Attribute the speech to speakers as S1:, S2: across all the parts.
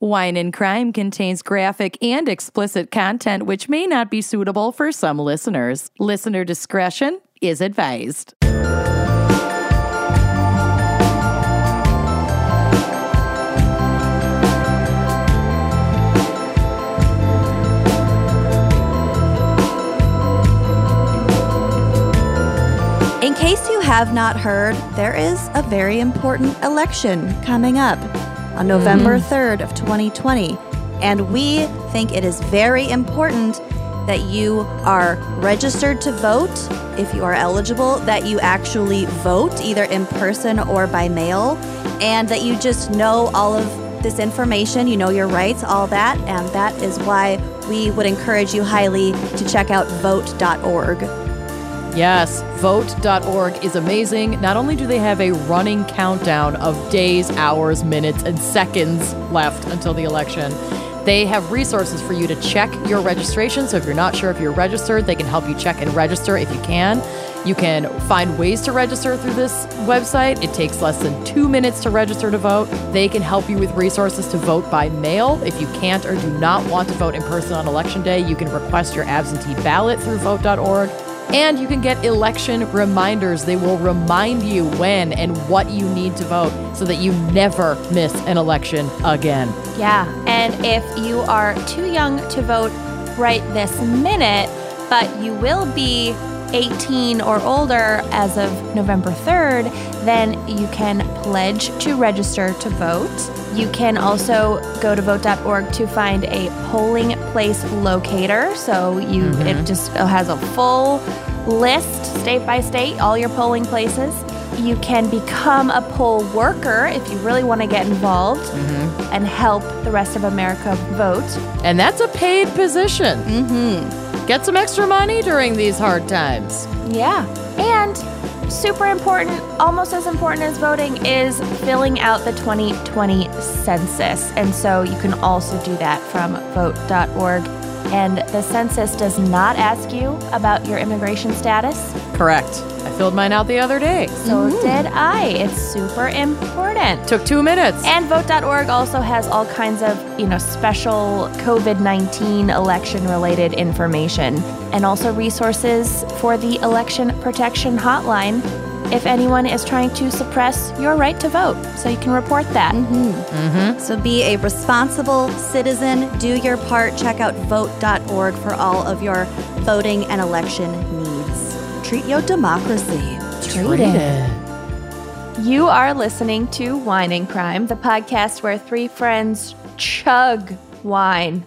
S1: Wine and Crime contains graphic and explicit content which may not be suitable for some listeners. Listener discretion is advised.
S2: In case you have not heard, there is a very important election coming up on November 3rd of 2020, and we think it is very important that you are registered to vote if you are eligible, that you actually vote either in person or by mail, and that you just know all of this information, you know your rights, all that, and that is why we would encourage you highly to check out vote.org.
S1: Yes, vote.org is amazing. Not only do they have a running countdown of days, hours, minutes, and seconds left until the election, they have resources for you to check your registration. So if you're not sure if you're registered, they can help you check and register if you can. You can find ways to register through this website. It takes less than two minutes to register to vote. They can help you with resources to vote by mail. If you can't or do not want to vote in person on election day, you can request your absentee ballot through vote.org. And you can get election reminders. They will remind you when and what you need to vote so that you never miss an election again.
S3: Yeah. And if you are too young to vote right this minute, but you will be 18 or older as of November 3rd, then you can pledge to register to vote. You can also go to vote.org to find a polling place locator. So you it just has a full list state by state all your polling places. You can become a poll worker if you really want to get involved and help the rest of America vote.
S1: And that's a paid position. Mm-hmm. Get some extra money during these hard times.
S3: Yeah. And super important, almost as important as voting, is filling out the 2020 census. And so you can also do that from vote.org. And the census does not ask you about your immigration status.
S1: Correct. I filled mine out the other day.
S3: So did I. It's super important.
S1: Took two minutes.
S3: And vote.org also has all kinds of, you know, special COVID 19 election related information and also resources for the election protection hotline if anyone is trying to suppress your right to vote. So you can report that.
S2: So be a responsible citizen, do your part, check out vote.org for all of your voting and election needs. Treat your democracy.
S3: You are listening to Wine and Crime, the podcast where three friends chug wine,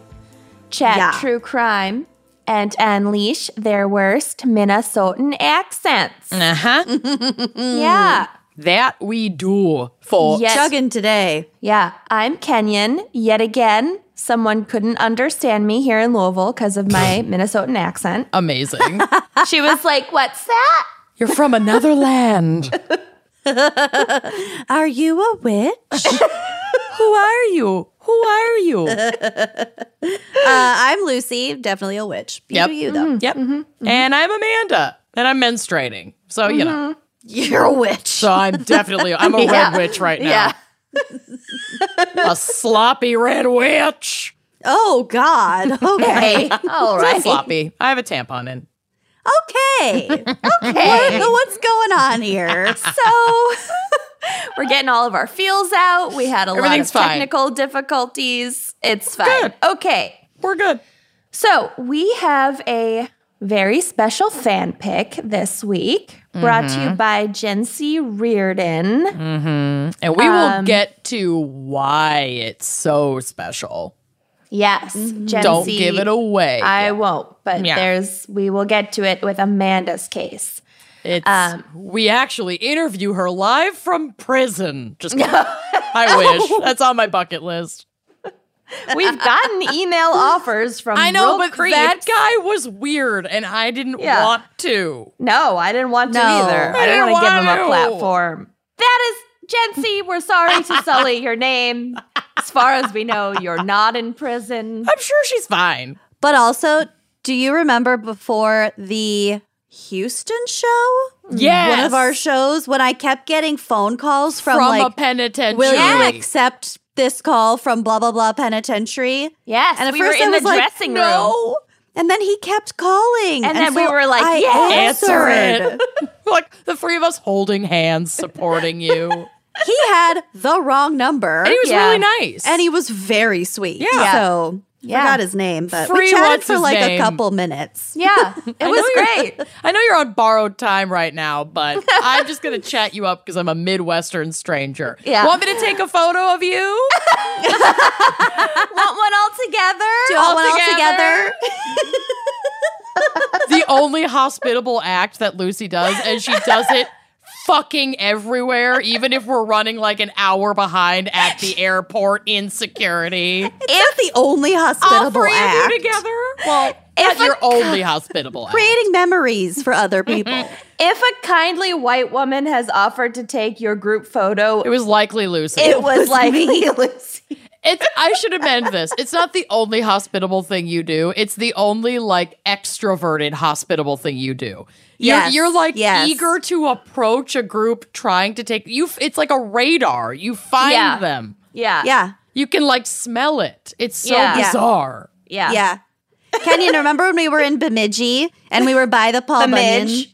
S3: chat
S2: Yeah.
S3: true crime, and unleash their worst Minnesotan accents.
S1: Uh huh.
S3: Yeah.
S1: that we do for.
S3: Yes.
S2: Chugging today.
S3: Yeah. I'm Kenyan yet again. Someone couldn't understand me here in Louisville because of my Minnesotan accent.
S1: Amazing.
S3: She was like, What's that?
S1: You're from another land.
S2: Are you a witch? uh,
S1: Who are you? Who are you?
S2: Uh, I'm Lucy, definitely a witch. You
S1: Yep.
S2: do you though.
S1: Yep. And I'm Amanda, and I'm menstruating. So, you know.
S2: You're a witch.
S1: So I'm definitely I'm a red witch right now. a sloppy red witch.
S2: oh God. Okay.
S3: All
S1: Not sloppy. I have a tampon in.
S2: okay. Okay. What- what's going on here?
S3: So we're getting all of our feels out. We had a lot of
S1: Everything's fine.
S3: technical difficulties. It's fine.
S1: Good.
S3: Okay.
S1: We're good.
S3: So we have a very special fan pick this week brought to you
S1: Mm-hmm.
S3: by Jency Reardon.
S1: And we will
S3: Um,
S1: get to why it's so special.
S3: Yes. Jency.
S1: Mm-hmm. Don't give it away.
S3: I won't, but
S1: Yeah.
S3: there's we will get to it with Amanda's case.
S1: it's
S3: um,
S1: we actually interview her live from prison. Just kidding. I wish. That's on my bucket list.
S3: We've gotten email offers from
S1: I know,
S3: real
S1: but
S3: creeps.
S1: that guy was weird and I didn't
S3: Yeah.
S1: want to.
S3: No, I didn't want to
S2: No.
S3: either.
S1: I
S3: I didn't
S1: didn't
S3: want to give him
S1: want
S3: a
S1: to.
S3: platform. That is Gen Z. We're sorry to sully your name. As far as we know, you're not in prison.
S1: I'm sure she's fine.
S2: But also, do you remember before the Houston show?
S1: Yes.
S2: One of our shows when I kept getting phone calls from,
S1: From a
S2: like
S1: penitentiary.
S2: Will you accept this call from blah blah blah penitentiary.
S3: Yes,
S2: And at
S3: we
S2: first
S3: were in
S2: I
S3: the
S2: was like,
S3: dressing room.
S2: no. And then he kept calling.
S3: And then we were like,
S2: I
S3: yes,
S1: answer
S2: answered.
S1: like the three of us holding hands, supporting you. and
S2: he had the wrong number.
S1: he was
S3: Yeah.
S1: really nice.
S2: and he was very sweet.
S1: Yeah.
S2: So
S3: Yeah.
S2: forgot his name, but
S1: Free
S2: we chatted
S1: what's
S2: for
S1: his
S2: like
S1: name.
S2: a couple minutes.
S3: Yeah, it
S1: I
S3: was
S1: know you're-
S3: great.
S1: I know you're on borrowed time right now, but I'm just gonna chat you up because I'm a Midwestern stranger.
S3: Yeah.
S1: Want me to take a photo of you?
S3: Want one all together?
S2: Do all one all
S1: together.
S2: together.
S1: the only hospitable act that Lucy does, and she does it fucking everywhere, even if we're running like an hour behind at the airport in security.
S2: It's not the only
S1: All
S2: hospitable
S1: three
S2: act.
S1: of you together? Well,
S3: If
S1: not
S3: a
S1: your only hospitable act.
S2: Creating memories for other people.
S3: If a kindly white woman has offered to take your group photo,
S1: It was likely Lucy.
S3: it was like
S2: me, Lucy.
S1: It's I should amend this. It's not the only hospitable thing you do. It's the only like extroverted hospitable thing you do. You're,
S2: Yes,
S1: you're like
S2: yes.
S1: eager to approach a group trying to take you f- it's like a radar. You find
S3: Yeah.
S1: them.
S3: yeah,
S2: Yeah.
S1: You can like smell it. It's so
S3: Yeah.
S2: Yeah.
S1: bizarre.
S3: yeah,
S2: Yeah. Kenyon, remember when we were in Bemidji and we were by the Paul
S3: The
S2: Bunyan?
S3: Midge.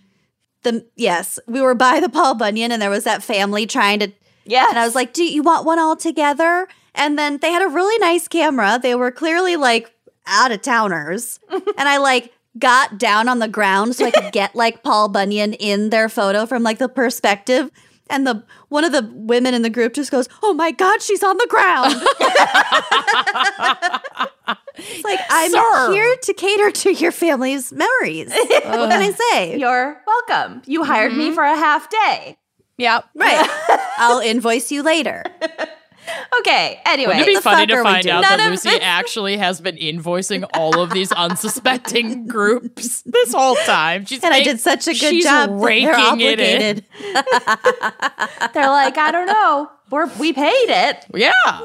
S2: The yes, we were by the Paul Bunyan and there was that family trying to
S3: Yes.
S2: and I was like, "Do you want one all together?" And then they had a really nice camera. They were clearly like out of towners. and I like got down on the ground so I could get like Paul Bunyan in their photo from like the perspective. And the one of the women in the group just goes, "Oh my god, she's on the ground." it's like I'm
S1: Sir.
S2: here to cater to your family's memories. what can I say?
S3: You're welcome. You hired me for a half day.
S1: Yep.
S2: right. I'll invoice you later.
S3: Okay.
S1: It'd
S3: Anyway,
S1: be
S2: the
S1: funny
S2: fuck
S1: to
S2: are we
S1: find
S2: doing?
S1: out that
S3: None of
S1: Lucy
S3: this-
S1: actually has been invoicing all of these unsuspecting groups this whole time. She's
S2: And I
S1: make-
S2: did such a good
S1: she's
S2: job. that
S1: raking
S2: they're
S1: it in.
S2: obligated.
S3: they're like, I don't know. We're, we paid it.
S1: Yeah.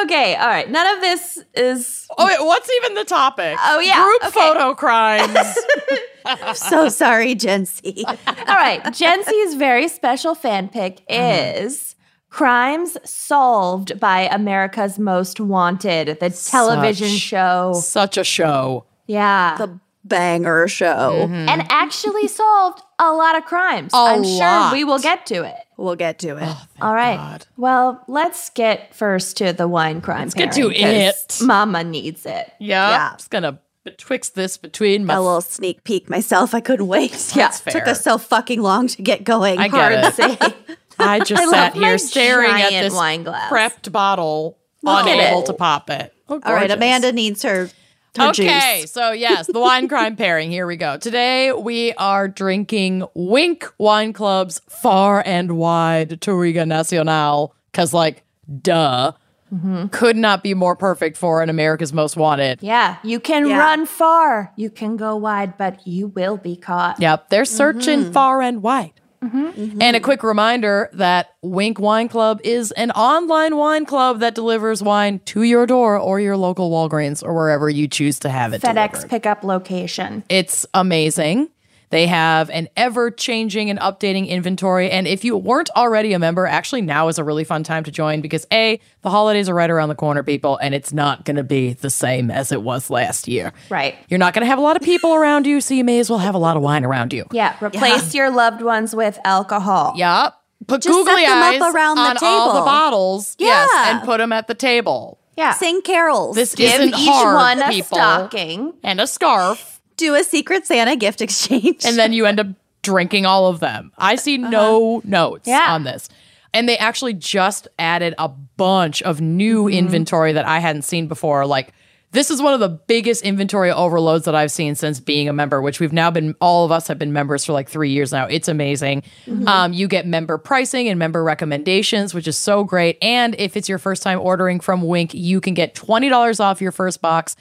S3: Okay. All right. None of this is.
S1: Oh, wait, what's even the topic?
S3: Oh, yeah,
S1: group
S3: okay.
S1: photo crimes.
S2: so sorry, Gen Z.
S3: All right. Gen Z's very special fan pick
S1: Uh-huh.
S3: is crimes solved by America's Most Wanted, the television
S1: Such-
S3: show.
S1: Such a show.
S3: Yeah.
S2: The banger show.
S1: Mm-hmm.
S3: and actually solved a lot of crimes. i I'm
S1: lot.
S3: sure we will get to it.
S2: We'll get to
S1: Oh,
S2: it.
S3: All right.
S1: God.
S3: Well, let's get first to the wine crime. Let's
S1: get to it.
S3: Mama needs it.
S1: Yeah,
S2: Yeah.
S1: I'm just gonna betwixt this between my.
S2: A little sneak peek myself. I couldn't wait.
S1: Yeah. That's
S2: Took
S1: fair.
S2: us so fucking long to get going.
S1: I
S2: Hard.
S1: get it. I just
S3: love
S1: sat
S3: my
S1: here staring at
S3: giant
S1: this
S3: wine glass.
S1: prepped bottle,
S2: Look at
S1: unable
S2: it.
S1: to pop it. Oh,
S2: All right,
S1: gorgeous.
S2: Amanda needs her, her
S1: Okay,
S2: juice.
S1: so yes, the wine crime pairing. Here we go. Today we are drinking Wink Wine Club's Far and Wide Touriga Nacional because, like, duh,
S2: Mm-hmm.
S1: could not be more perfect for an America's Most Wanted.
S3: Yeah. You can
S2: Yeah.
S3: run far, you can go wide, but you will be caught.
S1: Yep, they're searching
S3: Mm-hmm.
S1: far and wide. Mm-hmm. And a quick reminder that Wink Wine Club is an online wine club that delivers wine to your door or your local Walgreens or wherever you choose to have it. delivered.
S3: FedEx pickup location.
S1: It's amazing. They have an ever changing and updating inventory. And if you weren't already a member, actually now is a really fun time to join because A, the holidays are right around the corner, people, and it's not going to be the same as it was last year.
S3: Right.
S1: You're not going to have a lot of people around you, so you may as well have a lot of wine around you.
S3: Yeah. Replace your loved ones with alcohol.
S1: Yep. Put
S2: Just set
S1: googly
S2: them up
S1: eyes
S2: around the
S1: on all the
S2: table.
S1: bottles. Yes.
S2: Yeah.
S1: And put them at the table.
S3: Yeah.
S2: Sing carols.
S1: This
S3: Give
S1: isn't
S3: each
S1: hard,
S3: one a
S1: people.
S3: stocking.
S1: And a scarf.
S2: Do a Secret Santa gift exchange.
S1: and then you end up drinking all of them. I see
S2: Uh-huh.
S1: no notes
S3: Yeah.
S1: on this. And they actually just added a bunch of new inventory that I hadn't seen before. Like, this is one of the biggest inventory overloads that I've seen since being a member, which we've now been, all of us have been members for like three years now. It's amazing. Um, you get member pricing and member recommendations, which is so great. And if it's your first time ordering from Wink, you can get $20 off your first box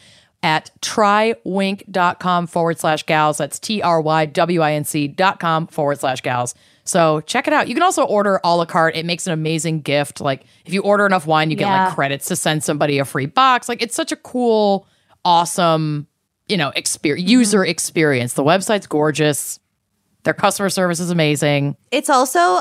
S1: at trywink.com forward slash gals. That's T R Y W I N C dot com forward slash gals. So check it out. You can also order a la carte. It makes an amazing gift. Like if you order enough wine, you get
S3: Yeah.
S1: like credits to send somebody a free box. Like it's such a cool, awesome, you know, experience, user experience. The website's gorgeous. Their customer service is amazing.
S2: it's also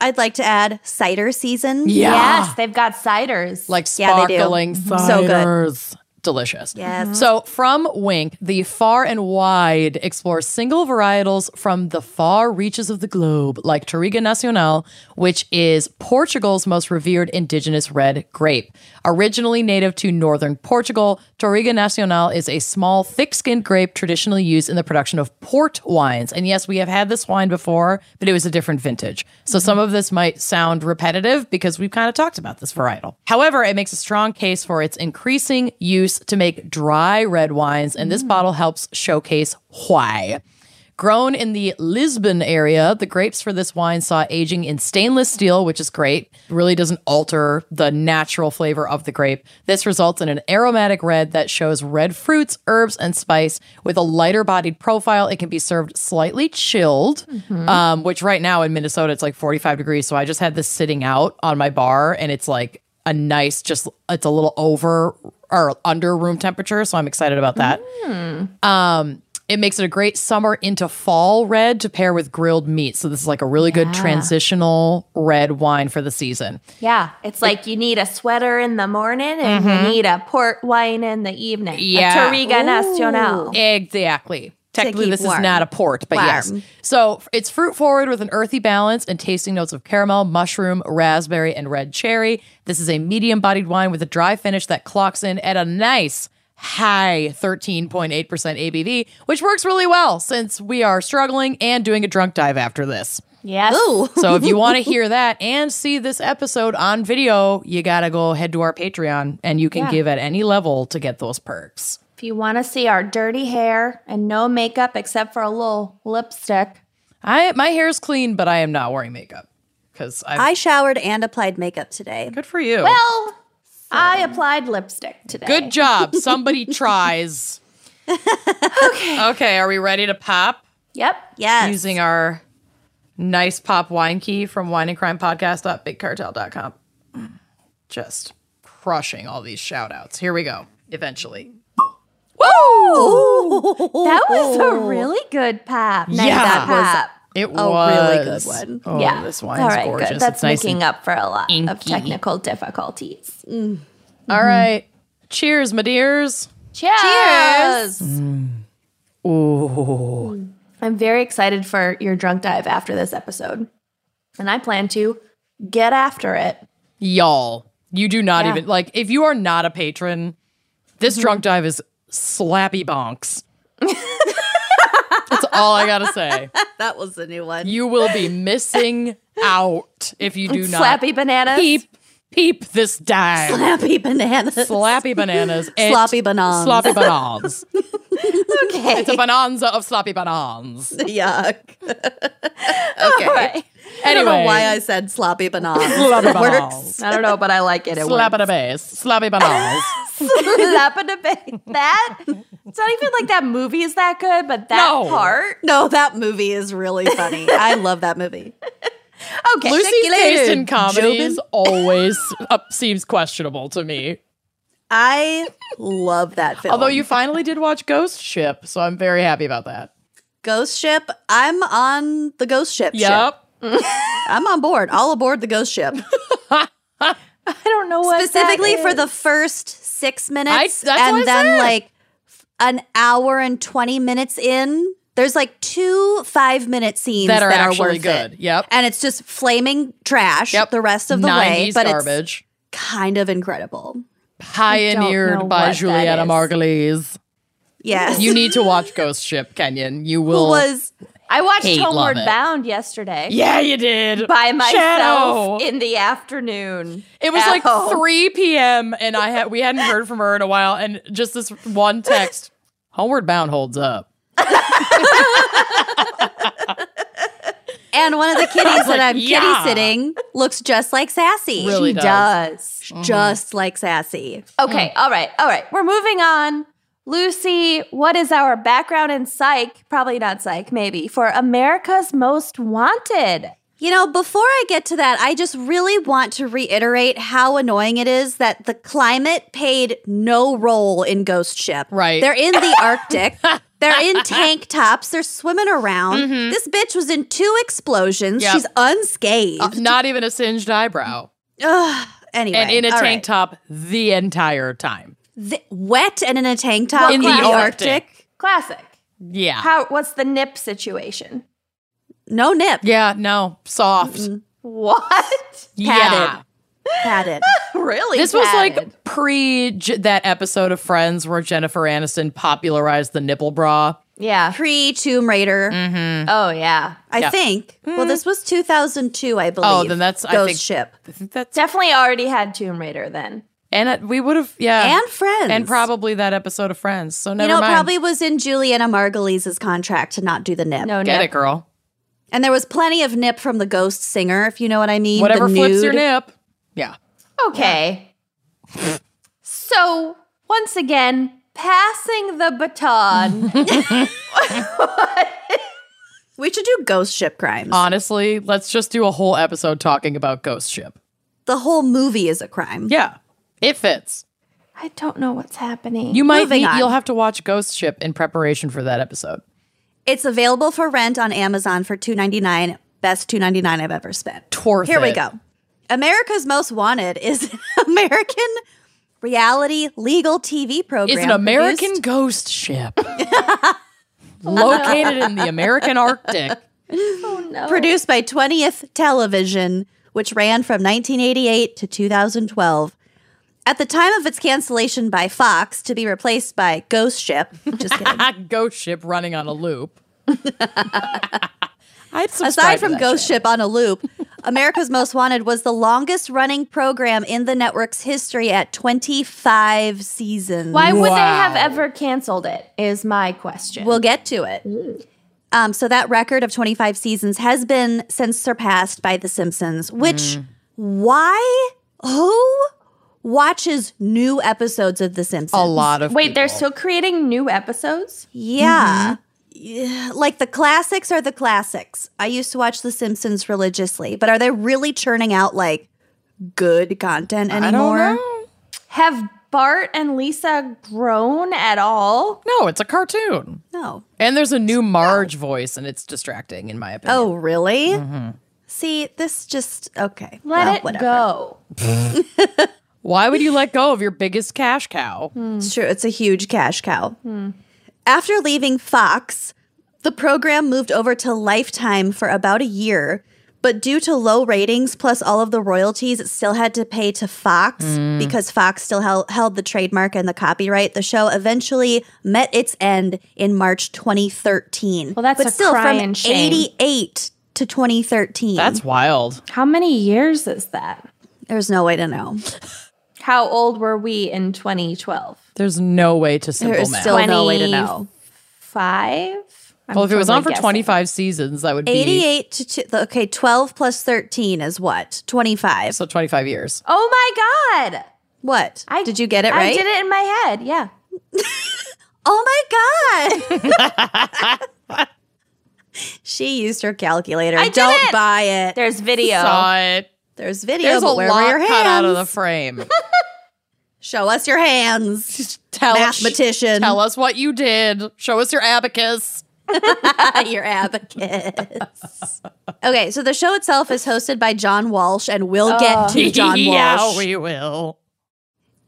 S2: I'd like to add cider season.
S1: Yeah.
S3: Yes, they've got ciders.
S1: Like
S2: Yeah, they do. Mm-hmm.
S1: sparkling
S2: So good.
S1: ciders. Delicious.
S2: Yes.
S1: So from Wink, the far and wide explores single varietals from the far reaches of the globe, like Tarriga Nacional, which is Portugal's most revered indigenous red grape. Originally native to northern Portugal, Tarriga Nacional is a small, thick-skinned grape traditionally used in the production of port wines. And yes, we have had this wine before, but it was a different vintage. So some of this might sound repetitive because we've kind of talked about this varietal. However, it makes a strong case for its increasing use to make dry red wines, and this bottle helps showcase why. Grown in the Lisbon area, the grapes for this wine saw aging in stainless steel, which is great. It really doesn't alter the natural flavor of the grape. This results in an aromatic red that shows red fruits, herbs, and spice. With a lighter bodied profile, it can be served slightly chilled, um, which right now in Minnesota, it's like 45 degrees. So I just had this sitting out on my bar, and it's like a nice, just it's a little over or under room temperature. So I'm excited about that. Um, It makes it a great summer into fall red to pair with grilled meat. So this is like a really good transitional red wine for the season.
S3: yeah, Mm-hmm. it's like you need a sweater in the morning and you need a port wine in the evening.
S1: Yeah.
S3: A Torriga Nacional.
S1: Exactly. Technically,
S2: keep
S1: this is
S2: warm.
S1: not a port, but yes.
S2: Warm.
S1: So f- it's fruit forward with an earthy balance and tasting notes of caramel, mushroom, raspberry, and red cherry. This is a medium bodied wine with a dry finish that clocks in at a nice high 13.8% ABV, which works really well since we are struggling and doing a drunk dive after this.
S3: Yes.
S1: So if you want to hear that and see this episode on video, you got to go head to our Patreon and you can give at any level to get those perks.
S3: If you want to see our dirty hair and no makeup except for a little lipstick,
S1: I my hair's clean, but I am not wearing makeup cuz I
S2: I showered and applied makeup today.
S1: good for you.
S3: well, I applied lipstick today.
S1: good job. Somebody tries. okay. Okay, are we ready to pop
S3: Yep.
S2: Yes.
S1: using our nice pop wine key from wine and crime podcast.bigcartel.com. Just crushing all these shout outs. Here we go. Eventually.
S3: That was a really good pap. Nice
S1: Yeah. That
S2: was
S3: pap.
S1: It was
S2: really good one.
S1: Oh,
S3: yeah.
S1: this
S3: It's
S1: wine's
S3: all right,
S1: gorgeous.
S3: Good. That's
S1: it's nice. and-
S3: making up for a lot of
S1: inky.
S3: technical difficulties. Mm-hmm.
S1: All right. Cheers, my dears.
S3: Cheers.
S1: Mm. Ooh.
S3: I'm very excited for your drunk dive after this episode. And I plan to get after it.
S1: Y'all, you do not
S3: Yeah.
S1: even like if you are not a patron, this
S2: Mm-hmm.
S1: drunk dive is slappy bonks. That's all I gotta say.
S2: That was the new one.
S1: You will be missing out if you do not
S3: Slappy bananas.
S1: peep peep this dive.
S2: Happy bananas.
S1: Slappy bananas. and
S2: Sloppy bananas.
S1: Sloppy bananas.
S2: Okay.
S1: it's a bonanza of sloppy bananas.
S2: Yuck. okay.
S3: All right.
S2: I
S1: Anyway,
S2: don't know why I said sloppy bananas.
S1: Sloppy
S2: It works.
S1: bananas.
S3: I don't know, but I like it. It
S1: Slap at a base. Sloppy bananas.
S3: Slap a debate. That it's not even like that movie is that good, but that
S1: No.
S3: part.
S2: No, that movie is really funny. I love that movie.
S3: Okay.
S1: Lucy's taste in
S2: Jobin.
S1: comedies always uh, seems questionable to me.
S2: I love that film.
S1: Although you finally did watch Ghost Ship, so I'm very happy about that.
S2: Ghost Ship, I'm on the Ghost Ship. ship.
S1: Yep.
S2: I'm on board. All aboard the Ghost Ship.
S3: I don't know what that
S2: Specifically for
S3: is.
S2: the first six
S1: I-
S2: minutes.
S1: that's what I
S2: and then,
S1: said.
S2: like, f- an hour and 20 minutes in, there's like two five minute scenes
S1: That
S2: that
S1: are
S2: are,
S1: actually
S2: worth it.
S1: good. Yep.
S2: And it's just flaming trash
S1: Yep.
S2: the rest of the
S1: 90s
S2: way. But it's
S1: garbage.
S2: kind of incredible.
S1: Pioneered
S3: know
S1: by
S3: what
S1: Juliana
S3: that is.
S1: Margulies.
S2: Yes.
S1: You need to watch Ghost Ship, Kenyon. You
S2: Who
S1: will.
S2: was
S3: I watched
S1: Hate, love
S3: Homeward
S1: it.
S3: Bound yesterday
S1: yeah, you did.
S3: by myself
S1: Shadow. Mm.
S3: in the afternoon.
S1: It was
S3: at
S1: like
S3: home.
S1: 3 p.m. and I had we hadn't heard from her in a while, and just this one text: "Homeward Bound holds up."
S2: and one of the kitties
S1: like,
S2: that I'm
S1: yeah.
S2: kitty sitting looks just like Sassy.
S1: Really
S3: She
S1: does. Mm-hmm.
S3: does.
S2: Just like Sassy.
S3: Okay, all right, all right. We're moving on. Lucy, what is our background in psych? Probably not psych, maybe, for America's Most Wanted.
S2: You know, before I get to that, I just really want to reiterate how annoying it is that the climate played no role in Ghost Ship.
S1: Right.
S2: They're in the Arctic. They're in tank tops. They're swimming around. This bitch was in two explosions.
S1: Mm-hmm. Yep.
S2: She's unscathed.
S1: Not even a singed eyebrow.
S2: Ugh. Anyway,
S1: And in a
S2: all
S1: tank
S2: right.
S1: top the entire time.
S2: Th- wet and in a tank top
S1: In the Arctic.
S3: Classic.
S1: Yeah.
S3: How? What's the nip situation?
S2: No nip.
S1: yeah, no. Soft.
S3: What?
S1: Yeah.
S2: Mm-hmm. Padded. Padded.
S3: really?
S1: This was
S3: padded.
S1: like pre J- that episode of Friends where Jennifer Aniston popularized the nipple bra.
S3: yeah.
S2: Pre Tomb Raider,
S1: Mm,
S3: Oh yeah.
S2: I
S1: Yep.
S2: think. Well, this was 2002, I believe.
S1: Oh, then that's- I
S2: Ghost
S1: think- uh,
S2: Ship
S1: I think that's
S3: Definitely already had Tomb Raider then.
S1: and uh, we would have yeah
S2: and Friends
S1: and probably that episode of Friends. So never
S2: You know, it
S1: mind.
S2: probably was in Juliana Margulies' contract to not do the nip.
S3: No
S1: Get
S3: nip.
S1: it, girl.
S2: And there was plenty of nip from the ghost singer, if you know what I mean.
S1: Whatever
S2: the
S1: flips
S2: nude.
S1: your nip. Yeah.
S3: Okay. so, once again, passing the baton.
S2: We should do ghost ship crimes.
S1: Uh, Honestly, let's just do a whole episode talking about Ghost Ship.
S2: the whole movie is a crime.
S1: Yeah. It fits.
S3: I don't know what's happening.
S1: You might
S2: Moving
S1: need,
S2: on.
S1: you'll have to watch Ghost Ship in preparation for that episode.
S2: It's available for rent on Amazon for two ninety nine. Best two ninety nine I've ever spent.
S1: Torth
S2: Here we
S1: it.
S2: go. America's Most Wanted is an American reality legal TV program.
S1: It's an American
S2: produced-
S1: ghost ship located in the American Arctic.
S2: produced by 20th Television, which ran from 1988 to 2012. At the time of its cancellation by Fox to be replaced by Ghost Ship, just kidding.
S1: Ah, ghost ship running on a loop. I'd subscribe
S2: Aside
S1: to
S2: from
S1: that
S2: Ghost
S1: shit.
S2: Ship on a loop, America's Most Wanted was the longest running program in the network's history at 25 seasons.
S3: Why would they
S1: Wow.
S3: have ever canceled it? Is my question.
S2: We'll get to it. Um, so that record of 25 seasons has been since surpassed by The Simpsons, which
S1: Mm.
S2: why? Who watches new episodes of The Simpsons?
S1: a lot of
S3: Wait,
S1: people.
S3: they're still creating new episodes?
S2: Yeah.
S1: Mm-hmm.
S2: Yeah, Like the classics are the classics. I used to watch The Simpsons religiously, but are they really churning out like good content
S1: I
S2: anymore?
S1: don't know.
S3: Have Bart and Lisa grown at all?
S1: No, it's a cartoon.
S2: No.
S1: And there's a new Marge voice, and it's distracting, in my opinion.
S2: Oh, really?
S1: Mm-hmm.
S2: See, this just okay.
S3: Let
S2: well,
S3: it
S2: whatever.
S3: go.
S1: Why would you let go of your biggest cash cow?
S2: It's true. It's a huge cash cow. After leaving Fox, the program moved over to Lifetime for about a year. But due to low ratings plus all of the royalties it still had to pay to Fox because Fox still held, held the trademark and the copyright, the show eventually met its end in March 2013.
S3: Well, that's
S2: but
S3: a
S2: still
S3: crying
S2: from
S3: shame.
S2: 88 to 2013.
S1: That's wild.
S3: How many years is that?
S2: There's no way to know.
S3: How old were we in 2012?
S1: There's no way to simple
S2: There is
S1: math.
S2: still no way to know.
S3: Five? I'm
S1: well, if it was
S3: totally
S1: on for
S3: guessing.
S1: 25 seasons, that would be
S2: 88 to two, okay, 12 plus 13 is what? 25.
S1: so 25 years.
S3: Oh my God.
S2: What? did you get it right?
S3: I did it in my head. Yeah.
S2: Oh my god. she used her calculator.
S3: I did
S2: Don't
S3: it!
S2: buy it.
S3: There's video.
S1: Saw it.
S2: There's video.
S1: There's a
S2: but where were
S1: lot
S2: your hands?
S1: cut out of the frame.
S2: Show us your hands.
S1: tell
S2: Mathematician.
S1: Tell us what you did. Show us your abacus.
S2: your abacus. okay, so the show itself is hosted by John Walsh, and we'll get to
S1: Oh.
S2: John
S1: yeah,
S2: Walsh.
S1: we will.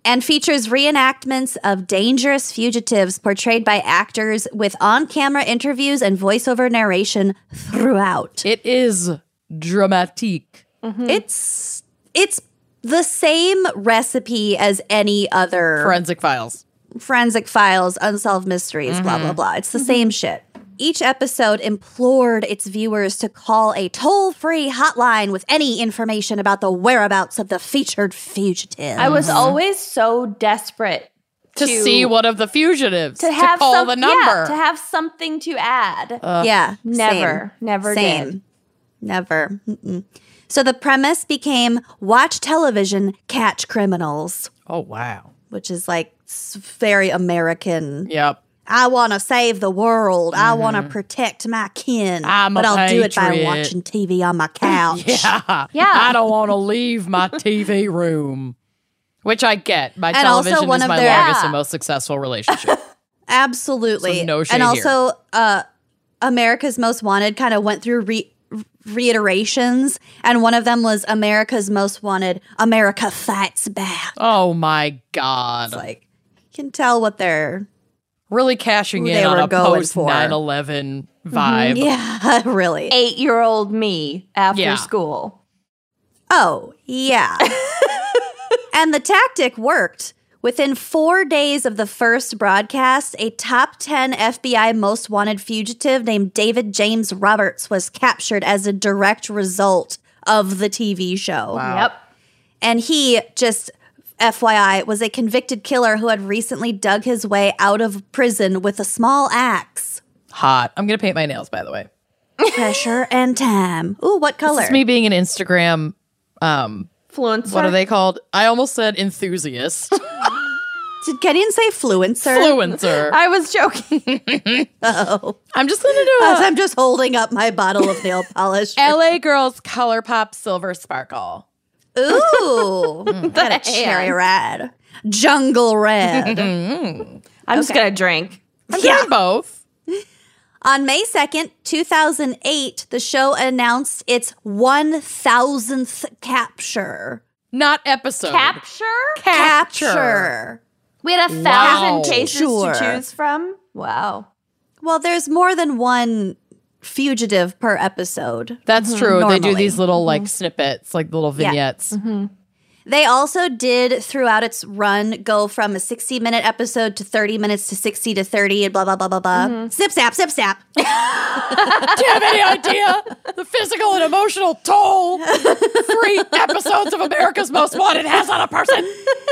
S2: and features reenactments of dangerous fugitives portrayed by actors with on camera interviews and voiceover narration throughout.
S1: It is dramatique.
S3: Mm-hmm.
S2: It's it's the same recipe as any other
S1: Forensic Files.
S2: forensic files, unsolved mysteries, blah
S3: Mm-hmm.
S2: blah blah. It's the same shit. Each episode implored its viewers to call a toll-free hotline with any information about the whereabouts of the featured fugitive.
S3: I was always so desperate
S1: To, see one of the fugitives. To,
S3: to have
S1: call
S3: some-
S1: the number.
S3: Yeah, to have something to add.
S2: yeah,
S3: uh, never,
S2: same.
S3: never
S2: same.
S3: did.
S2: Never. Mm-mm. So the premise became watch television, catch criminals,
S1: oh, wow.
S2: which is like s- very American.
S1: Yep.
S2: I want to save the world. I want to protect my kin.
S1: Mm-hmm. I'm a
S2: but I'll do it by
S1: patriot.
S2: watching TV on my couch.
S1: Yeah.
S3: Yeah.
S1: I don't want to leave my TV room. Which I get. My
S2: And also
S1: television
S2: one
S1: is
S2: of
S1: my
S2: their-
S1: longest
S3: Yeah.
S1: and most successful relationship.
S2: Absolutely.
S1: So no shade
S2: and
S1: here.
S2: also, uh, America's Most Wanted kind of went through re- reiterations, and one of them was America's Most Wanted, America Fights Back.
S1: Oh my god.
S2: It's like, you can tell what they're.
S1: really cashing
S2: who
S1: in
S2: they
S1: on
S2: were
S1: a
S2: going
S1: post
S2: for. Mm-hmm.
S1: 9/11 vibe.
S2: Yeah, really.
S3: Eight year old me after
S1: Yeah.
S3: school.
S2: Oh, yeah. and the tactic worked. Within four days of the first broadcast, a top 10 FBI most wanted fugitive named David James Roberts was captured as a direct result of the TV show.
S3: Yep.
S2: And he just. FYI, was a convicted killer who had recently dug his way out of prison with a small axe.
S1: Hot. I'm going to paint my nails by the way.
S2: Pressure and time. Ooh, what color?
S1: It's me being an Instagram um
S3: Fluencer.
S1: what are they called? I almost said enthusiast.
S2: Did Gideon say fluencer?
S1: Influencer.
S3: I was joking.
S2: oh.
S1: I'm just going to do
S2: As
S1: a
S2: I'm just holding up my bottle of nail polish.
S1: LA Girls Color Pop Silver Sparkle.
S2: Ooh, got a cherry red, jungle red.
S3: I'm just gonna drink.
S1: I'm doing both.
S2: On May 2nd, 2008, the show announced its 1000th capture.
S1: Not episode.
S3: Capture?
S2: Capture.
S3: We had a
S1: Wow.
S3: thousand cases
S2: Sure.
S3: to choose from. Wow.
S2: Well, there's more than one fugitive per episode.
S1: That's true. They do
S2: Mm-hmm. normally. Mm-hmm.
S1: these little like snippets, like little
S2: Yeah. Mm-hmm.
S1: vignettes.
S2: They also did throughout its run go from a 60 minute episode to 30 minutes to 60 to 30 and blah, blah, blah, blah, blah. Snip, snap, snip, snap.
S1: Do you have any idea the physical and emotional toll three episodes of America's Most Wanted has on a person?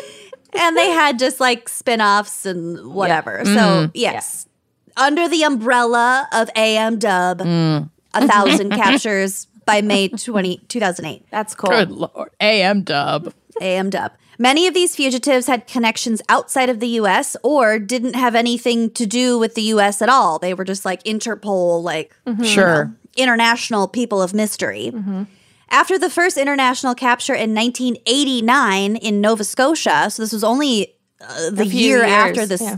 S2: and they had just like spin-offs and whatever. So yes. Under the umbrella of AM dub, a thousand captures by May 20, 2008.
S3: That's cool.
S1: Good lord. AM dub.
S2: AM dub. Many of these fugitives had connections outside of the US or didn't have anything to do with the US at all. They were just like Interpol, like
S1: Sure.
S2: international people of mystery. After the first international capture in 1989 in Nova Scotia, so this was only uh, the
S3: few
S2: year
S3: years,
S2: after this
S3: yeah.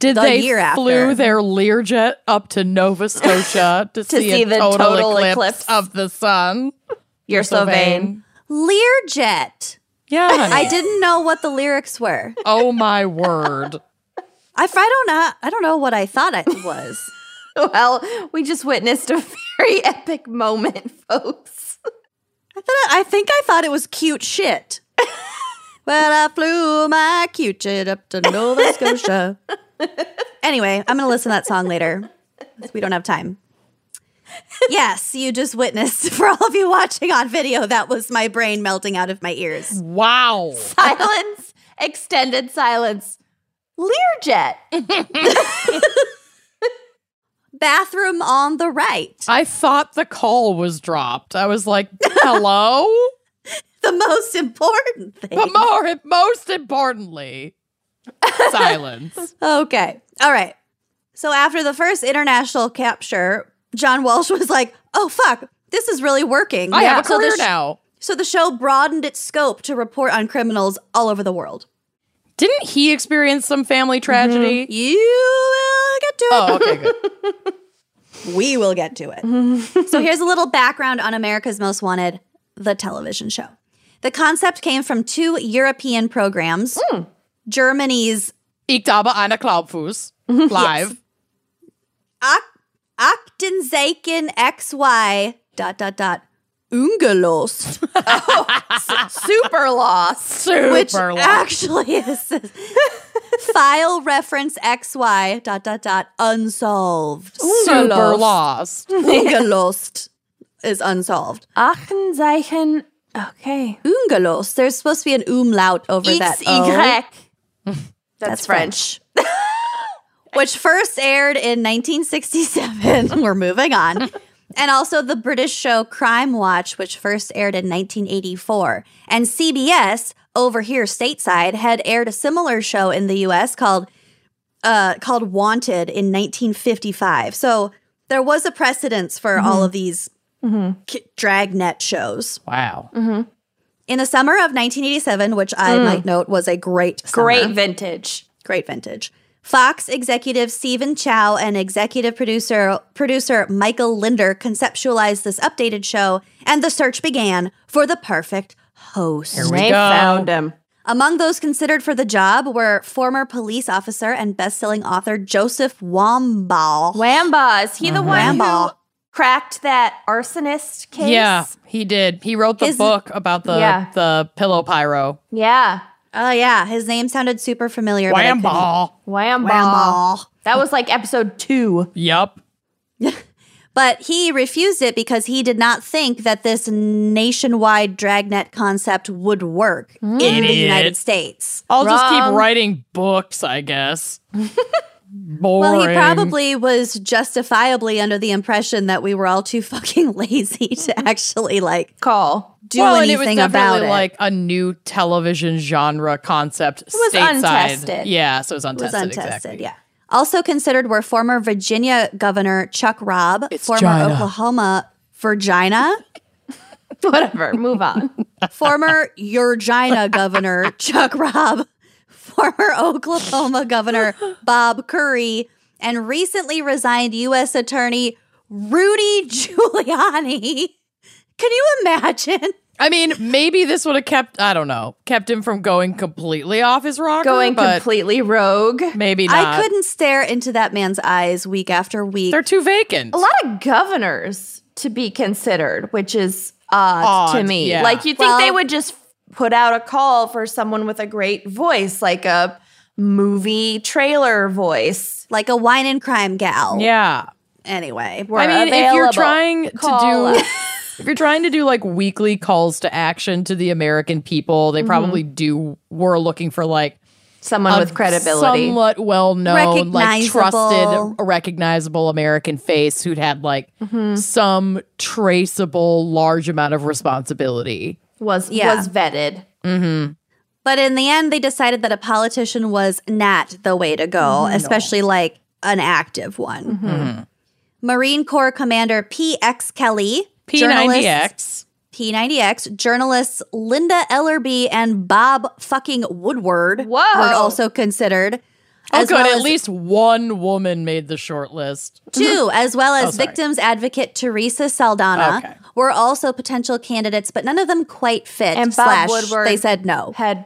S1: Did
S2: the
S1: they
S2: year after.
S1: flew their Learjet up to Nova Scotia to, see,
S3: see
S1: a
S3: the
S1: total,
S3: total
S1: eclipse,
S3: eclipse.
S1: of the sun?
S3: You're so vain.
S2: Learjet.
S1: Yeah.
S2: I
S1: honey.
S2: didn't know what the lyrics were.
S1: oh my word.
S2: I, I don't know. I don't know what I thought it was.
S3: Well, we just witnessed a very epic moment, folks.
S2: I thought. I think I thought it was cute shit. well, I flew my cute shit up to Nova Scotia. Anyway, I'm gonna listen to that song later. 'cause We don't have time. Yes, you just witnessed for all of you watching on video. That was my brain melting out of my ears.
S1: Wow.
S3: Silence, extended silence. Learjet.
S2: Bathroom on the right.
S1: I thought the call was dropped. I was like, hello?
S2: The most important thing.
S1: but more, most importantly, silence.
S2: Okay. All right. So after the first international capture, John Walsh was like, oh, fuck, this is really working.
S1: I have a
S2: so the
S1: career
S2: sh-
S1: now.
S2: So the show broadened its scope to report on criminals all over the world.
S1: Didn't he experience some family tragedy?
S2: You will get to it.
S1: Oh, okay, good.
S2: We will get to it. so here's a little background on America's Most Wanted, the television show. The concept came from two European programs Germany's
S1: Ich glaube, eine Klaubfuß. Live.
S2: Achtensaken XY dot dot dot Ungelost,
S3: Super lost.
S1: Super
S2: which
S1: live.
S2: actually is file reference XY dot dot dot unsolved.
S1: super lost.
S2: Ungelost is unsolved.
S3: Aachenzeichen. Okay.
S2: Ungelost. There's supposed to be an umlaut over that.
S3: X,
S2: O.
S3: Y.
S2: That's French. which first aired in 1967. We're moving on. And also the British show Crime Watch, which first aired in 1984. And CBS, over here stateside, had aired a similar show in the US called uh, called Wanted in 1955. So there was a precedence for all of these k- dragnet shows.
S1: Wow.
S2: In the summer of 1987, which I might note was a Mm. great summer
S3: Great vintage.
S2: great vintage. Fox executive Stephen Chow and executive producer producer Michael Linder conceptualized this updated show, and the search began for the perfect host.
S1: we
S4: they
S1: go.
S4: found him.
S2: Among those considered for the job were former police officer and best-selling author Joseph Wambaugh.
S3: Wamba, is he the
S1: Mm-hmm.
S3: one who
S2: Wamba.
S3: cracked that arsonist case?
S1: Yeah, he did. He wrote the
S2: His-
S1: book about the
S3: Yeah.
S1: the pillow pyro.
S3: Yeah.
S2: Oh yeah, his name sounded super familiar. but I couldn't-
S1: Wamball.
S3: Wamba.
S2: Wambaugh.
S3: That was like episode two.
S1: Yup.
S2: But he refused it because he did not think that this nationwide dragnet concept would work in the
S1: Idiot.
S2: United States.
S1: I'll just
S3: Wrong.
S1: keep writing books, I guess. Boring.
S2: Well, he probably was justifiably under the impression that we were all too fucking lazy to actually like
S3: Call.
S2: do
S1: Mm-hmm. Well, and it was
S2: anything about
S1: definitely
S2: it.
S1: like a new television genre concept. It
S3: was
S1: stateside.
S3: untested.
S1: Yeah, so it was
S2: it was
S1: untested.
S2: untested,
S1: exactly.
S2: yeah. Also considered were former Virginia Governor Chuck Robb, former
S1: Gina.
S2: Oklahoma Virginia,
S3: Whatever. Move on.
S2: former Urgina Governor Chuck Robb, former Oklahoma Governor Bob Curry, and recently resigned U.S. Attorney Rudy Giuliani. Can you imagine?
S1: I mean, maybe this would have kept, I don't know, kept him from going completely off his rocker.
S3: Going
S1: but
S3: completely rogue.
S1: Maybe not.
S2: I couldn't stare into that man's eyes week after week.
S1: They're too vacant.
S3: A lot of governors to be considered, which is odd, to
S1: Odd,
S3: me.
S1: yeah.
S3: Like you think
S2: Well-
S3: they would just put out a call for someone with a great voice, like a movie trailer voice.
S2: like a wine and crime gal.
S1: Yeah.
S2: Anyway,
S3: We're
S1: I mean, if you're
S3: available.
S1: trying
S3: Call
S1: to do
S3: us.
S1: if you're trying to do like weekly calls to action to the American people,
S2: Mm-hmm.
S1: they probably do were looking for like
S3: someone
S1: a
S3: with credibility.
S1: somewhat well known, like
S2: Recognizable.
S1: trusted, recognizable American face who'd had like
S2: Mm-hmm.
S1: some traceable large amount of responsibility.
S3: was
S2: Yeah.
S3: was vetted.
S2: But in the end, they decided that a politician was not the way to go, especially like an active one.
S1: Mm-hmm.
S2: Mm-hmm. Marine Corps Commander P.X. Kelly, journalists-
S1: P90X.
S2: P90X, journalists Linda Ellerby and Bob fucking Woodward
S3: Whoa.
S2: were also considered.
S1: Oh,
S2: as
S1: good.
S2: well
S1: At
S2: as
S1: least one woman made the short list.
S2: two, as well as
S1: Mm-hmm. Oh, sorry.
S2: victims advocate Teresa Saldana,
S1: Okay.
S2: were also potential candidates, but none of them quite fit.
S3: And Bob
S2: slash,
S3: Woodward-
S2: they said no.
S3: Had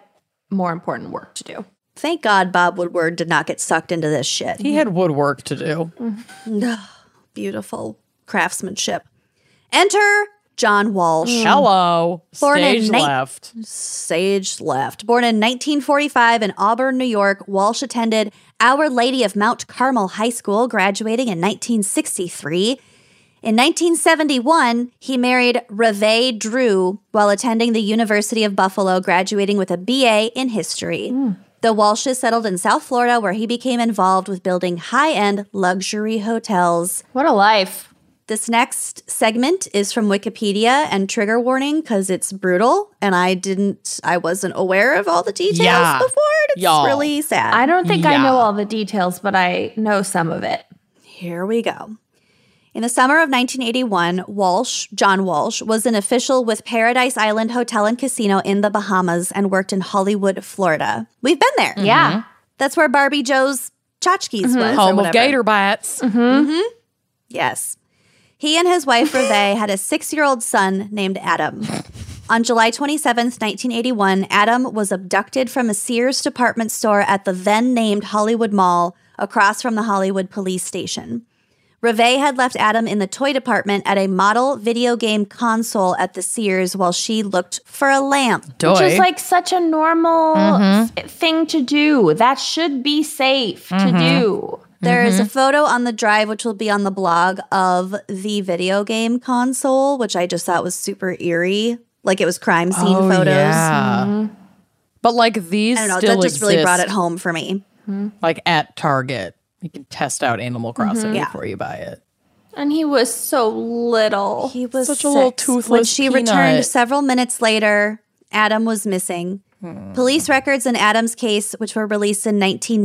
S3: more important work to do.
S2: Thank God Bob Woodward did not get sucked into this shit.
S1: He had woodwork to do.
S2: Mm-hmm. beautiful craftsmanship. Enter John Walsh,
S1: Hello.
S2: Born in
S1: Stage
S2: nine-
S1: left.
S2: sage left. Born in 1945 in Auburn, New York, Walsh attended Our Lady of Mount Carmel High School, graduating in 1963. In 1971, he married Reve Drew while attending the University of Buffalo, graduating with a BA in history. The Walshes settled in South Florida, where he became involved with building high end luxury hotels.
S3: What a life.
S2: This next segment is from Wikipedia and trigger warning because it's brutal and I didn't, I wasn't aware of all the details
S1: Yeah.
S2: before. and It's
S1: Y'all.
S2: really sad.
S3: I don't think I
S1: Yeah.
S3: know all the details, but I know some of it.
S2: Here we go. In the summer of 1981, Walsh, John Walsh, was an official with Paradise Island Hotel and Casino in the Bahamas and worked in Hollywood, Florida. We've been there.
S3: Yeah.
S2: That's where Barbie Joe's tchotchkes was. or
S1: Mm-hmm. Home of
S2: whatever. Mm-hmm.
S1: gator bites.
S2: Yes. He and his wife Reve had a six year old son named Adam. On July 27th, 1981, Adam was abducted from a Sears department store at the then named Hollywood Mall across from the Hollywood police station. Reve had left Adam in the toy department at a model video game console at the Sears while she looked for a lamp.
S1: Doy.
S3: Which is like such a normal s- thing to do. That should be safe to do.
S2: There is a
S1: Mm-hmm.
S2: photo on the drive, which will be on the blog, of the video game console, which I just thought was super eerie. Like it was crime scene
S1: Oh,
S2: photos.
S1: yeah. Mm-hmm. But like these
S2: I don't know.
S1: still
S2: that just really
S1: exist,
S2: brought it home for me.
S1: like at Target. You can test out Animal Crossing
S2: Yeah.
S1: before you buy it.
S3: And he was so little.
S2: He was
S1: Such a little
S2: six. When
S1: toothless
S2: she returned
S1: peanut.
S2: several minutes later, Adam was missing.
S1: Hmm.
S2: Police records in Adam's case, which were released in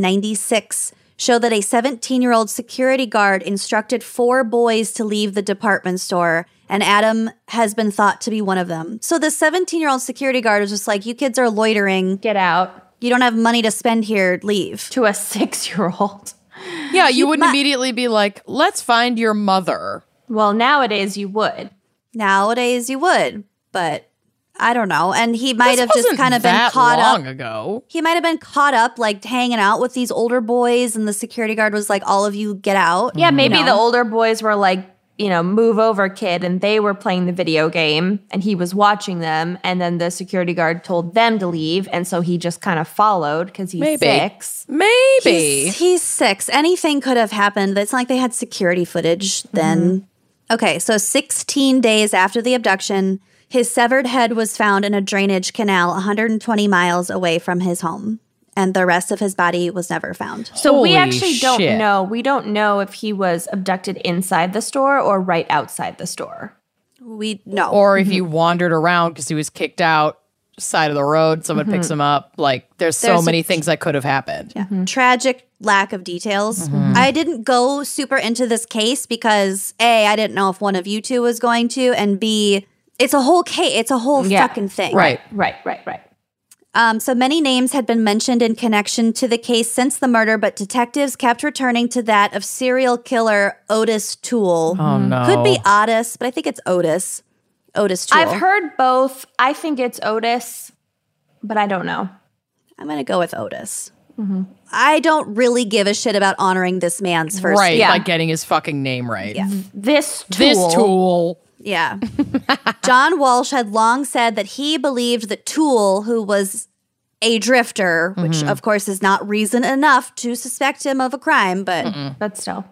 S2: 1996, show that a 17 year old security guard instructed four boys to leave the department store, and Adam has been thought to be one of them. So the 17 year old security guard was just like, You kids are loitering.
S3: Get out.
S2: You don't have money to spend here. Leave.
S3: to a six year old.
S1: Yeah, you wouldn't
S2: my-
S1: immediately be like, let's find your mother.
S3: Well, nowadays you would.
S2: Nowadays, you would, but I don't know. And he might
S1: This
S2: have just
S1: wasn't
S2: kind of been
S1: that
S2: caught up.
S1: long ago.
S2: He might have been caught up, like hanging out with these older boys, and the security guard was like, "All of you, get out."
S3: Yeah, maybe
S2: No.
S3: the older boys were like, you know, move over, kid, and they were playing the video game and he was watching them. And then the security guard told them to leave. And so he just kind of followed because he's
S1: Maybe.
S3: six.
S1: Maybe.
S2: He's, he's six. Anything could have happened. It's not like they had security footage then. Okay, so 16 days after the abduction, his severed head was found in a drainage canal 120 miles away from his home, and the rest of his body was never found.
S3: So we
S1: Holy
S3: actually don't
S1: shit.
S3: know. We don't know if he was abducted inside the store or right outside the store.
S2: We no.
S1: or if he
S2: Mm-hmm.
S1: wandered around because he was kicked out side of the road, someone picks him up. Like, there's, so
S2: Mm-hmm. There's a-
S1: many things that could have happened.
S2: Yeah. Tragic lack of details.
S1: Mm-hmm.
S2: I didn't go super into this case because A, I didn't know if one of you two was going to, and B, it's a whole case. It's a whole
S3: Yeah,
S2: fucking thing.
S1: Right.
S3: Right, right, right.
S2: Um, so many names had been mentioned in connection to the case since the murder, but detectives kept returning to that of serial killer Otis Toole.
S1: Oh
S3: Hmm.
S1: no.
S2: Mm-hmm. Could be Otis, but I think it's Otis. Otis Toole.
S3: I've heard both. I think it's Otis, but I don't know.
S2: I'm going to go with Otis.
S1: Mm-hmm.
S2: I don't really give a shit about honoring this man's first
S1: right.
S2: name.
S3: Yeah.
S1: Like getting his fucking name right. Yeah.
S3: This tool.
S1: This tool.
S2: Yeah. John Walsh had long said that he believed that Toole, who was a drifter, which of course is not reason enough to suspect him of a crime, but
S3: But still.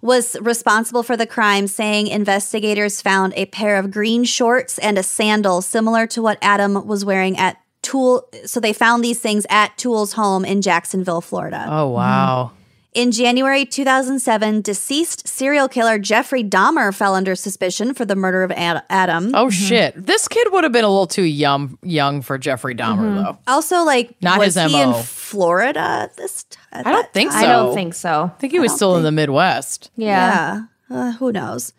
S2: was responsible for the crime, saying investigators found a pair of green shorts and a sandal similar to what Adam was wearing at Tool. So they found these things at Toole's home in Jacksonville, Florida.
S1: Oh wow.
S2: In January 2007, deceased serial killer Jeffrey Dahmer fell under suspicion for the murder of Ad- Adam.
S3: Mm-hmm.
S1: Oh shit. This kid would have been a little too young young for Jeffrey Dahmer
S3: Mm-hmm.
S1: though.
S2: Also, like,
S1: Not
S2: was
S1: his
S2: he in
S1: MO.
S2: Florida at this time?
S1: I don't think so.
S3: I don't think so.
S1: I think he was still in the Midwest.
S3: yeah.
S2: Yeah. Uh, who knows?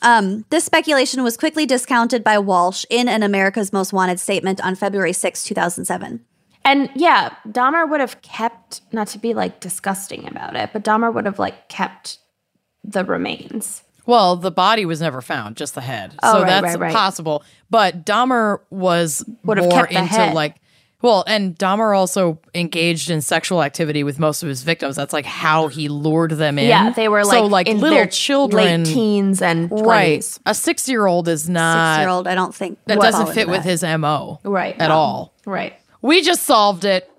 S2: Um, this speculation was quickly discounted by Walsh in an America's Most Wanted statement on February 6, 2007.
S3: And yeah, Dahmer would have kept, not to be like disgusting about it, but Dahmer would have like kept the remains.
S1: Well, the body was never found, just the head.
S3: Oh,
S1: so
S3: right,
S1: that's
S3: right, right.
S1: possible. But Dahmer was
S3: Would have
S1: more
S3: kept the
S1: into
S3: head.
S1: like well, and Dahmer also engaged in sexual activity with most of his victims. That's like how he lured them in.
S3: Yeah, they were like,
S1: so like
S3: in
S1: little
S3: their
S1: children,
S3: late teens and 20s.
S1: right? A six-year-old is
S2: Six year
S1: not
S2: old, I don't think.
S1: Uh, that
S2: would
S1: doesn't
S2: fall
S1: fit
S2: into
S1: with
S2: that.
S1: his mo,
S3: Right.
S1: At
S3: Um,
S1: all.
S3: Right.
S1: We just solved it.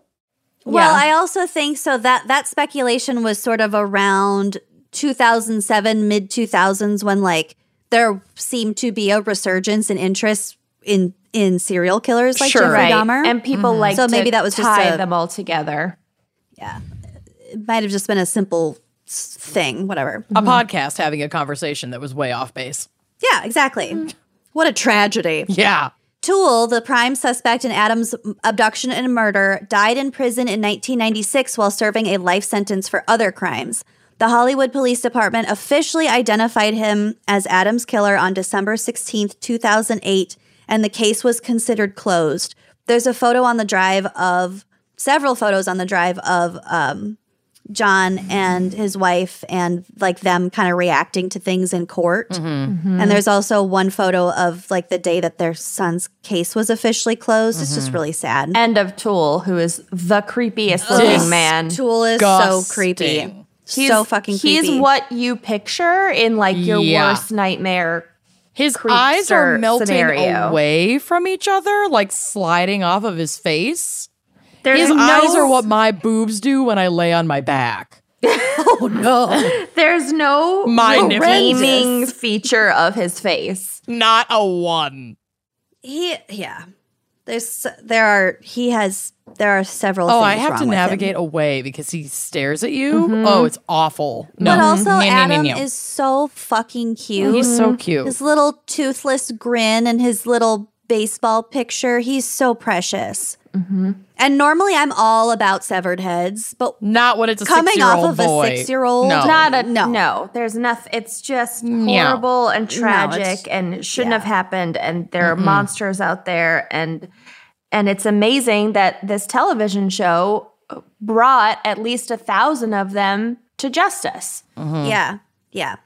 S2: Well,
S3: Yeah.
S2: I also think so that that speculation was sort of around 2007, mid 2000s, when like there seemed to be a resurgence in interest in in serial killers like
S1: Sure.
S2: Jeffrey
S3: Right.
S2: Dahmer.
S3: And people
S1: Mm-hmm.
S3: like
S2: So
S3: to
S2: maybe that was just
S3: tie
S2: a-
S3: them all together.
S2: it might have just been a simple s- thing, whatever.
S1: A podcast having a conversation that was way off base.
S2: Yeah, exactly. What a tragedy.
S1: Yeah.
S2: Toole, the prime suspect in Adam's abduction and murder, died in prison in 1996 while serving a life sentence for other crimes. The Hollywood Police Department officially identified him as Adam's killer on December 16, 2008, and the case was considered closed. There's a photo on the drive of several photos on the drive of um, John and his wife and like them kind of reacting to things in court.
S1: Mm-hmm.
S2: And there's also one photo of like the day that their son's case was officially closed. It's
S1: Mm-hmm.
S2: just really sad.
S3: End of Tool, who is the creepiest looking man.
S2: Tool is so creepy.
S1: Disgusting.
S2: so fucking creepy.
S3: He's what you picture in like your
S1: Yeah.
S3: worst nightmare.
S1: His
S3: Creepster
S1: eyes are melting
S3: scenario.
S1: away from each other, like sliding off of his face.
S3: There's
S1: his
S3: no,
S1: eyes are what my boobs do when I lay on my back.
S2: Oh no.
S3: There's no
S1: Mind if-
S3: redeeming feature of his face.
S1: Not a one.
S2: he yeah. There's there are he has there are several
S1: Oh,
S2: things
S1: I have
S2: wrong
S1: to
S2: with him. Mm-hmm.
S1: navigate away because he stares at you. Oh, it's awful. No,
S2: But also
S1: No, no, no,
S2: Adam
S1: no.
S2: is mm, so fucking cute.
S1: he's so cute.
S2: his little toothless grin and his little baseball picture. He's so precious. And normally I'm all about severed heads, but
S1: Not when it's a
S2: Coming off
S1: six-year-old
S2: of a
S1: boy.
S2: six-year-old,
S1: No.
S3: Not a
S2: no.
S3: no. No, there's nothing. It's just
S1: No.
S3: horrible and
S2: it's-
S3: tragic, and shouldn't have happened. And there are monsters out there, and And it's amazing that this television show brought at least a thousand of them to justice.
S2: Yeah. Yeah.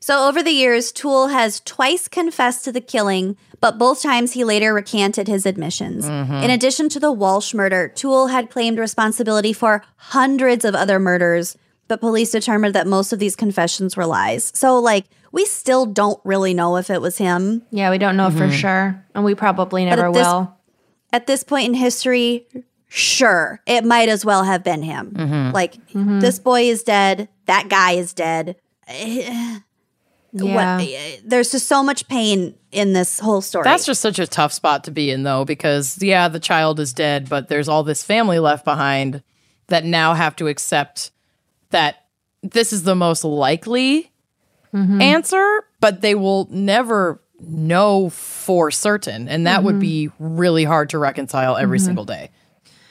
S2: So over the years, Toole has twice confessed to the killing, but both times he later recanted his admissions. In addition to the Walsh murder, Toole had claimed responsibility for hundreds of other murders, but police determined that most of these confessions were lies. So, like, we still don't really know if it was him.
S3: Yeah, we don't know for sure. And we probably never
S2: Mm-hmm. at this-
S3: will.
S2: At this point in history, sure, it might as well have been him.
S1: Mm-hmm.
S2: Like,
S3: Mm-hmm.
S2: this boy is dead, that guy is dead.
S3: yeah.
S2: what, eh, there's just so much pain in this whole story.
S1: That's just such a tough spot to be in, though, because yeah, the child is dead, but there's all this family left behind that now have to accept that this is the most likely
S2: Mm-hmm.
S1: answer, but they will never know for certain. And that would
S2: Mm-hmm.
S1: be really hard to reconcile every single day.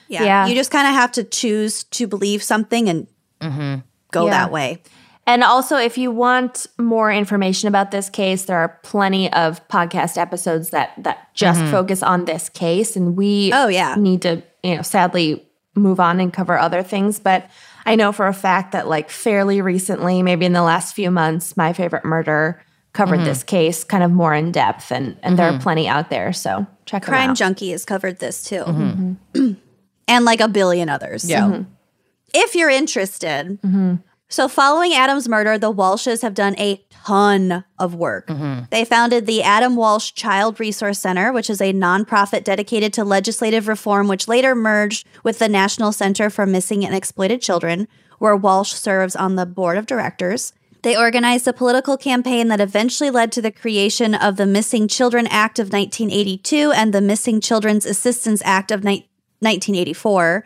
S2: yeah.
S3: yeah.
S2: You just kind of have to choose to believe something and
S1: Mm-hmm.
S2: go
S3: Yeah.
S2: that way.
S3: And also, if you want more information about this case, there are plenty of podcast episodes that that just focus on this case, and we
S2: Mm-hmm. Oh, yeah.
S3: need to you know sadly move on and cover other things. But I know for a fact that like fairly recently, maybe in the last few months, my favorite murder covered
S2: Mm-hmm.
S3: this case kind of more in depth, and and there are plenty out there. So check them
S2: Crime
S3: out.
S2: Junkie has covered this too,
S3: Mm-hmm.
S2: and like a billion others.
S1: Mm-hmm. Yeah.
S2: If you're interested. So, following Adam's murder, the Walshes have done a ton of work. They founded the Adam Walsh Child Resource Center, which is a nonprofit dedicated to legislative reform, which later merged with the National Center for Missing and Exploited Children, where Walsh serves on the board of directors. They organized a political campaign that eventually led to the creation of the Missing Children Act of 1982 and the Missing Children's Assistance Act of ni- 1984.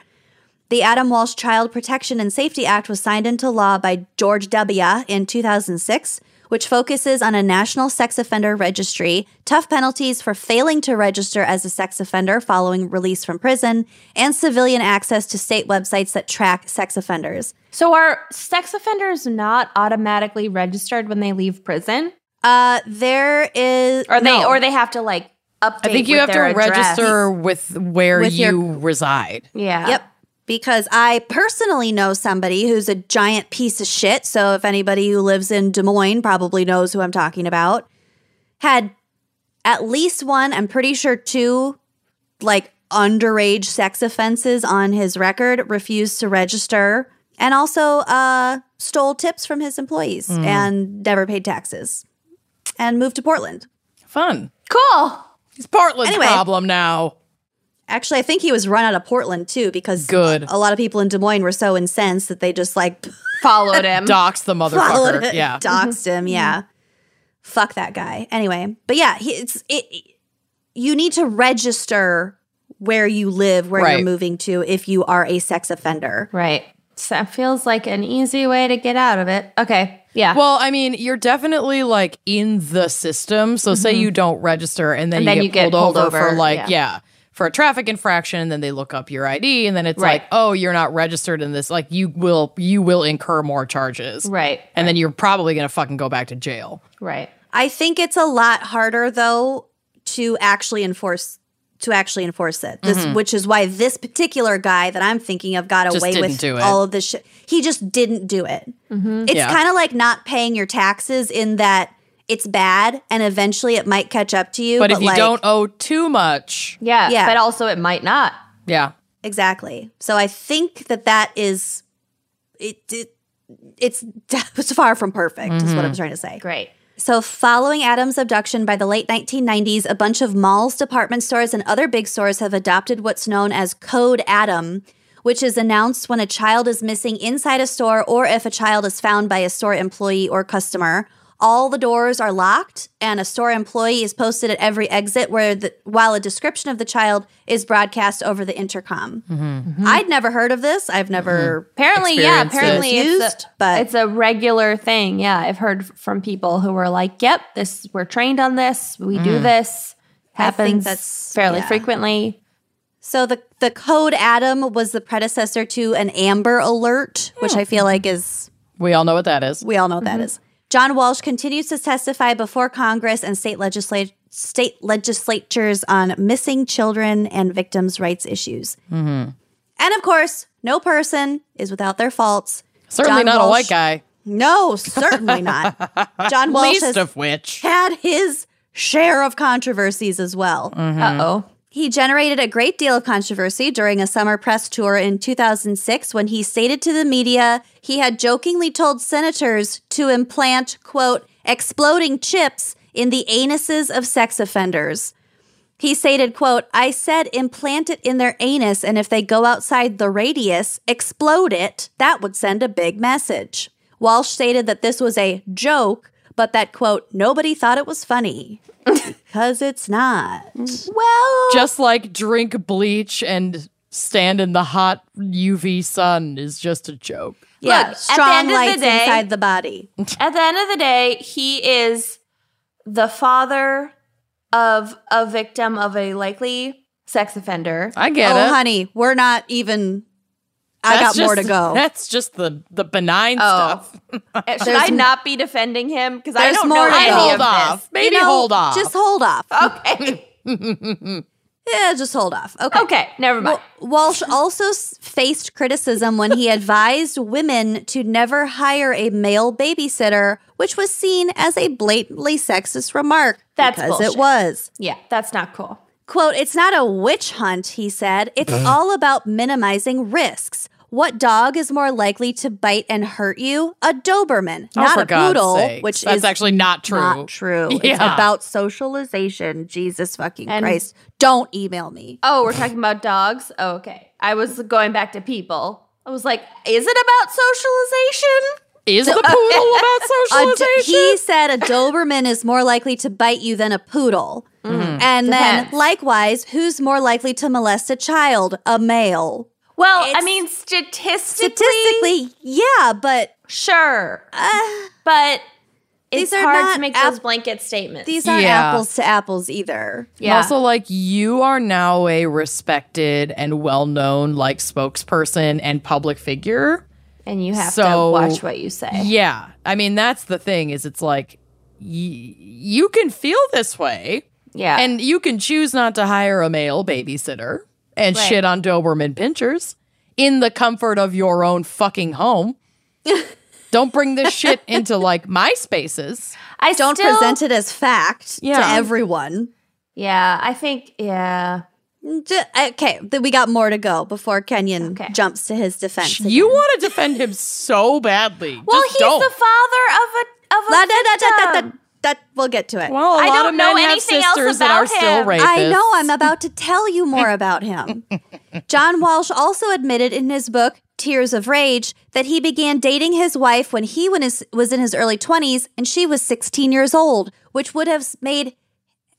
S2: The Adam Walsh Child Protection and Safety Act was signed into law by George W. in 2006, which focuses on a national sex offender registry, tough penalties for failing to register as a sex offender following release from prison, and civilian access to state websites that track sex offenders.
S3: So are sex offenders not automatically registered when they leave prison?
S2: Uh, there is.
S3: Or they
S2: no.
S3: or they have to like update.
S1: I think you
S3: with
S1: have to
S3: their address.
S1: register with where
S2: With your-
S1: you reside.
S3: Yeah.
S2: Yep. Because I personally know somebody who's a giant piece of shit. So if anybody who lives in Des Moines probably knows who I'm talking about, had at least one, I'm pretty sure two, like underage sex offenses on his record, refused to register, and also uh, stole tips from his employees and never paid taxes and moved to Portland.
S1: Fun.
S3: Cool.
S1: It's Portland's
S2: Anyway.
S1: problem now.
S2: Actually, I think he was run out of Portland too because
S1: Good.
S2: a lot of people in Des Moines were so incensed that they just like
S3: Followed him.
S1: Dox the
S2: Mm-hmm. followed
S1: motherfucker.
S2: it,
S1: Yeah.
S2: doxed him. Yeah, fuck that guy. Anyway, but yeah, he, it's it. You need to register where you live, where
S1: Right.
S2: you're moving to, if you are a sex offender.
S3: right. So that feels like an easy way to get out of it. Okay. Yeah.
S1: Well, I mean, you're definitely like in the system. So say you don't register and then,
S3: And then
S1: you,
S3: you
S1: get
S3: get
S1: pulled,
S3: pulled
S1: over, for
S3: over,
S1: like, yeah.
S3: yeah.
S1: for a traffic infraction, and then they look up your ID and then it's
S3: Right.
S1: like, oh, you're not registered in this. Like you will you will incur more charges.
S3: right.
S1: And then you're probably gonna fucking go back to jail.
S3: Right.
S2: I think it's a lot harder though to actually enforce to actually enforce it. This,
S1: Mm-hmm.
S2: which is why this particular guy that I'm thinking of got away
S1: didn't
S2: with
S1: do it.
S2: all of this shit. He just didn't do it. It's
S1: Yeah.
S2: kind of like not paying your taxes in that it's bad and eventually it might catch up to you.
S1: But, if you
S2: like-
S1: don't owe too much,
S3: Yeah.
S2: Yeah.
S3: But also it might not.
S1: yeah.
S2: exactly. So I think that that is it. it it's it's far from perfect. Is what I'm trying to say.
S3: Great.
S2: So, following Adam's abduction by the late 1990s, a bunch of malls, department stores, and other big stores have adopted what's known as Code Adam, which is announced when a child is missing inside a store or if a child is found by a store employee or customer. All the doors are locked, and a store employee is posted at every exit where the, while a description of the child is broadcast over the intercom.
S3: Mm-hmm.
S2: I'd never heard of this. I've never.
S3: Apparently, yeah.
S1: Experience
S3: Apparently,
S2: is
S3: Mm-hmm. it's,
S2: used,
S3: a,
S2: but-
S3: it's a regular thing. Yeah, I've heard f- from people who were like, "Yep, this we're trained on this. We do this.
S2: I think
S3: Happens
S2: that's-
S3: fairly
S2: yeah.
S3: frequently."
S2: So the the code Adam was the predecessor to an Amber Alert, which I
S1: Hmm.
S2: feel like is
S1: We all know what that is. Mm-hmm.
S2: We all know what that is. John Walsh continues to testify before Congress and state legisla- state legislatures on missing children and victims' rights issues.
S1: Mm-hmm.
S2: And of course, no person is without their faults.
S1: Certainly
S2: John
S1: not a
S2: Walsh-
S1: white guy.
S2: No, certainly not. John Walsh
S1: Least
S2: has
S1: of which.
S2: had his share of controversies as
S1: Mm-hmm.
S2: well.
S3: Uh oh.
S2: He generated a great deal of controversy during a summer press tour in 2006 when he stated to the media he had jokingly told senators to implant, quote, exploding chips in the anuses of sex offenders. He stated, quote, I said implant it in their anus, and if they go outside the radius, explode it. That would send a big message. Walsh stated that this was a joke, but that, quote, nobody thought it was funny because it's not.
S3: Well,
S1: Just like drink bleach and stand in the hot UV sun is just a joke.
S2: Yeah,
S3: Look, at the
S2: strong
S3: end of the
S2: lights
S3: day-
S2: inside the body.
S3: at the end of the day, he is the father of a victim of a likely sex offender.
S1: I get
S2: oh,
S1: it.
S2: honey, we're not even. I
S1: That's
S2: got more to
S1: just-
S2: go.
S1: That's just the the benign
S3: Oh.
S1: stuff.
S3: Should
S2: There's
S3: I
S2: m-
S3: not be defending him? Because I
S2: There's
S3: don't
S2: more
S3: know
S2: to
S1: I
S3: any
S2: go.
S3: of
S1: hold
S3: this.
S1: off. Maybe
S2: You know,
S1: hold off.
S2: Just hold off.
S3: Okay.
S2: Yeah, just hold off. Okay.
S3: Okay. Never mind.
S2: Wa- Walsh also s- faced criticism when he advised women to never hire a male babysitter, which was seen as a blatantly sexist remark.
S3: That's
S2: because
S3: bullshit.
S2: it was.
S3: yeah, that's not cool.
S2: Quote, it's not a witch hunt, he said. It's all about minimizing risks. What dog is more likely to bite and hurt you? A Doberman,
S1: Oh,
S2: not
S1: for
S2: a
S1: God's
S2: poodle,
S1: sakes.
S2: which
S1: that's
S2: is
S1: actually not true.
S2: not true. It's
S1: Yeah.
S2: about socialization. Jesus fucking
S3: And-
S2: Christ. Don't email me.
S3: Oh, we're talking about dogs. Oh, okay. I was going back to people. I was like, is it about socialization?
S1: Is the poodle about
S2: A do-
S1: socialization?
S2: he said a Doberman is more likely to bite you than a poodle.
S1: Mm-hmm.
S2: And
S3: Depends.
S2: then, likewise, who's more likely to molest a child? A male.
S3: Well, I
S2: It's-
S3: mean, statistically,
S2: Statistically, yeah, but
S3: sure,
S2: uh,
S3: but
S2: These
S3: it's
S2: are
S3: hard
S2: not
S3: to make
S2: app-
S3: those blanket statements.
S2: These aren't
S1: Yeah.
S2: apples to apples either.
S1: And Also, like you are now a respected and well-known like spokesperson and public figure.
S3: and you have
S1: So-
S3: to watch what you
S2: Eh.
S3: say.
S1: Yeah, I mean that's the thing is it's like y- you can feel this way,
S3: Yeah.
S1: and you can choose not to hire a male babysitter and
S3: Right.
S1: shit on Doberman pinchers in the comfort of your own fucking home. Don't bring this shit into like my spaces.
S3: I
S2: Don't
S3: still-
S2: present it as fact to
S1: Yeah.
S2: everyone.
S3: Yeah, I think yeah.
S2: J- Okay, th- we got more to go before Kenyon
S3: Okay.
S2: jumps to his defense.
S1: You want to defend him so badly.
S3: Well,
S1: Just
S3: he's
S1: don't.
S3: the father of a of a
S2: La- da- da- da- da- da-
S3: victim.
S2: da- We'll get to it.
S1: Well, a
S3: I
S1: lot
S3: don't
S1: of
S3: know
S1: men have
S3: anything else
S1: sisters that
S3: about
S1: are still
S3: him. I
S1: rapists.
S2: I know I'm about to tell you more about him. John Walsh also admitted in his book, Tears of Rage, that he began dating his wife when he when his, was in his early 20s and she was 16 years old, which would have made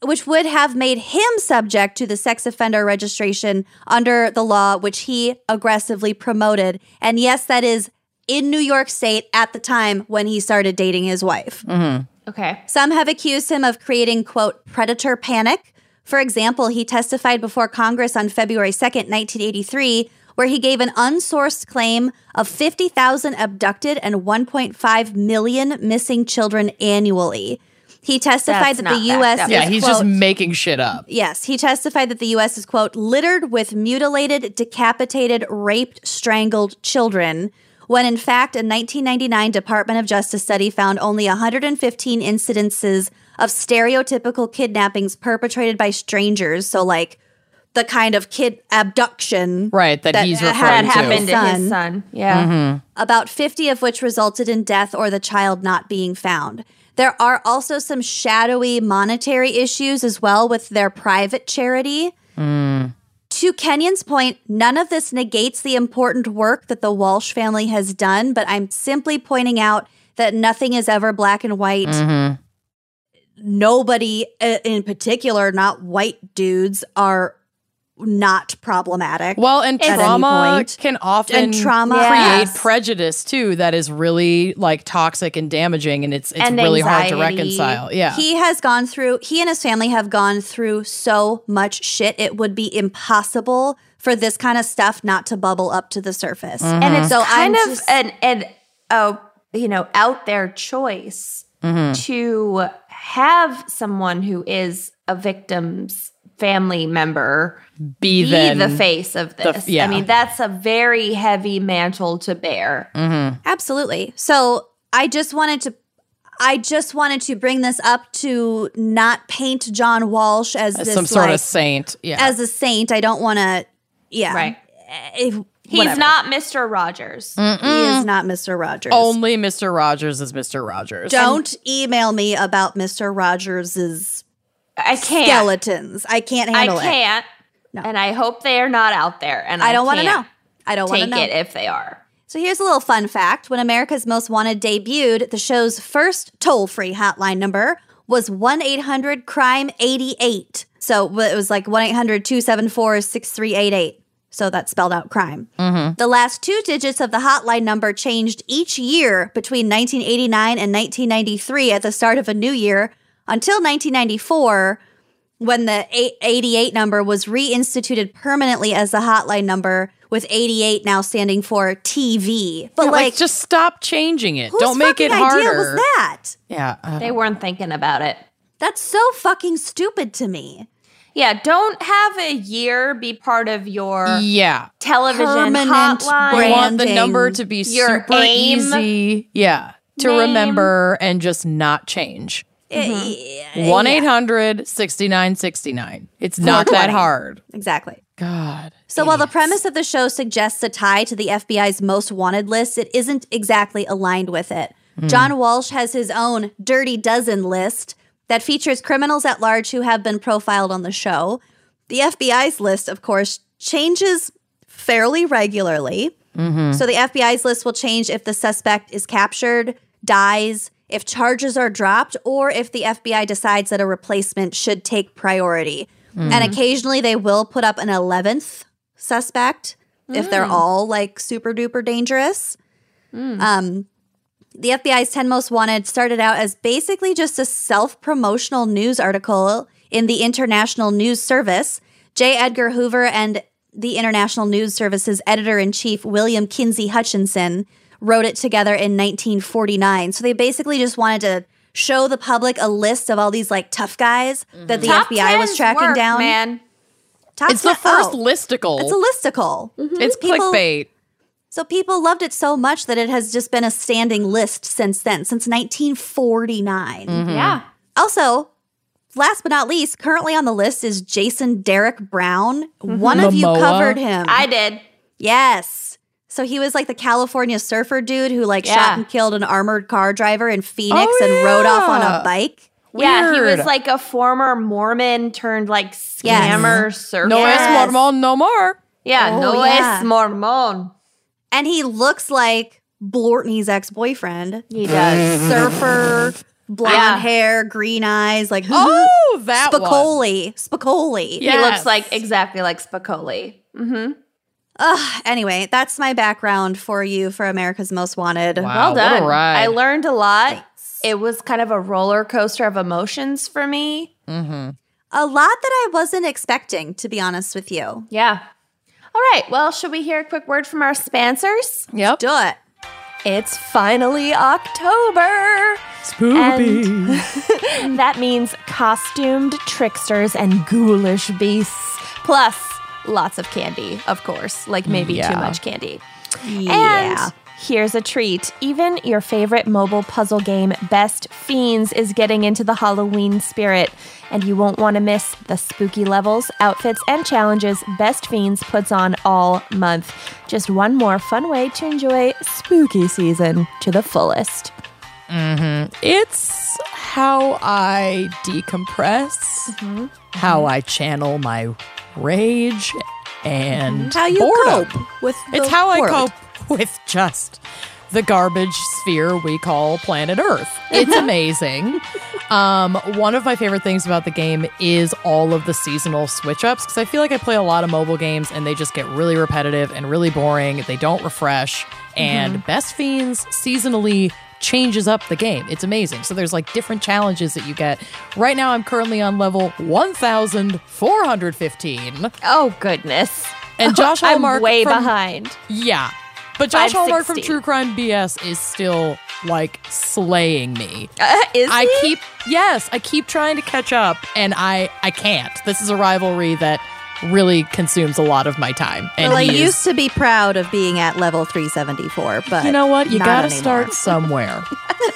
S2: which would have made him subject to the sex offender registration under the law which he aggressively promoted. And yes, that is in New York state at the time when he started dating his wife.
S3: Okay.
S2: Some have accused him of creating, quote, predator panic. For example, he testified before Congress on February 2nd, 1983, where he gave an unsourced claim of 50,000 abducted and 1.5 million missing children annually. He testified
S3: That's
S2: that the
S3: not
S2: U.S.
S3: backed up.
S2: is,
S1: Yeah, he's just
S2: quote,
S1: making shit up.
S2: Yes, he testified that the U.S. is, quote, littered with mutilated, decapitated, raped, strangled children, when in fact a 1999 Department of Justice study found only 115 incidences of stereotypical kidnappings perpetrated by strangers. So, like, the kind of kid abduction.
S1: Right, that,
S2: That
S1: he's
S2: had
S1: referring
S3: That
S1: to.
S3: happened to
S2: Son.
S3: his son. Mm-hmm. Yeah.
S2: about 50 of which resulted in death or the child not being found. There are also some shadowy monetary issues as well with their private charity. To Kenyon's point, none of this negates the important work that the Walsh family has done, but I'm simply pointing out that nothing is ever black and white. Nobody, uh, in particular, not white dudes, are not problematic.
S1: Well, and
S2: At any
S1: trauma
S2: point.
S1: can often
S2: and trauma
S3: create
S1: create
S2: Yes.
S1: prejudice too that is really like toxic and damaging and it's it's
S3: And
S1: really hard to
S3: anxiety.
S1: reconcile. Yeah.
S2: He has gone through, he and his family have gone through so much shit. It would be impossible for this kind of stuff not to bubble up to the surface.
S1: Mm-hmm.
S3: And it's
S2: So
S3: kind
S2: I'm
S3: of
S2: just-
S3: an an oh you know
S1: Mm-hmm.
S3: out there choice to have someone who is a victim's family member
S1: Be,
S3: be
S1: then
S3: the face of
S1: the-
S3: this.
S1: yeah.
S3: I mean, that's a very heavy mantle to bear.
S1: Mm-hmm.
S2: Absolutely. So I just wanted to I just wanted to bring this up to not paint John Walsh as,
S1: as
S2: this,
S1: some sort
S2: like,
S1: of saint. Yeah.
S2: as a saint. I don't want to yeah. Eh,
S3: Right.
S2: If,
S3: He's
S2: whatever.
S3: not Mr. Rogers.
S2: he is not Mr. Rogers.
S1: Only Mr. Rogers is Mr. Rogers.
S2: don't email me about Mr. Rogers's
S3: I can't.
S2: skeletons. I can't
S3: I
S2: handle it.
S3: can't.
S2: No.
S3: And I hope they are not out there. And I,
S2: I don't want to know.
S3: can't
S2: I don't want to
S3: Take
S2: know.
S3: it if they are.
S2: So here's a little fun fact. When America's Most Wanted debuted, the show's first toll free hotline number was 1 800 Crime 88. So w- it was like 1 800 274 6388. So that spelled out crime.
S3: Mm-hmm.
S2: The last two digits of the hotline number changed each year between 1989 and 1993 at the start of a new year until 1994 when the eight- 88 number was reinstituted permanently as the hotline number with 88 now standing for TV. But
S1: like,
S2: like,
S1: just stop changing it.
S2: whose
S1: Don't make it
S2: fucking
S1: harder.
S2: idea was that?
S1: Yeah. uh,
S3: They weren't thinking about it.
S2: That's so fucking stupid to me.
S3: Yeah, don't have a year be part of your
S1: yeah.
S3: television
S2: Permanent
S3: hotline.
S2: brand.
S1: We want the
S2: Branding.
S1: number to be
S3: Your
S1: super
S3: aim.
S1: easy. Yeah. To
S3: Name.
S1: remember and just not change. Mm-hmm.
S2: Eh,
S1: 1 800 6969. It's not that
S2: 420.
S1: hard.
S2: Exactly.
S1: God.
S2: So while the premise of the show suggests a tie to the FBI's most wanted list, it isn't exactly aligned with it. John Walsh has his own Dirty Dozen list that features criminals at large who have been profiled on the show. The FBI's list, of course, changes fairly regularly. So the FBI's list will change if the suspect is captured, dies, if charges are dropped, or if the FBI decides that a replacement should take priority. And occasionally they will put up an 11th suspect if they're all like super duper dangerous. Um, the FBI's 10 Most Wanted started out as basically just a self promotional news article in the International News Service. J. Edgar Hoover and the International News Service's editor in chief, William Kinsey Hutchinson, wrote it together in 1949. So they basically just wanted to show the public a list of all these like tough guys that the
S3: Top
S2: FBI was
S3: 10s
S2: tracking
S3: work,
S2: down.
S3: Man.
S2: Top
S1: It's the
S2: ten-
S1: first
S2: oh,
S1: listicle.
S2: It's a listicle.
S3: Mm-hmm.
S1: It's
S2: People-
S1: clickbait.
S2: So people loved it so much that it has just been a standing list since then, since 1949.
S1: Mm-hmm.
S3: Yeah.
S2: Also, last but not least, currently on the list is Jason Derek Brown. One of you
S1: Mm-hmm. Momoa.
S2: covered him.
S3: I did.
S2: yes. So he was like the California surfer dude who like
S3: Yeah.
S2: shot and killed an armored car driver in Phoenix
S1: Oh,
S2: and rode off on
S1: yeah.
S2: a bike.
S3: Yeah, he
S1: Weird.
S3: was like a former Mormon turned like
S2: Yes.
S3: scammer surfer.
S1: No
S2: Yes.
S1: es mormon, no more.
S3: Yeah,
S2: Oh,
S3: no
S2: yeah.
S3: es Mormon.
S2: And he looks like Blortney's ex-boyfriend.
S3: He
S1: Mm-hmm.
S3: does.
S2: Surfer, blonde
S3: Yeah.
S2: hair, green eyes, like
S1: Oh, that one.
S2: Mm-hmm. Spicoli. Spicoli.
S1: Yeah.
S3: He
S1: Yes.
S3: looks like exactly like Spicoli. Mm-hmm.
S2: Ugh, anyway, that's my background for you for America's Most Wanted.
S1: Wow,
S3: well
S1: what a
S3: done.
S1: ride.
S3: I learned a lot. It was kind of a roller coaster of emotions for me.
S2: A lot that I wasn't expecting, to be honest with you.
S3: Yeah. All right. Well, should we hear a quick word from our sponsors?
S1: Yep.
S2: Do it.
S3: It's finally October. And that means costumed tricksters and ghoulish beasts, plus lots of candy, of course, like maybe
S1: Mm, Yeah.
S3: too much candy.
S2: Yeah.
S3: And here's a treat. Even your favorite mobile puzzle game, Best Fiends, is getting into the Halloween spirit, and you won't want to miss the spooky levels, outfits, and challenges Best Fiends puts on all month. Just one more fun way to enjoy spooky season to the fullest.
S1: It's how I decompress,
S2: Mm-hmm.
S1: how I channel my rage and
S2: How you
S1: boredom.
S2: cope with
S1: It's
S2: the
S1: how I
S2: world.
S1: cope with just the garbage sphere we call planet Earth. It's amazing. um, one of my favorite things about the game is all of the seasonal switch ups because I feel like I play a lot of mobile games and they just get really repetitive and really boring. They don't refresh.
S3: Mm-hmm.
S1: And Best Fiends seasonally changes up the game. It's amazing. So there's like different challenges that you get. Right now, I'm currently on level 1415.
S3: Oh, goodness.
S1: And Josh
S3: I'm
S1: Hallmark
S3: way
S1: from
S3: behind.
S1: yeah. But Josh Hallmark from
S3: 560.
S1: True Crime BS is still like slaying me.
S3: is
S1: I
S3: he?
S1: keep yes, I keep trying to catch up and I I can't. This is a rivalry that really consumes a lot of my time. And
S2: Well, I
S1: he is-
S2: used to be proud of being at level 374, but
S1: you know what? You
S2: not
S1: gotta
S2: anymore.
S1: start somewhere.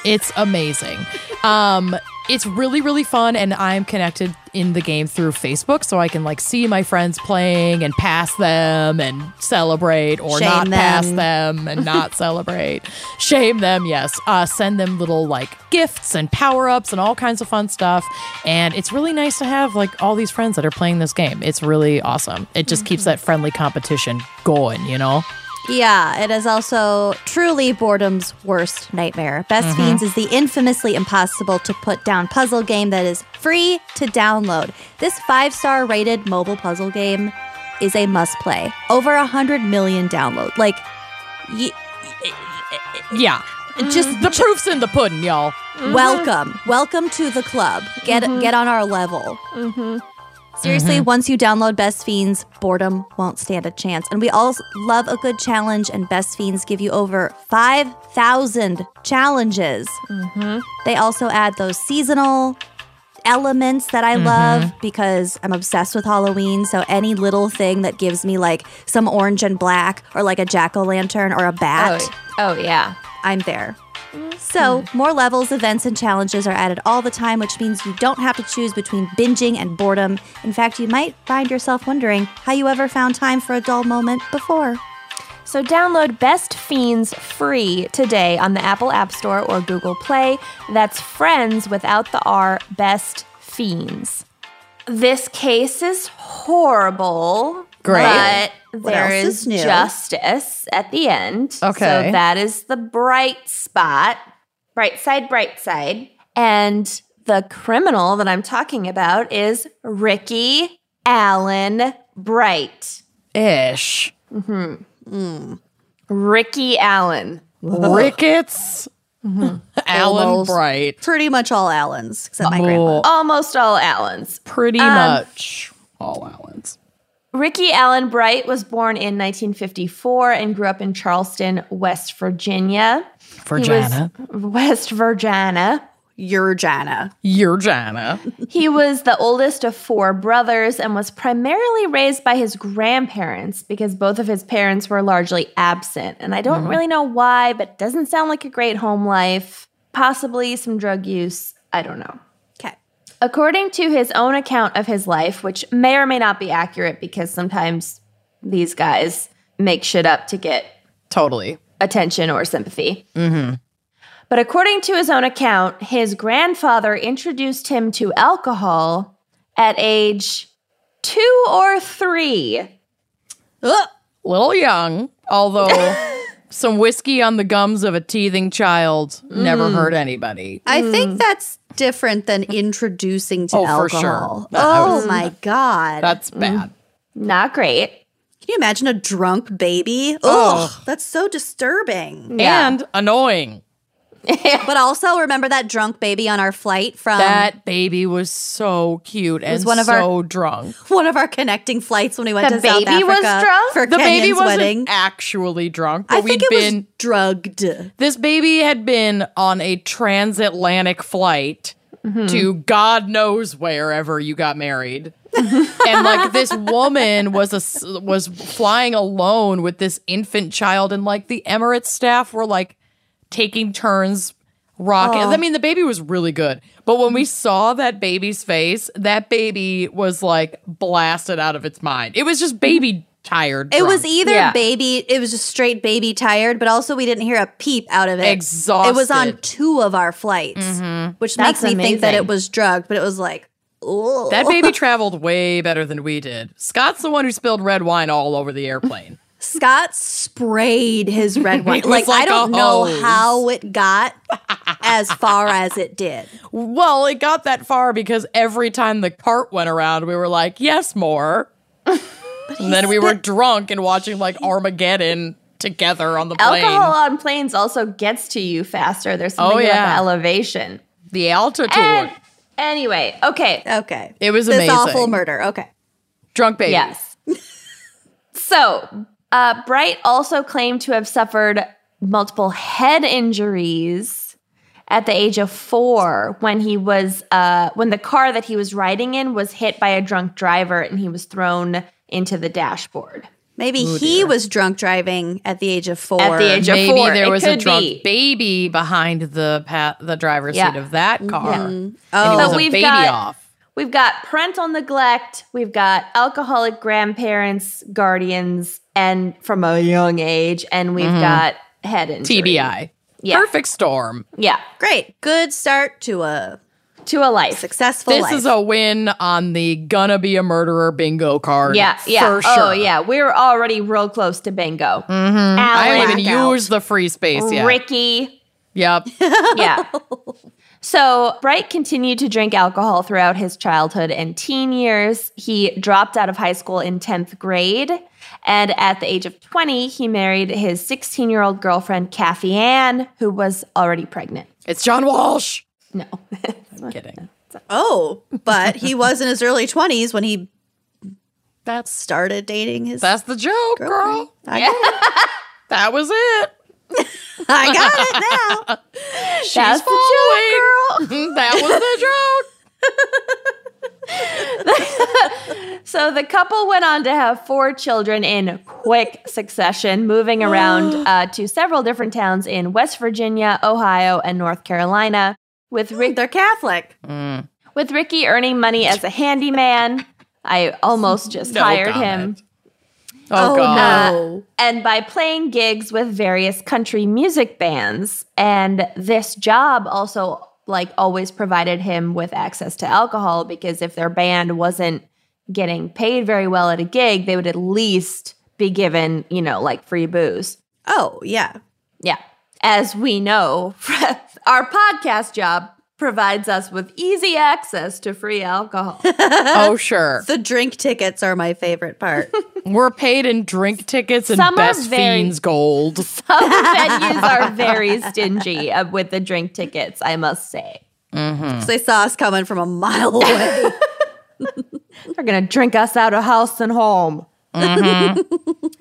S1: it's amazing. Um, it's really really fun, and I'm connected in the game through Facebook, so I can like see my friends playing and pass them and celebrate, or
S2: Shame
S1: not pass
S2: them.
S1: them and not celebrate. Shame them, yes. Uh, send them little like gifts and power ups and all kinds of fun stuff, and it's really nice to have like all these friends that are playing this game. It's really awesome. It just
S2: Mm-hmm.
S1: keeps that friendly competition going, you know.
S2: Yeah, it is also truly boredom's worst nightmare. Best Fiends is the infamously impossible to put down puzzle game that is free to download. This five star rated mobile puzzle game is a must play. Over a 100 million download. Like, y-
S1: Yeah. Just the
S2: Mm-hmm.
S1: proof's in the pudding, y'all.
S2: welcome. Welcome to the club. Get, get on our level. Seriously, once you download Best Fiends, boredom won't stand a chance. And we all love a good challenge, and Best Fiends give you over 5,000 challenges. They also add those seasonal elements that I love because I'm obsessed with Halloween. So any little thing that gives me like some orange and black, or like a jack o' lantern, or a bat.
S3: Oh, oh yeah.
S2: I'm there. So, more levels, events, and challenges are added all the time, which means you don't have to choose between binging and boredom. In fact, you might find yourself wondering how you ever found time for a dull moment before.
S3: So download Best Fiends free today on the Apple App Store or Google Play. That's friends without the R, Best Fiends. This case is horrible.
S1: Great.
S3: But
S2: What
S3: there
S2: else
S3: is,
S2: is new?
S3: justice at the end.
S1: Okay.
S3: So that is the bright spot. Bright side, bright side. And the criminal that I'm talking about is Ricky Allen Bright.
S1: Ish.
S3: Ricky Allen.
S1: Rickets. Mm-hmm. Alan
S2: Almost.
S1: Bright.
S2: Pretty much all Allens, except
S1: Oh.
S2: my grandma.
S3: Almost all Allens.
S1: Pretty
S2: Um,
S1: much all Alans.
S3: Ricky Allen Bright was born in 1954 and grew up in Charleston, West Virginia. He was-
S1: Virginia.
S3: West Virginia.
S2: Your Jana.
S1: Your Jana.
S3: He was the oldest of four brothers and was primarily raised by his grandparents because both of his parents were largely absent. And I don't really know why, but doesn't sound like a great home life. Possibly some drug use. I don't know.
S2: Okay.
S3: According to his own account of his life, which may or may not be accurate because sometimes these guys make shit up to get
S1: Totally.
S3: attention or sympathy.
S1: Mm-hmm.
S3: But according to his own account, his grandfather introduced him to alcohol at age two or three.
S2: Ugh.
S1: Little young, although some whiskey on the gums of a teething child never hurt anybody.
S2: Mm. I think that's different than introducing to
S1: Oh, for sure.
S2: alcohol.
S1: That- I
S2: Oh, my God.
S1: That's bad.
S2: Mm-hmm.
S3: Not great.
S2: Can you imagine a drunk baby? Ugh, that's so disturbing.
S3: Yeah.
S1: And annoying.
S2: But also remember that drunk baby on our flight from
S1: That baby was so cute and
S2: one of our-
S1: so drunk.
S2: one of our connecting flights when we went
S3: The
S2: to South
S3: baby
S2: Africa
S3: was drunk?
S2: for
S1: The baby
S2: Kenyon's
S1: wasn't
S2: wedding.
S1: actually drunk, but
S2: I
S1: we'd
S2: think it
S1: been
S2: was drugged.
S1: This baby had been on a transatlantic flight to God knows wherever you got married. and like this woman was a s- was flying alone with this infant child and like the Emirates staff were like taking turns rocking. I mean the baby was really good. But when we saw that baby's face, that baby was like blasted out of its mind. It was just baby tired.
S2: It was
S1: drunk.
S2: either
S3: Yeah.
S2: baby. It was just straight baby tired, but also we didn't hear a peep out of it.
S1: Exhausted.
S2: It was on two of our flights, which
S3: Mm-hmm. That's
S2: makes me think that
S3: amazing.
S2: it was drugged. But it was like, oh,
S1: That baby traveled way better than we did. Scott's the one who spilled red wine all over the airplane.
S2: Scott sprayed his red wine.
S1: was
S2: like,
S1: like
S2: I
S1: a
S2: don't know
S1: hose.
S2: how it got as far as it did.
S1: well, it got that far because every time the cart went around, we were like, yes, more. and then we were drunk and watching like Armageddon together on the plane.
S3: Alcohol on planes also gets to you faster. There's something
S1: Oh,
S3: about
S1: yeah.
S3: the elevation.
S1: The altitude.
S3: And anyway, okay.
S2: Okay,
S1: It was
S2: this
S1: amazing.
S2: awful murder. Okay,
S1: drunk baby.
S3: Yes. so Uh, Bright also claimed to have suffered multiple head injuries at the age of four when he was uh, when the car that he was riding in was hit by a drunk driver and he was thrown into the dashboard.
S2: Maybe he was drunk driving at the age of four.
S3: Oh, At the age of
S1: Maybe
S3: four,
S1: there
S3: it
S1: was a
S3: could
S1: drunk
S3: be.
S1: baby behind the pa- the driver's
S3: Yeah.
S1: seat of that car. And
S2: Oh.
S1: he was
S3: But
S1: a
S3: we've
S1: baby
S3: got-
S1: off.
S3: We've got parental neglect, we've got alcoholic grandparents, guardians, and from a young age, and we've got head injury.
S1: TBI.
S3: Yeah.
S1: Perfect storm.
S3: Yeah,
S2: Great. Good start to a
S3: to a life.
S2: successful
S1: This
S2: life.
S1: is a win on the gonna be a murderer bingo card.
S3: Yeah, yeah.
S1: For
S3: Oh,
S1: sure.
S3: yeah. We're already real close to bingo. Mm-hmm. Alan,
S1: I haven't even
S2: Blackout.
S1: used the free space yet.
S3: Ricky.
S1: Yep.
S3: Yeah. so Bright continued to drink alcohol throughout his childhood and teen years. He dropped out of high school in 10th grade. And at the age of 20, he married his 16 year old girlfriend, Kathy Ann, who was already pregnant.
S1: it's John Walsh.
S3: No.
S1: Kidding.
S2: oh, but he was in his early 20s when he
S1: That's
S2: started dating his
S1: that's the joke, girl.
S2: I, got it.
S1: That was it.
S2: I got it now.
S1: She's
S3: That's the
S1: following. that was
S3: So the couple went on to have four children in quick succession, moving around uh, to several different towns in West Virginia, Ohio, and North Carolina. With Rick,
S2: They're Catholic.
S3: with Ricky earning money as a handyman, I almost just
S1: No
S3: hired
S1: comment.
S3: him.
S1: the joke. Oh, god.
S2: no.
S3: And by playing gigs with various country music bands, and this job also like always provided him with access to alcohol because if their band wasn't getting paid very well at a gig, they would at least be given, you know, like free booze.
S2: Oh, yeah.
S3: Yeah. As we know, our podcast job provides us with easy access to free alcohol.
S1: Oh sure.
S2: The drink tickets are my favorite part.
S1: We're paid in drink tickets and
S3: Some are
S1: best
S3: very-
S1: fiends gold.
S3: Some venues are very stingy uh, with the drink tickets, I must say.
S1: Hmm.
S2: they saw us coming from a mile away.
S3: They're going to drink us out of house and home. Mm-hmm.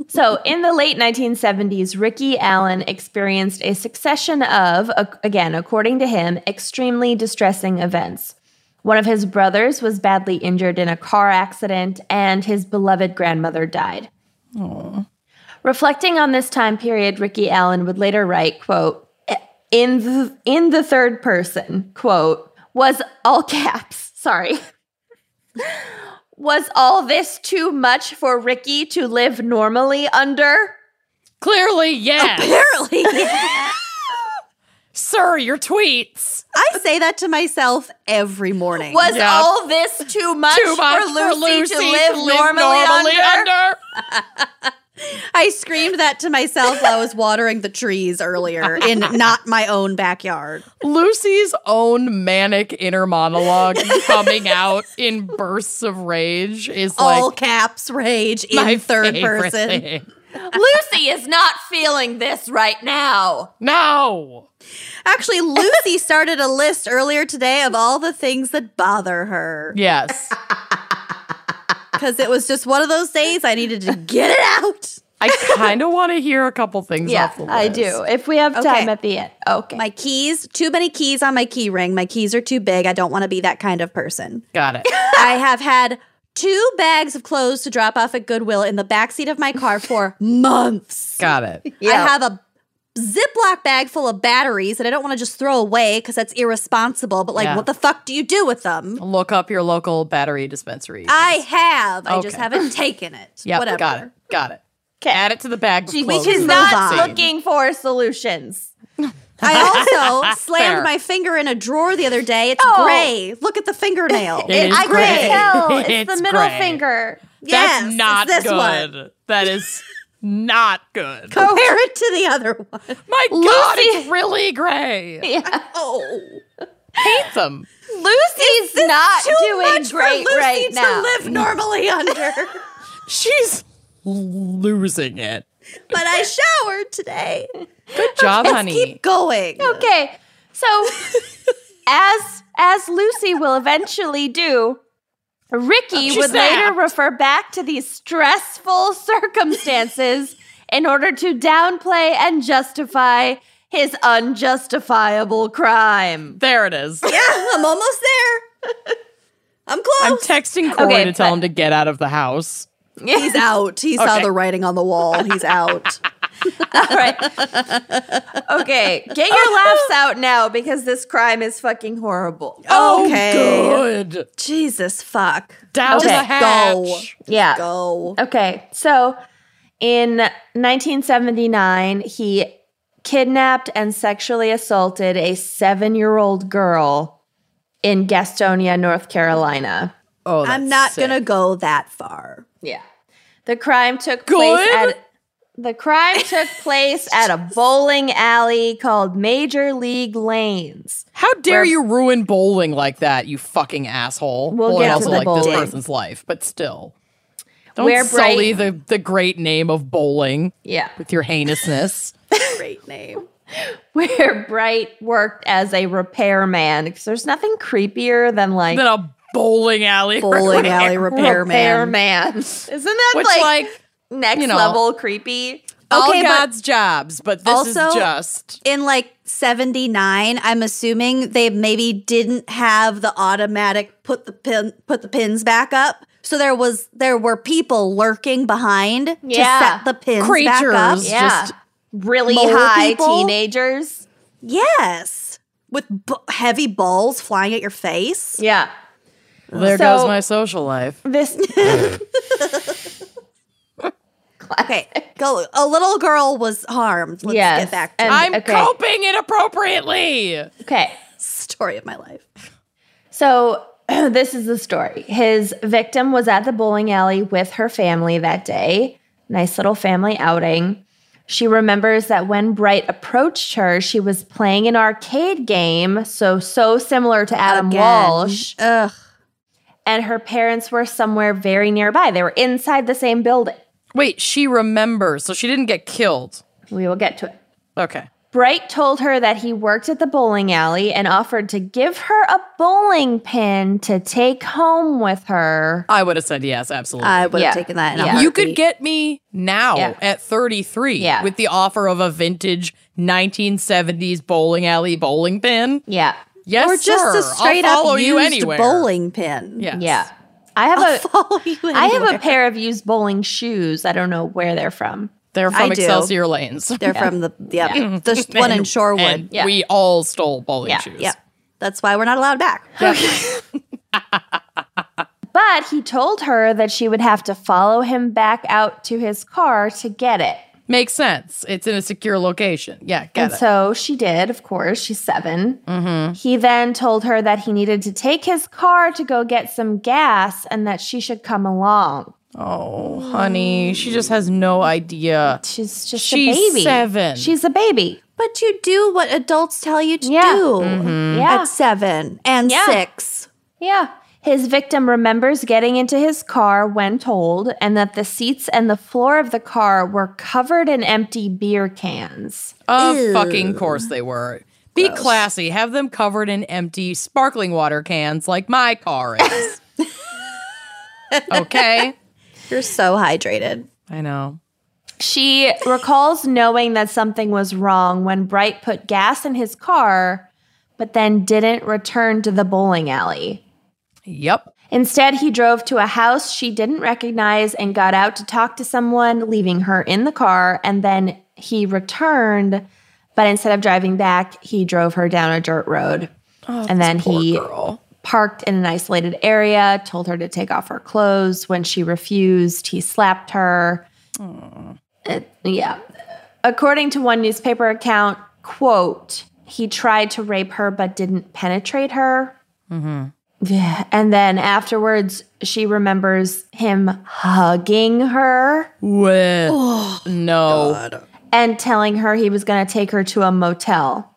S3: so, in the late 1970s, Ricky Allen experienced a succession of, ac- again, according to him, extremely distressing events. One of his brothers was badly injured in a car accident, and his beloved grandmother died. Reflecting on this time period, Ricky Allen would later write, quote, in the, in the third person, quote, was all caps, sorry. was all this too much for Ricky to live normally under?
S1: Clearly, yes.
S2: Apparently, yeah.
S1: Sir, your tweets.
S2: I say that to myself every morning.
S3: Was
S1: Yeah.
S3: all this too much,
S1: Too much
S3: for, Lucy to live, normally, under?
S2: I screamed that to myself while I was watering the trees earlier in not my own backyard.
S1: Lucy's own manic inner monologue coming out in bursts of rage is
S2: All
S1: like
S2: caps rage in
S1: my
S2: third
S1: favorite
S2: person.
S1: thing.
S3: Lucy is not feeling this right now.
S1: No.
S2: Actually, Lucy started a list earlier today of all the things that bother her
S1: Yes.
S2: because it was just one of those days I needed to get it out.
S1: I kind of want to hear a couple things
S3: Yeah,
S1: off the list.
S3: I do. If we have time
S2: Okay.
S3: at the end. Okay.
S2: My keys, too many keys on my key ring. My keys are too big. I don't want to be that kind of person.
S1: Got it.
S2: I have had two bags of clothes to drop off at Goodwill in the backseat of my car for months.
S1: Got it.
S2: I have a Ziploc bag full of batteries that I don't want to just throw away because that's irresponsible. But like,
S1: Yeah.
S2: what the fuck do you do with them?
S1: Look up your local battery dispensary.
S2: I have. I just
S1: Okay.
S2: haven't taken it.
S1: yep.
S2: Uh, Whatever.
S1: Got it. Got it.
S3: 'Kay.
S1: Add it to the bag. of
S3: She-
S1: clothes.
S3: She's
S2: move
S3: not
S2: on.
S3: looking for solutions.
S2: I also slammed
S1: Fair.
S2: my finger in a drawer the other day. It's
S3: Oh.
S2: gray. Look at the fingernail.
S1: It is
S3: I
S1: gray.
S3: can tell. It's,
S1: It's
S3: the middle
S1: gray.
S3: finger.
S2: yes,
S1: That's
S2: it's
S1: not
S2: this
S1: good.
S2: one.
S1: That is not good.
S2: Compare it to the other one.
S1: My God, it's really gray.
S3: Yeah.
S2: Oh,
S1: Hate them.
S3: Lucy's not
S2: too
S3: doing
S2: much
S3: great
S2: for Lucy
S3: right
S2: to
S3: now.
S2: live normally under.
S1: She's losing it.
S2: but I showered today.
S1: Good job, honey.
S2: Keep going.
S3: Okay. So as as Lucy will eventually do, Ricky
S1: She's
S3: would later
S1: snapped.
S3: refer back to these stressful circumstances in order to downplay and justify his unjustifiable crime.
S1: There it is.
S2: Yeah, I'm almost there. I'm
S1: I'm
S2: close.
S1: texting Corey
S3: Okay,
S1: to tell
S3: but-
S1: him to get out of the house.
S2: He's out. He saw
S1: Okay.
S2: the writing on the wall. He's out.
S3: All right. Okay, get your laughs out now because this crime is fucking horrible.
S1: Oh, good.
S2: Jesus fuck.
S1: Down
S3: Okay.
S1: the hatch.
S2: Go.
S3: Yeah.
S2: Go.
S3: Okay. So in 1979, he kidnapped and sexually assaulted a seven year old girl in Gastonia, North Carolina.
S1: Oh,
S2: I'm
S1: that's
S2: not
S1: sick.
S2: gonna go that far.
S3: Yeah. The crime took place
S1: Good?
S3: at. The crime took place at a bowling alley called Major League Lanes.
S1: How dare you ruin bowling like that, you fucking asshole?
S3: We'll
S1: Well, and
S3: get to
S1: also
S3: the
S1: like
S3: bowling.
S1: this person's life, but still, don't
S3: Where
S1: sully
S3: Bright-
S1: the the great name of bowling
S3: Yeah.
S1: with your heinousness.
S2: Great name.
S3: Where Bright worked as a repairman because there's nothing creepier than like
S1: then a bowling alley,
S2: Bowling alley
S3: repairman.
S2: repairman.
S3: Isn't that
S1: which
S3: like,
S1: like,
S3: next
S1: you know.
S3: level creepy?
S1: all
S2: Okay, but-
S1: God's jobs, but this is
S2: Also-
S1: just
S2: In like 79, I'm assuming they maybe didn't have the automatic put the pin put the pins back up. So there was there were people lurking behind
S3: Yeah.
S2: to set the pins back up.
S1: creatures.
S3: Yeah.
S1: Just
S3: Really
S2: mole
S3: high
S2: people?
S3: teenagers.
S2: Yes. With b- heavy balls flying at your face.
S3: Yeah.
S1: there
S3: So-
S1: goes my social life.
S3: This
S2: Okay, go. A little girl was harmed. Let's
S3: Yes,
S2: get back
S3: and-
S2: to
S1: I'm
S3: okay.
S1: coping inappropriately.
S3: Okay.
S2: the story of my life.
S3: So this is the story. His victim was at the bowling alley with her family that day. Nice little family outing. She remembers that when Bright approached her, she was playing an arcade game, so so similar to Adam
S2: Again.
S3: Walsh.
S2: Ugh.
S3: and her parents were somewhere very nearby. They were inside the same building.
S1: Wait, she remembers, so she didn't get killed.
S3: We will get to it.
S1: Okay.
S3: Bright told her that he worked at the bowling alley and offered to give her a bowling pin to take home with her.
S1: I would have said yes, absolutely.
S2: I would
S3: Yeah.
S2: have taken that. In
S3: Yeah.
S2: a
S1: You could
S2: heartbeat.
S1: get me now
S3: Yeah.
S1: at 33
S3: Yeah.
S1: with the offer of a vintage 1970s bowling alley bowling pin.
S3: Yeah.
S1: Yes,
S2: or just
S1: sir.
S2: a straight
S1: I'll follow
S2: up used
S1: you anywhere.
S2: bowling pin.
S1: Yes.
S3: Yeah. I have a
S2: follow you. Anywhere.
S3: I have a pair of used bowling shoes. I don't know where they're from.
S1: They're
S2: I
S1: from
S2: do.
S1: Excelsior Lanes.
S2: They're from the yeah, the sh- one in Shorewood.
S1: And
S3: Yeah.
S1: we all stole bowling
S3: Yeah.
S1: shoes.
S2: yeah, that's why we're not allowed back.
S3: But he told her that she would have to follow him back out to his car to get it.
S1: Makes sense. It's in a secure location. Yeah, got
S3: and
S1: it. Mm-hmm.
S3: so she did, of course. She's 7 He then told her that he needed to take his car to go get some gas and that she should come along.
S1: oh, honey, she just has no idea.
S3: She's just
S1: She's
S3: a baby.
S1: seven.
S3: She's a baby.
S2: But you do what adults tell you to
S3: Yeah.
S2: do
S1: Mm-hmm. Mm.
S3: Yeah.
S2: at seven and
S3: Yeah.
S2: six.
S3: yeah. His victim remembers getting into his car when told, and that the seats and the floor of the car were covered in empty beer cans.
S1: Of fucking course they were. Be classy. Have them covered in empty sparkling water cans like my car is. okay.
S2: You're so hydrated.
S1: I know.
S3: She recalls knowing that something was wrong when Bright put gas in his car, but then didn't return to the bowling alley.
S1: Yep.
S3: Instead, he drove to a house she didn't recognize and got out to talk to someone, leaving her in the car. And then he returned, but instead of driving back, he drove her down a dirt road. and then he parked in an isolated area, told her to take off her clothes. When she refused, he slapped her. It- yeah. According to one newspaper account, quote, he tried to rape her but didn't penetrate her. Yeah. And then afterwards, she remembers him hugging her
S1: Well, no.
S3: and telling her he was going to take her to a motel.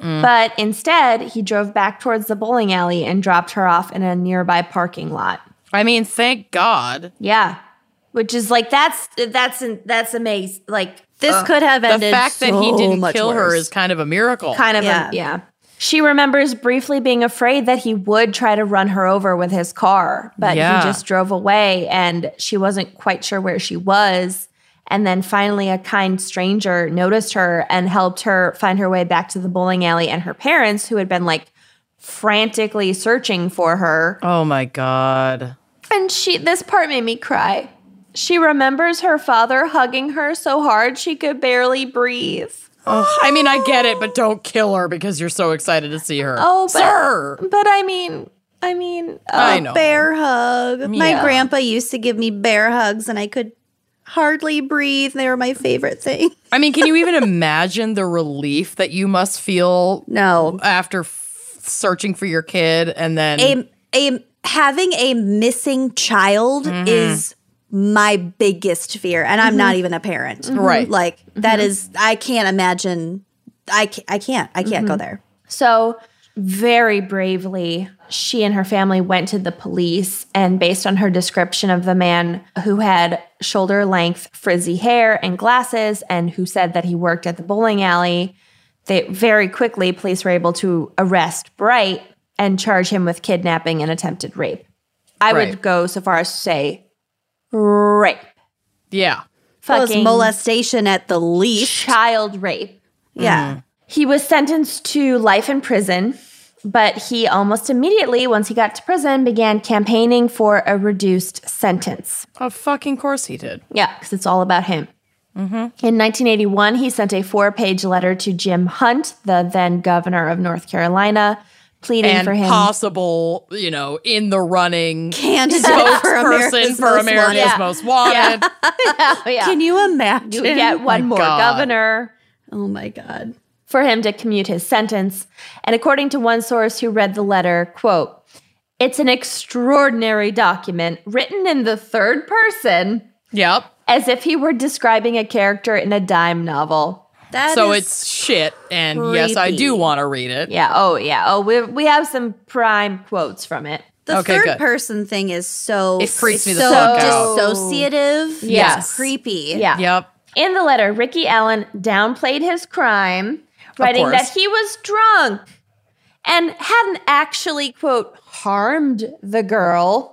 S3: But instead, he drove back towards the bowling alley and dropped her off in a nearby parking lot.
S1: I mean, thank God.
S3: Yeah. Which is like that's that's that's amazing. Like
S2: This could have
S1: The
S2: ended.
S1: fact that he
S2: so
S1: didn't
S2: much
S1: kill her
S2: worse.
S1: is kind of a miracle.
S3: kind of a-
S2: Yeah.
S3: yeah. She remembers briefly being afraid that he would try to run her over with his car, but
S1: Yeah.
S3: he just drove away and she wasn't quite sure where she was. And then finally, a kind stranger noticed her and helped her find her way back to the bowling alley and her parents, who had been like frantically searching for her.
S1: Oh my God.
S3: And she this part made me cry. She remembers her father hugging her so hard she could barely breathe.
S1: Oh, I mean, I get it, but don't kill her because you're so excited to see her.
S3: Oh, but-
S1: sir.
S3: But I mean, I mean,
S1: I
S3: uh,
S1: know.
S2: Bear hug. My
S1: Yeah.
S2: grandpa used to give me bear hugs, and I could hardly breathe. They were my favorite thing.
S1: I mean, can you even imagine the relief that you must feel
S2: No,
S1: after f- searching for your kid and then
S2: a, a having a missing child is my biggest fear, and I'm not even a parent.
S1: Right.
S2: Like that is, I can't imagine. I ca- I can't. I can't go there.
S3: so very bravely, she and her family went to the police, and based on her description of the man who had shoulder length frizzy hair and glasses, and who said that he worked at the bowling alley, they very quickly police were able to arrest Bright and charge him with kidnapping and attempted rape. I
S1: Right.
S3: would go so far as to say rape,
S1: yeah.
S2: Well, it's
S3: fucking
S2: molestation at the least.
S3: child rape.
S2: Yeah.
S3: He was sentenced to life in prison, but he almost immediately, once he got to prison, began campaigning for a reduced sentence.
S1: Of fucking course he did.
S3: Yeah, because it's all about him.
S1: Mm-hmm.
S3: In 1981, he sent a four page letter to Jim Hunt, the then governor of North Carolina, pleading
S1: And
S3: for him.
S1: possible, you know, in the running
S2: Candidate for
S1: spokesperson
S2: America's
S1: for
S2: Most
S1: America's
S2: Wanted.
S3: Yeah.
S1: Most Wanted.
S3: Oh, yeah.
S2: Can you imagine?
S3: you get one more
S1: Oh God.
S3: governor.
S2: oh my god.
S3: for him to commute his sentence. And according to one source who read the letter, quote, it's an extraordinary document written in the third person
S1: Yep.
S3: as if he were describing a character in a dime novel.
S2: That
S1: so
S2: is-
S1: it's shit. And yes, I do
S2: creepy.
S1: want to read it.
S3: Yeah, oh yeah. Oh, we we have some prime quotes from it.
S2: The
S1: Okay,
S2: third
S1: good.
S2: person thing is so
S1: It freaks me the
S2: so
S1: fuck
S3: out.
S2: dissociative.
S1: Yes.
S2: creepy.
S3: Yeah.
S1: Yep.
S3: In the letter, Ricky Allen downplayed his crime, writing that
S1: course.
S3: he was drunk and hadn't actually quote harmed the girl.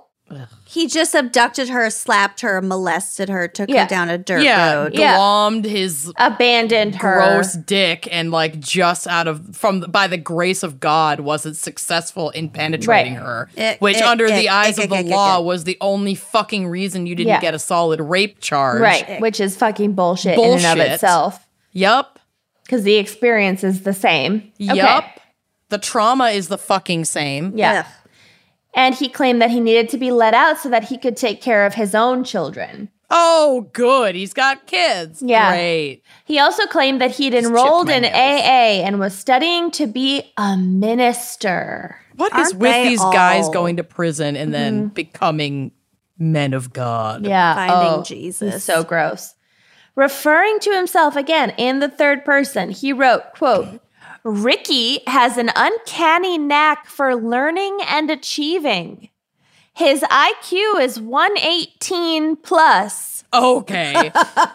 S2: He just abducted her, slapped her, molested her, took
S3: Yeah.
S2: her down a dirt
S1: yeah.
S2: road.
S3: Yeah.
S1: Glommed his
S3: Abandoned her.
S1: gross dick and like just out of from the, by the grace of God wasn't successful in penetrating
S3: Right.
S1: her,
S2: Ick,
S1: which
S2: ick,
S1: under
S2: ick,
S1: the eyes
S2: ick,
S1: of the
S2: ick, ick,
S1: law
S2: ick.
S1: was the only fucking reason you didn't
S3: Yeah.
S1: get a solid rape charge.
S3: Right, which is fucking bullshit, in and
S1: Bullshit.
S3: of itself
S1: Yep.
S3: because the experience is the same. Okay.
S1: Yep. The trauma is the fucking same.
S3: Yeah.
S2: Ugh.
S3: And he claimed that he needed to be let out so that he could take care of his own children.
S1: Oh, good. He's got kids.
S3: Yeah.
S1: Great.
S3: He also claimed that he'd
S1: chipped
S3: enrolled
S1: my
S3: in
S1: nails.
S3: AA and was studying to be a minister.
S1: What is
S2: Aren't
S1: with
S2: they
S1: these guys
S2: all?
S1: going to prison and then becoming men of God?
S3: Mm-hmm. Yeah.
S2: Finding
S3: oh,
S2: Jesus.
S3: So gross. Referring to himself again in the third person, he wrote, quote, Ricky has an uncanny knack for learning and achieving. His IQ is 118 plus.
S1: Okay.
S3: Isn't that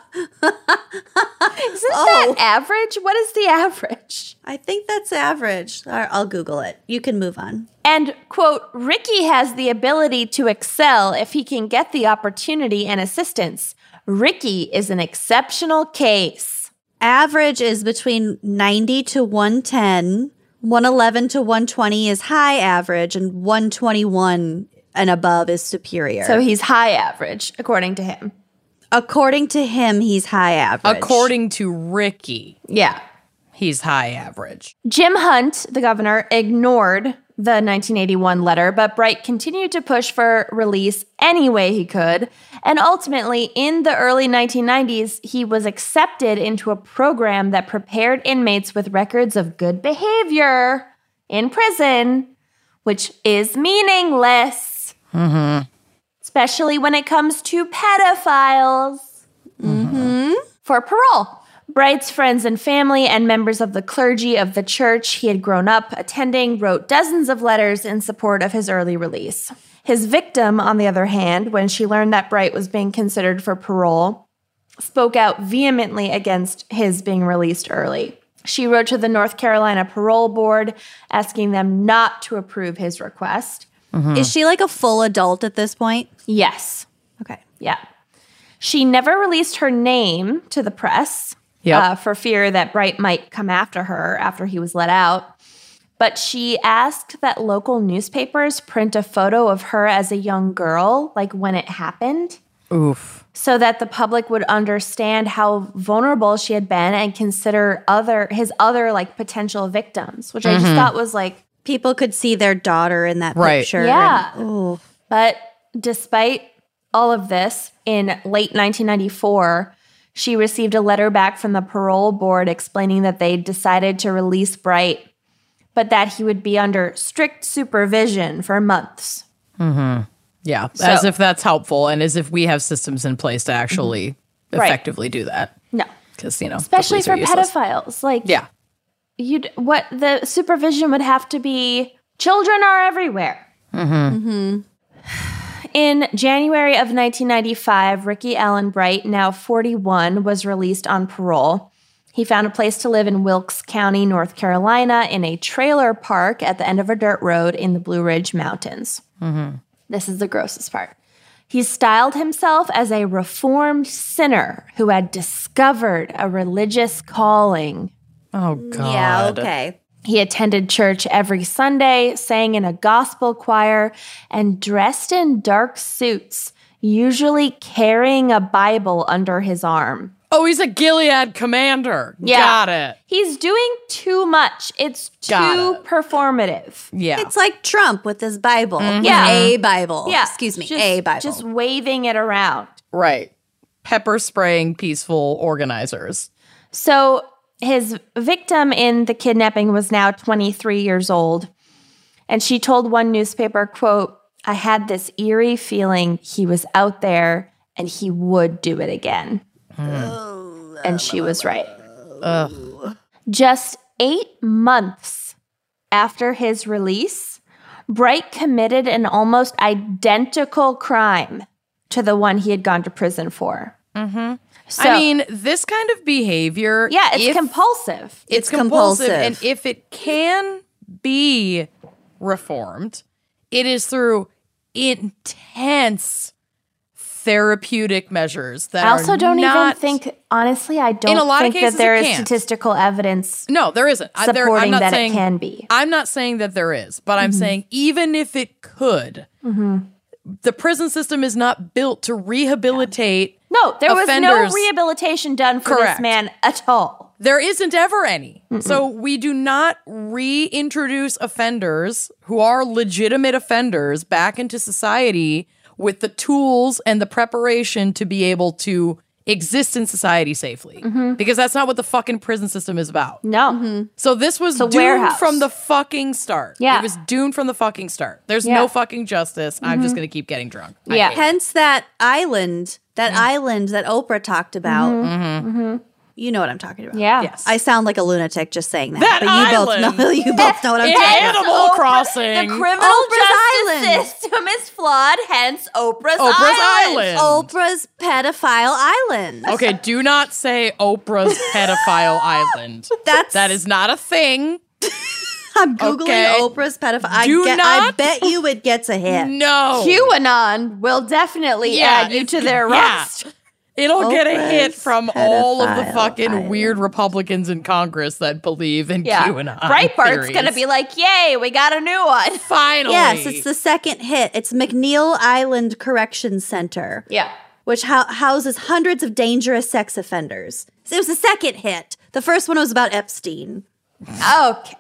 S3: average? What is the average?
S2: I think that's average. All right, I'll Google it. You can move on.
S3: And, quote, Ricky has the ability to excel if he can get the opportunity and assistance. Ricky is an exceptional case.
S2: Average is between 90 to 110. 111 to 120 is high average, and 121 and above is superior.
S3: So he's high average, according to him.
S2: according to him, he's high average.
S1: According to Ricky,
S3: Yeah.
S1: he's high average.
S3: Jim Hunt, the governor, ignored the 1981 letter, but Bright continued to push for release any way he could. And ultimately, in the early 1990s, he was accepted into a program that prepared inmates with records of good behavior in prison, which is meaningless, especially when it comes to pedophiles. for parole. Bright's friends and family and members of the clergy of the church he had grown up attending wrote dozens of letters in support of his early release. His victim, on the other hand, when she learned that Bright was being considered for parole, spoke out vehemently against his being released early. She wrote to the North Carolina Parole Board asking them not to approve his request.
S2: Is she like a full adult at this point?
S3: Yes.
S2: Okay.
S3: Yeah. She never released her name to the press uh,
S1: Yep.
S3: for fear that Bright might come after her after he was let out. But she asked that local newspapers print a photo of her as a young girl, like when it happened,
S1: Oof.
S3: so that the public would understand how vulnerable she had been and consider other his other like potential victims, which I just thought was like
S2: People could see their daughter in that
S1: Right.
S2: picture.
S3: Yeah.
S2: and- ooh.
S3: But despite all of this, in late 1994, she received a letter back from the parole board explaining that they decided to release Bright, but that he would be under strict supervision for months.
S1: Yeah. as if that's helpful and as if we have systems in place to actually
S3: Mm-hmm. Right.
S1: effectively do that.
S3: No.
S1: Because, you know, the
S3: Especially
S1: police are
S3: for
S1: useless.
S3: pedophiles. Like
S1: Yeah.
S3: you'd what the supervision would have to be children are everywhere. Mm-hmm. In January of 1995, Ricky Allen Bright, now 41, was released on parole. He found a place to live in Wilkes County, North Carolina, in a trailer park at the end of a dirt road in the Blue Ridge Mountains. This is the grossest part. He styled himself as a reformed sinner who had discovered a religious calling.
S1: Oh, God.
S2: Yeah. Okay.
S3: He attended church every Sunday, sang in a gospel choir, and dressed in dark suits, usually carrying a Bible under his arm.
S1: Oh, he's a Gilead commander.
S3: Yeah.
S1: Got it.
S3: He's doing too much. It's too
S1: Got it.
S3: performative.
S1: Yeah.
S2: It's like Trump with his Bible.
S1: Mm-hmm.
S3: Yeah.
S2: A Bible.
S3: Yeah.
S2: Excuse me.
S3: Just-
S2: a Bible.
S3: Just waving it around.
S1: right. Pepper spraying peaceful organizers.
S3: So his victim in the kidnapping was now 23 years old. And she told one newspaper, quote, I had this eerie feeling he was out there and he would do it again. And she was right.
S1: Ugh.
S3: Just eight months after his release, Bright committed an almost identical crime to the one he had gone to prison for. Mm-hmm. So,
S1: I mean, this kind of behavior.
S3: yeah, it's
S1: if-
S3: compulsive.
S1: it's
S2: It's
S1: compulsive.
S2: compulsive.
S1: And if it can be reformed, it is through intense therapeutic measures that
S3: I also
S1: are
S3: don't even
S1: not-
S3: think honestly I don't
S1: a lot of
S3: think
S1: cases,
S3: that there
S1: it
S3: is
S1: can't.
S3: statistical evidence
S1: No, there isn't. I- there- I'm
S3: supporting
S1: not
S3: that
S1: saying
S3: it can be. Mm-hmm.
S1: I'm not saying that there is, but I'm saying even if it could, the prison system is not built to rehabilitate.
S3: No, there was no
S1: offenders-
S3: rehabilitation done for
S1: Correct.
S3: this man at all.
S1: There isn't ever any. So we do not reintroduce offenders who are legitimate offenders back into society with the tools and the preparation to be able to exist in society safely
S3: Mm-hmm.
S1: because that's not what the fucking prison system is about.
S3: No.
S1: So this was doomed
S3: warehouse.
S1: from the fucking start.
S3: Yeah.
S1: It was doomed from the fucking start. There's
S3: Yeah. Mm-hmm.
S1: no fucking justice. I'm just going to keep getting drunk. I
S3: Yeah.
S1: hate it.
S2: Hence that island, that
S1: Mm-hmm.
S2: island that Oprah talked about. You know what I'm talking about.
S3: Yeah.
S1: Yes.
S2: I sound like a lunatic just saying that.
S1: That
S2: but you
S1: island.
S2: both know you both know what I'm
S1: In
S2: talking about.
S1: Animal
S3: Oprah-
S1: Crossing.
S3: The criminal
S2: Oprah's
S3: justice
S2: Island.
S3: system is flawed, hence Oprah's,
S1: Oprah's Island.
S3: Island.
S2: Oprah's pedophile island.
S1: Okay, do not say Oprah's pedophile island.
S2: That's
S1: That is not a thing.
S2: I'm googling
S1: okay.
S2: Oprah's pedophile. I,
S1: Do
S2: get, I
S1: not-
S2: bet you it gets a hit.
S1: No.
S3: QAnon will definitely
S1: Yeah,
S3: add you
S1: it's-
S3: to their
S1: yeah.
S3: roster.
S1: It'll get a hit
S2: Oprah's
S1: from all of the
S2: pedophile
S1: fucking
S2: island.
S1: weird Republicans in Congress that believe in
S3: Yeah.
S1: QAnon.
S3: Breitbart's
S1: theories.
S3: going to be like, yay, we got a new one.
S1: finally.
S2: Yes, it's the second hit. It's McNeil Island Correction Center,
S3: Yeah.
S2: which hou- houses hundreds of dangerous sex offenders. So it was the second hit. The first one was about Epstein.
S3: Okay.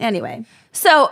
S2: Anyway,
S3: So,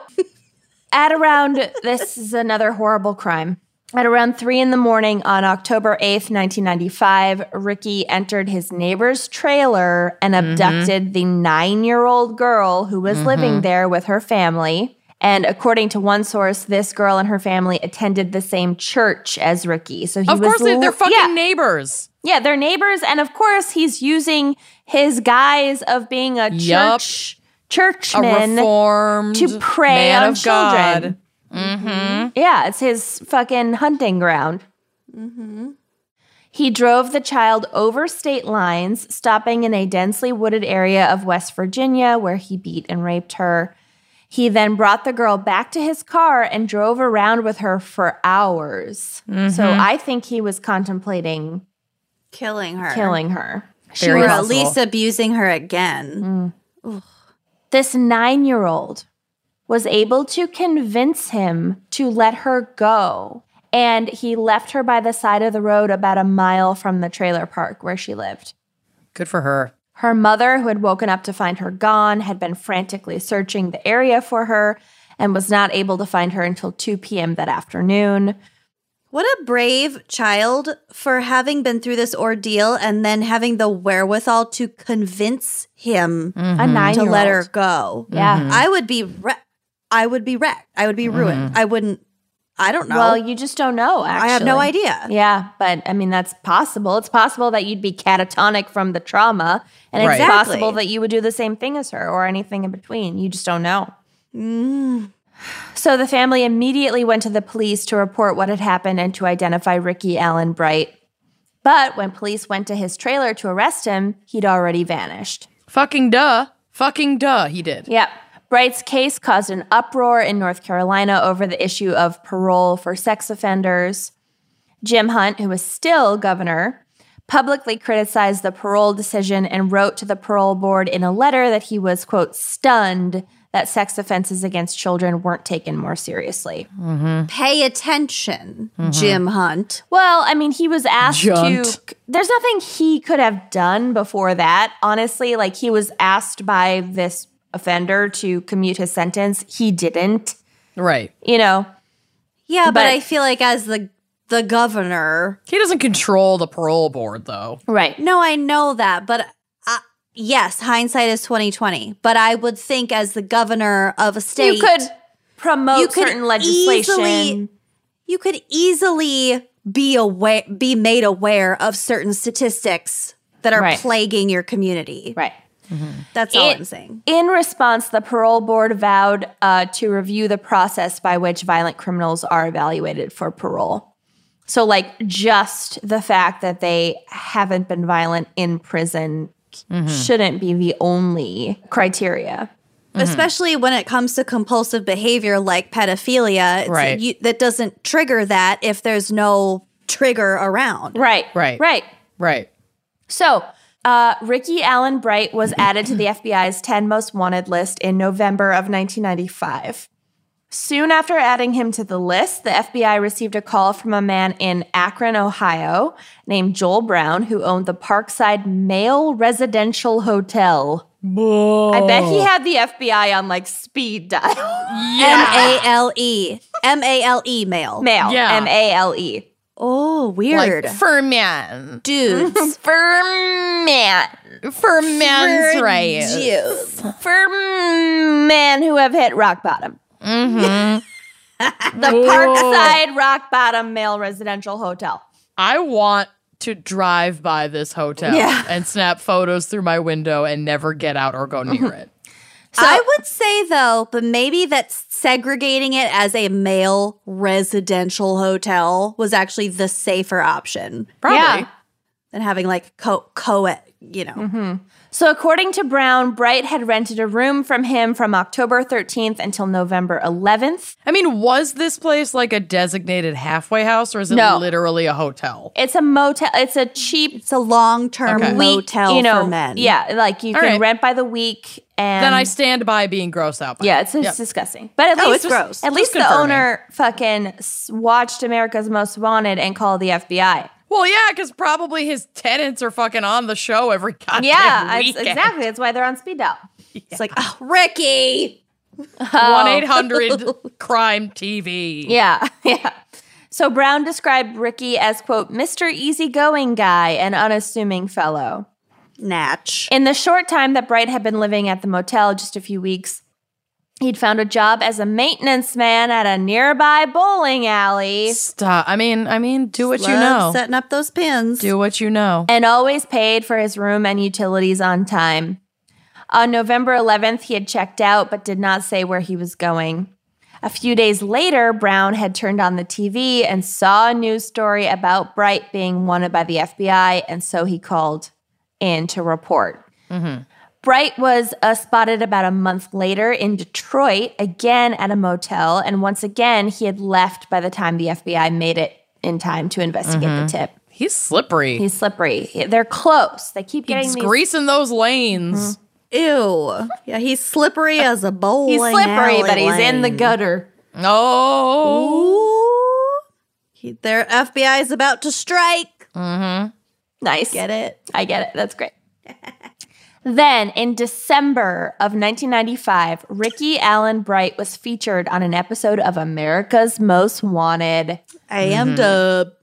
S3: at around this is another horrible crime. At around three in the morning on October 8th, 1995, Ricky entered his neighbor's trailer and
S1: Mm-hmm.
S3: abducted the nine year old girl who was living there with her family. And according to one source, this girl and her family attended the same church as Ricky. So he
S1: of
S3: was
S1: course they,
S3: li-
S1: they're fucking
S3: yeah.
S1: neighbors.
S3: Yeah, they're neighbors, and of course he's using his guise of being a
S1: Yup.
S3: church
S1: A
S3: churchman
S1: reformed
S3: to prey
S1: man
S3: on
S1: of
S3: children.
S1: God. Mm-hmm. Mm-hmm.
S3: Yeah, it's his fucking hunting ground. He drove the child over state lines, stopping in a densely wooded area of West Virginia where he beat and raped her. He then brought the girl back to his car and drove around with her for hours. So
S1: Mm-hmm.
S3: I think he was contemplating
S2: Killing her.
S3: killing her.
S1: Very
S2: or at
S1: possible.
S2: least abusing her
S3: Mm.
S2: again.
S3: This nine year old was able to convince him to let her go. And he left her by the side of the road about a mile from the trailer park where she lived.
S1: Good for her.
S3: Her mother, who had woken up to find her gone, had been frantically searching the area for her and was not able to find her until 2 p.m. that afternoon.
S2: What a brave child for having been through this ordeal and then having the wherewithal to convince him
S3: A
S2: Mm-hmm. to
S3: nine Mm. year old.
S2: let her go. Mm-hmm.
S3: Yeah. Mm-hmm.
S2: I would be re- I would be wrecked. I would be ruined. I wouldn't I don't know.
S3: Well, you just don't know, actually.
S2: I have no idea.
S3: Yeah, but I mean, that's possible. It's possible that you'd be catatonic from the trauma, and it's
S1: Right.
S2: Exactly.
S3: possible that you would do the same thing as her or anything in between. You just don't know. So the family immediately went to the police to report what had happened and to identify Ricky Allen Bright. But when police went to his trailer to arrest him, he'd already vanished.
S1: Fucking duh. Fucking duh. He did.
S3: Yep. Bright's case caused an uproar in North Carolina over the issue of parole for sex offenders. Jim Hunt, who was still governor, publicly criticized the parole decision and wrote to the parole board in a letter that he was, quote, stunned that sex offenses against children weren't taken more seriously.
S2: Pay attention,
S3: Mm-hmm.
S2: Jim Hunt.
S3: Well, I mean, he was asked
S1: Junt.
S3: to. There's nothing he could have done before that, honestly. Like, he was asked by this offender to commute his sentence. He didn't.
S1: Right.
S3: you know,
S2: Yeah, but,
S3: But-
S2: I feel like as the the governor,
S1: He doesn't control the parole board, though.
S3: right.
S2: no, I know that, but I, yes, hindsight is twenty twenty. But I would think as the governor of a state,
S3: You could promote
S2: you could
S3: certain legislation.
S2: easily- you could easily be aware, be made aware of certain statistics that are
S3: Right.
S2: plaguing your community.
S3: right.
S2: That's all
S3: It-
S2: I'm saying.
S3: In response, the parole board vowed uh, to review the process by which violent criminals are evaluated for parole. So, like, just the fact that they haven't been violent in prison Mm-hmm. shouldn't be the only criteria.
S2: Especially when it comes to compulsive behavior like pedophilia, it's-
S1: Right.
S2: you, that doesn't trigger that if there's no trigger around.
S3: Right.
S1: Right.
S3: Right.
S1: Right.
S3: So, uh, Ricky Allen Bright was added to the FBI's 10 most wanted list in November of 1995. Soon after adding him to the list, the FBI received a call from a man in Akron, Ohio, named Joel Brown, who owned the Parkside Male Residential Hotel. I bet he had the FBI on like speed dial.
S2: M A L E. M A L E mail.
S3: Male.
S1: Yeah.
S3: M A L E.
S2: Oh, weird.
S1: Like for man.
S2: Dudes.
S3: For man.
S1: For man's rights.
S2: Dudes.
S3: for men who have hit rock bottom. the
S1: Oh.
S3: Parkside Rock Bottom Male Residential Hotel.
S1: I want to drive by this hotel
S2: Yeah.
S1: and snap photos through my window and never get out or go near
S3: Mm-hmm.
S1: it.
S2: I would say though, but maybe that segregating it as a male residential hotel was actually the safer option
S1: Probably.
S3: Yeah.
S2: than having like co co you know.
S3: Mm-hmm. So, according to Brown, Bright had rented a room from him from October 13th until November 11th.
S1: I mean, was this place like a designated halfway house or is it
S3: No.
S1: literally a hotel?
S3: It's a motel, it's a cheap
S2: It's a long term
S1: Okay.
S2: motel
S3: you know,
S2: for men.
S3: Yeah, like you
S1: All
S3: can
S1: right.
S3: rent by the week. And
S1: Then I stand by being grossed out by
S3: Um, Yeah,
S1: it.
S3: it's, it's disgusting. But at
S2: No,
S3: least
S2: it's gross.
S3: At
S1: Just
S3: least the
S1: confirming.
S3: owner fucking s- watched America's Most Wanted and called the FBI.
S1: Well, yeah, because probably his tenants are fucking on the show every goddamn
S3: Yeah, it's,
S1: weekend.
S3: exactly. That's why they're on speed dial.
S2: It's like, oh, Ricky.
S1: One eight hundred crime TV.
S3: Oh. Yeah, yeah. So Brown described Ricky as, quote, Mr. Easygoing guy, an unassuming fellow.
S2: Natch.
S3: In the short time that Bright had been living at the motel, just a few weeks, he'd found a job as a maintenance man at a nearby bowling alley
S1: Stop. I mean, I mean, do what you know.
S2: Love Setting up those pins.
S1: Do what you know.
S3: and always paid for his room and utilities on time. On November 11th, he had checked out but did not say where he was going. A few days later, Brown had turned on the TV and saw a news story about Bright being wanted by the FBI, and so he called in to report. Bright was uh, spotted about a month later in Detroit, again at a motel, and once again, he had left by the time the FBI made it in time to investigate the tip.
S1: He's slippery. He's,
S3: He's slippery. They're close. They keep getting these
S1: greasing those lanes.
S2: Ew. Yeah, he's slippery as a bowling.
S3: He's slippery,
S2: alley
S3: but he's in the
S2: lane.
S3: gutter.
S1: Oh.
S2: Ooh. He, their FBI is about to strike.
S3: Nice.
S2: Get it?
S3: I get it. That's great. then in December of 1995, Ricky Allen Bright was featured on an episode of America's Most Wanted.
S2: I am
S1: Mm-hmm.
S2: dub.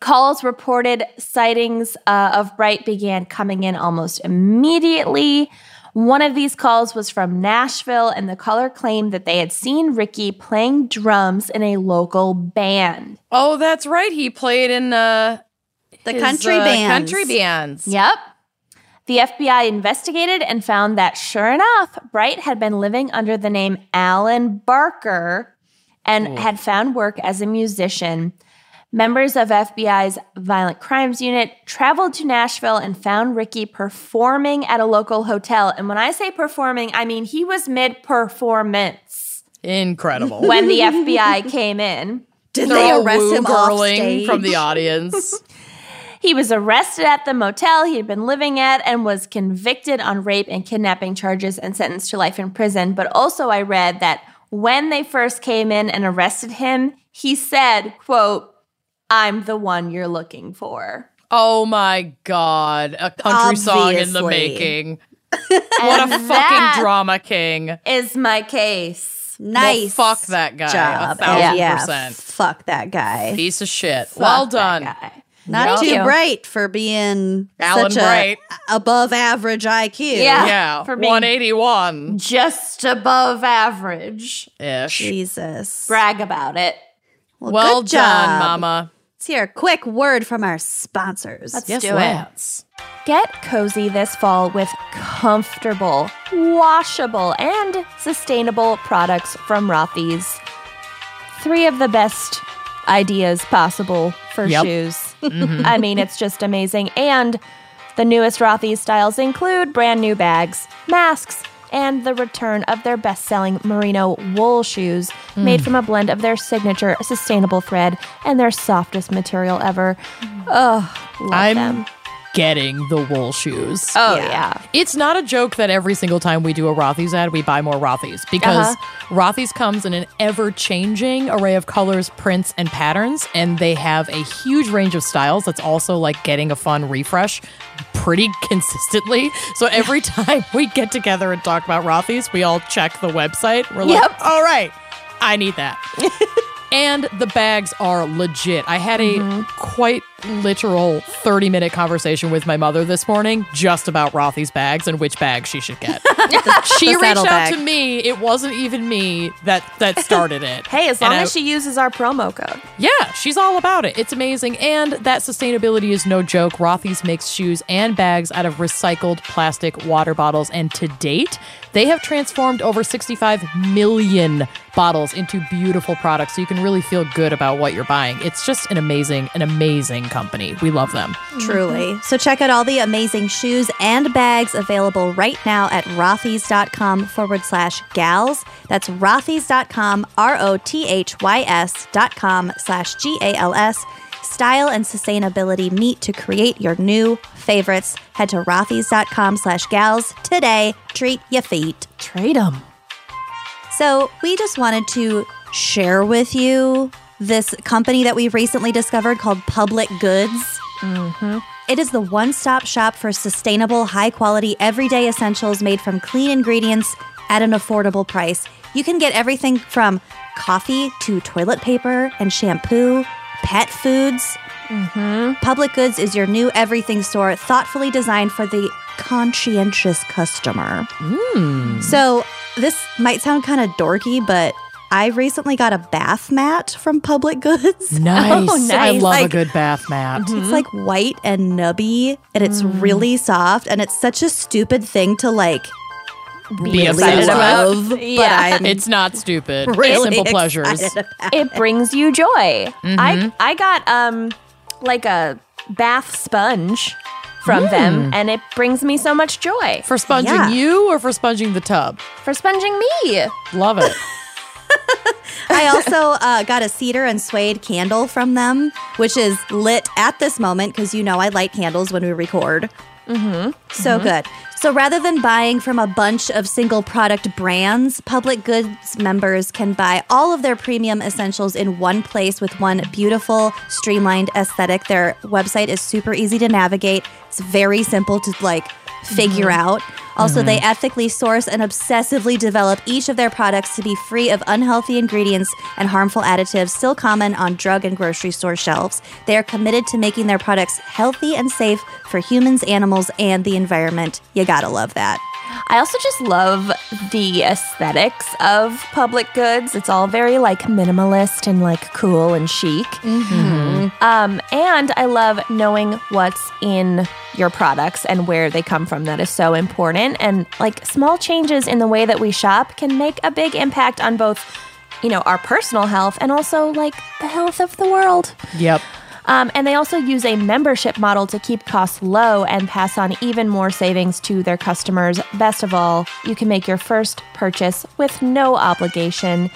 S3: Calls reported sightings uh, of Bright began coming in almost immediately. One of these calls was from Nashville, and the caller claimed that they had seen Ricky playing drums in a local band.
S1: Oh, that's right. He played in uh,
S2: The
S1: his,
S2: country
S1: uh,
S2: band.
S1: Country bands.
S3: Yep. The FBI investigated and found that, sure enough, Bright had been living under the name Alan Barker and had found work as a musician. Members of FBI's Violent Crimes Unit traveled to Nashville and found Ricky performing at a local hotel. And when I say performing, I mean he was mid performance
S1: Incredible.
S3: when the FBI came in.
S2: Did
S1: They're
S2: they
S1: all
S2: arrest him off
S1: woo-girling
S2: stage?
S1: from the audience.
S3: He was arrested at the motel he had been living at and was convicted on rape and kidnapping charges and sentenced to life in prison. But also I read that when they first came in and arrested him, he said, quote, I'm the one you're looking for.
S1: oh my god, a country song in the
S2: Obviously.
S1: making. What a fucking
S3: And that
S1: drama king.
S3: Is my case.
S2: nice.
S1: Well, fuck that guy.
S2: Job.
S1: A thousand
S2: yeah,
S1: percent.
S2: Fuck that guy.
S1: Piece of shit. well
S3: Fuck that
S1: done.
S3: guy.
S2: Not
S3: Thank
S2: too
S3: you.
S2: bright for being
S1: Alan
S2: such
S1: Bright.
S2: a above average IQ.
S3: Yeah.
S1: Yeah.
S3: For me.
S1: 181
S3: Just above average.
S1: ish.
S2: Jesus.
S3: Brag about it.
S2: Well,
S1: Well
S2: good
S1: done,
S2: job.
S1: mama.
S2: Let's hear a quick word from our sponsors.
S3: Let's
S1: Yes,
S3: do it.
S1: Lance.
S3: Get cozy this fall with comfortable, washable, and sustainable products from Rothy's. Three of the best ideas possible for
S1: Yep.
S3: shoes. I mean, it's just amazing. And the newest Rothy's styles include brand new bags, masks, and the return of their best selling merino wool shoes made from a blend of their signature sustainable thread and their softest material ever. Oh, love
S1: I'm
S3: them.
S1: getting the wool shoes.
S3: Oh,
S2: Yeah.
S3: yeah.
S1: It's not a joke that every single time we do a Rothy's ad, we buy more Rothy's because Rothy's comes in an ever changing array of colors, prints, and patterns. And they have a huge range of styles that's also like getting a fun refresh pretty consistently. So every time we get together and talk about Rothy's, we all check the website. We're
S3: Yep.
S1: like, all right, I need that. And the bags are legit. I had a quite literal 30 minute conversation with my mother this morning just about Rothy's bags and which bag she should get. she reached out
S2: saddle bag.
S1: to me. It wasn't even me that that started it.
S3: Hey, as
S1: And
S3: long
S1: I-
S3: as she uses our promo code.
S1: yeah, she's all about it. It's amazing. And that sustainability is no joke. Rothy's makes shoes and bags out of recycled plastic water bottles. And to date, they have transformed over 65 million bottles into beautiful products. So you can really feel good about what you're buying. It's just an amazing, an amazing company. We love them.
S2: Truly. So check out all the amazing shoes and bags available right now at rothys.com forward slash gals. That's rothys.com, R O T H Y S dot com slash G A L S. Style and sustainability meet to create your new favorites. Head to rothys.com slash gals today. Treat your feet.
S1: Trade them.
S2: So, we just wanted to share with you this company that we recently discovered called Public Goods. It is the one stop shop for sustainable, high quality, everyday essentials made from clean ingredients at an affordable price. You can get everything from coffee to toilet paper and shampoo, pet foods. Public Goods is your new everything store, thoughtfully designed for the conscientious customer. So this might sound kind of dorky, but I recently got a bath mat from Public Goods.
S1: Nice.
S3: Oh,
S1: I
S3: nice.
S1: love a
S2: Like-
S1: good bath mat.
S2: It's like white and nubby and it's really soft and it's such a stupid thing to like
S1: be,
S3: Be
S1: obsessed
S3: excited about.
S1: with.
S2: love, but
S3: Yeah.
S2: I'm
S1: It's not stupid.
S2: really
S1: It's Simple
S2: excited
S1: pleasures.
S2: about it.
S3: it brings you joy.
S1: Mm-hmm.
S3: I I got um like a bath sponge from them and it brings me so much joy
S1: Mm. For sponging
S2: Yeah.
S1: you or for sponging the tub?
S3: for sponging me.
S1: Love it.
S2: I also uh, got a cedar and suede candle from them, which is lit at this moment because you know I light candles when we record. Mm-hmm. So good. So rather than buying from a bunch of single product brands, public goods members can buy all of their premium essentials in one place with one beautiful, streamlined aesthetic. Their website is super easy to navigate. It's very simple to like figure out. Also, they ethically source and obsessively develop each of their products to be free of unhealthy ingredients and harmful additives still common on drug and grocery store shelves. They are committed to making their products healthy and safe for humans, animals, and the environment. You gotta love that.
S3: I also just love the aesthetics of public goods. It's all very like minimalist and like cool and chic. Um, and I love knowing what's in your products and where they come from. That is so important. And like small changes in the way that we shop can make a big impact on both, you know, our personal health and also like the health of the world.
S1: Yep.
S3: Um, and they also use a membership model to keep costs low and pass on even more savings to their customers. Best of all, you can make your first purchase with no obligation.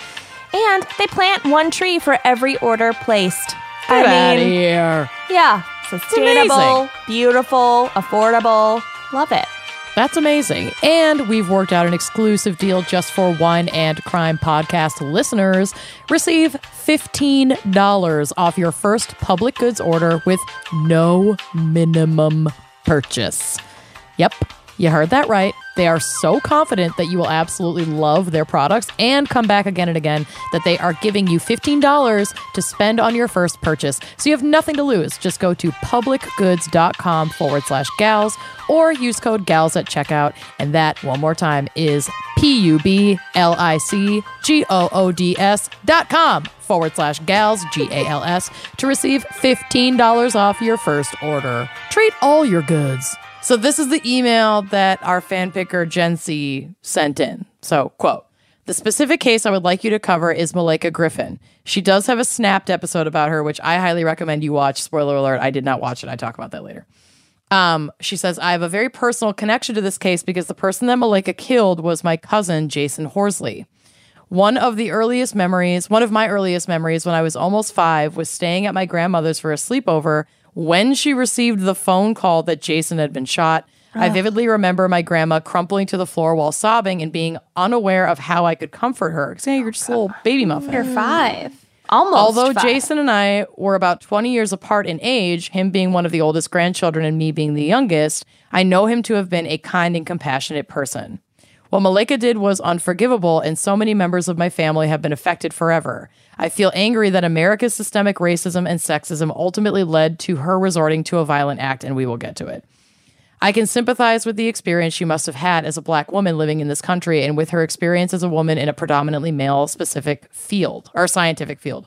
S3: And they plant one tree for every order placed.
S1: Get
S3: I
S1: out
S3: mean,
S1: here.
S3: yeah,
S1: amazing.
S3: sustainable, beautiful, affordable. Love it.
S1: That's amazing. And we've worked out an exclusive deal just for Wine and Crime podcast listeners. Receive $15 off your first public goods order with no minimum purchase. Yep, you heard that right. They are so confident that you will absolutely love their products and come back again and again that they are giving you $15 to spend on your first purchase. So you have nothing to lose. Just go to publicgoods.com forward slash gals or use code gals at checkout. And that, one more time, is P U B L I C G O O D S dot com forward slash gals, G A L S, to receive $15 off your first order. Treat all your goods. So this is the email that our fan picker Gen C sent in. So quote. The specific case I would like you to cover is Malika Griffin. She does have a snapped episode about her, which I highly recommend you watch. Spoiler alert, I did not watch it. I talk about that later. Um, she says, I have a very personal connection to this case because the person that Malika killed was my cousin, Jason Horsley. One of the earliest memories, one of my earliest memories when I was almost five, was staying at my grandmother's for a sleepover when she received the phone call that Jason had been shot. I vividly remember my grandma crumpling to the floor while sobbing and being unaware of how I could comfort her. 'Cause, yeah, you're just a little baby muffin.
S3: Five. Almost.
S1: Although
S3: five.
S1: Jason and I were about 20 years apart in age, him being one of the oldest grandchildren and me being the youngest, I know him to have been a kind and compassionate person. What Malika did was unforgivable, and so many members of my family have been affected forever. I feel angry that America's systemic racism and sexism ultimately led to her resorting to a violent act, and we will get to it. I can sympathize with the experience she must have had as a black woman living in this country and with her experience as a woman in a predominantly male specific field or scientific field.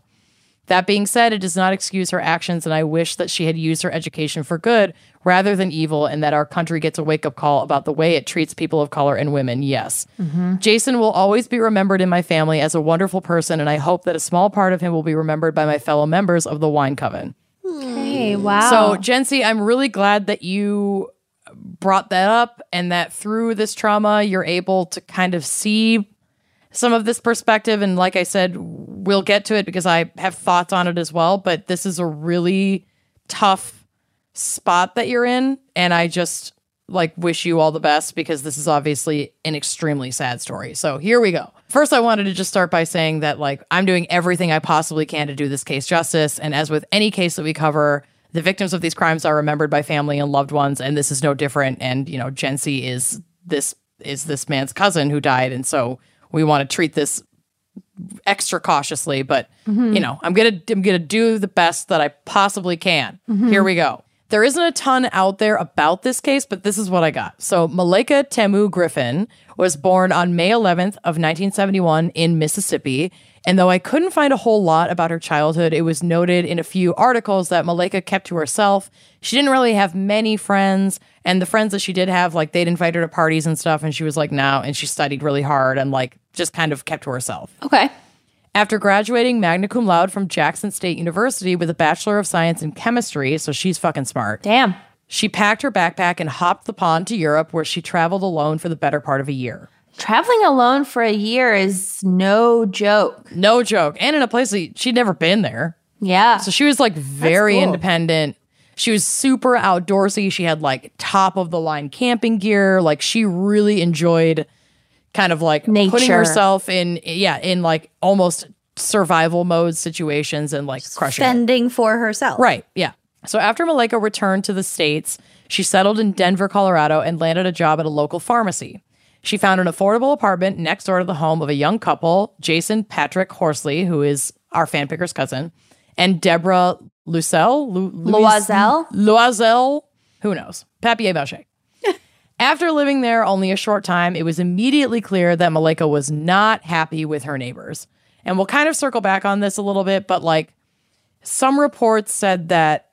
S1: That being said, it does not excuse her actions, and I wish that she had used her education for good rather than evil, and that our country gets a wake up call about the way it treats people of color and women. Yes. Jason will always be remembered in my family as a wonderful person, and I hope that a small part of him will be remembered by my fellow members of the Wine Coven.
S3: Hey, wow.
S1: So, Jency, I'm really glad that you brought that up and that through this trauma, you're able to kind of see some of this perspective. And like I said, we'll get to it because I have thoughts on it as well. But this is a really tough spot that you're in. And I just like wish you all the best because this is obviously an extremely sad story. So here we go. First, I wanted to just start by saying that like I'm doing everything I possibly can to do this case justice. And as with any case that we cover, the victims of these crimes are remembered by family and loved ones, and this is no different. And you know, Gen C is this is this man's cousin who died, and so we want to treat this extra cautiously, but you know, I'm gonna I'm gonna do the best that I possibly can. Here we go. There isn't a ton out there about this case, but this is what I got. So Malika Temu Griffin was born on May 11th of 1971 in Mississippi And though I couldn't find a whole lot about her childhood, it was noted in a few articles that Malika kept to herself. She didn't really have many friends, and the friends that she did have, like they'd invite her to parties and stuff, and she was like, no, and she studied really hard and like just kind of kept to herself.
S3: Okay.
S1: After graduating magna cum laude from Jackson State University with a Bachelor of Science in Chemistry, so she's fucking smart.
S3: Damn.
S1: She packed her backpack and hopped the pond to Europe, where she traveled alone for the better part of a year.
S3: Traveling alone for a year is no joke.
S1: No joke. And in a place that she'd never been there.
S3: Yeah.
S1: So she was like very
S3: cool.
S1: independent. She was super outdoorsy. She had like top of the line camping gear. Like she really enjoyed kind of like putting
S3: Nature.
S1: herself in, yeah, in like almost survival mode situations and like crushing. it.
S2: Fending for herself.
S1: Right. Yeah. So after Malika returned to the States, she settled in Denver, Colorado, and landed a job at a local pharmacy. She found an affordable apartment next door to the home of a young couple, Jason Patrick Horsley, who is our fan picker's cousin, and Deborah Lucelle. Lu- Louise-
S3: Loisel?
S1: Loisel. Who knows? Papier mache. After living there only a short time, it was immediately clear that Malika was not happy with her neighbors. And we'll kind of circle back on this a little bit, but like some reports said that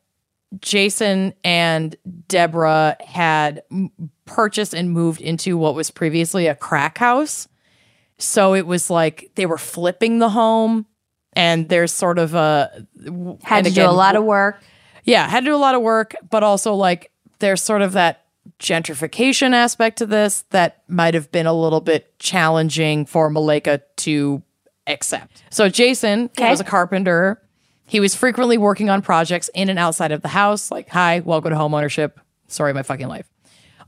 S1: Jason and Deborah had m- purchased and moved into what was previously a crack house. So it was like they were flipping the home, and there's sort of a
S3: Had
S1: and
S3: to do
S1: again,
S3: a lot of work.
S1: yeah, had to do a lot of work, but also like there's sort of that gentrification aspect to this that might have been a little bit challenging for Malika to accept. So Jason
S3: Okay.
S1: was a carpenter. He was frequently working on projects in and outside of the house, like, hi, welcome to homeownership. Sorry, my fucking life.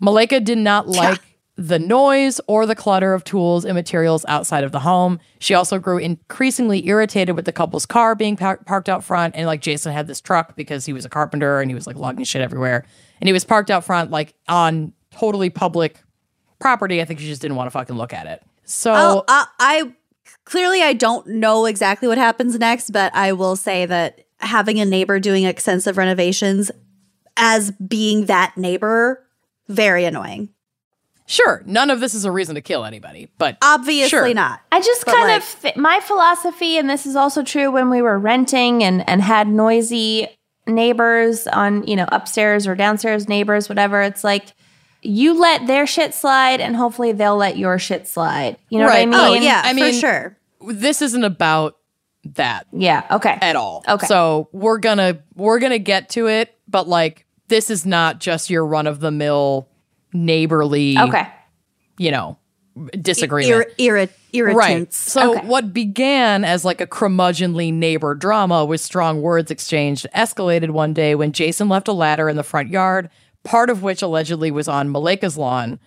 S1: Malika did not like the noise or the clutter of tools and materials outside of the home. She also grew increasingly irritated with the couple's car being par- parked out front. And like Jason had this truck because he was a carpenter and he was like logging shit everywhere. And he was parked out front, like on totally public property. I think she just didn't want to fucking look at it. So
S2: Oh, I, I clearly I don't know exactly what happens next, but I will say that having a neighbor doing extensive renovations as being that neighbor very annoying.
S1: sure, none of this is a reason to kill anybody, but
S2: Obviously
S1: Sure.
S2: not.
S3: I just
S2: But,
S3: kind
S2: like-
S3: of th- my philosophy, and this is also true when we were renting and and had noisy neighbors on you know upstairs or downstairs neighbors, whatever. It's like you let their shit slide, and hopefully they'll let your shit slide. You know
S1: Right.
S3: what I
S2: Oh
S3: mean?
S2: yeah,
S1: I mean-
S2: for sure.
S1: this isn't about that.
S3: Yeah. Okay.
S1: at all.
S3: Okay.
S1: So we're gonna we're gonna get to it, but like this is not just your run of the mill neighborly
S3: Okay.
S1: you know disagreement.
S2: Ir- irri-
S1: Right.
S2: irritants.
S1: So
S3: Okay.
S1: what began as like a curmudgeonly neighbor drama with strong words exchanged escalated one day when Jason left a ladder in the front yard, part of which allegedly was on Malika's lawn.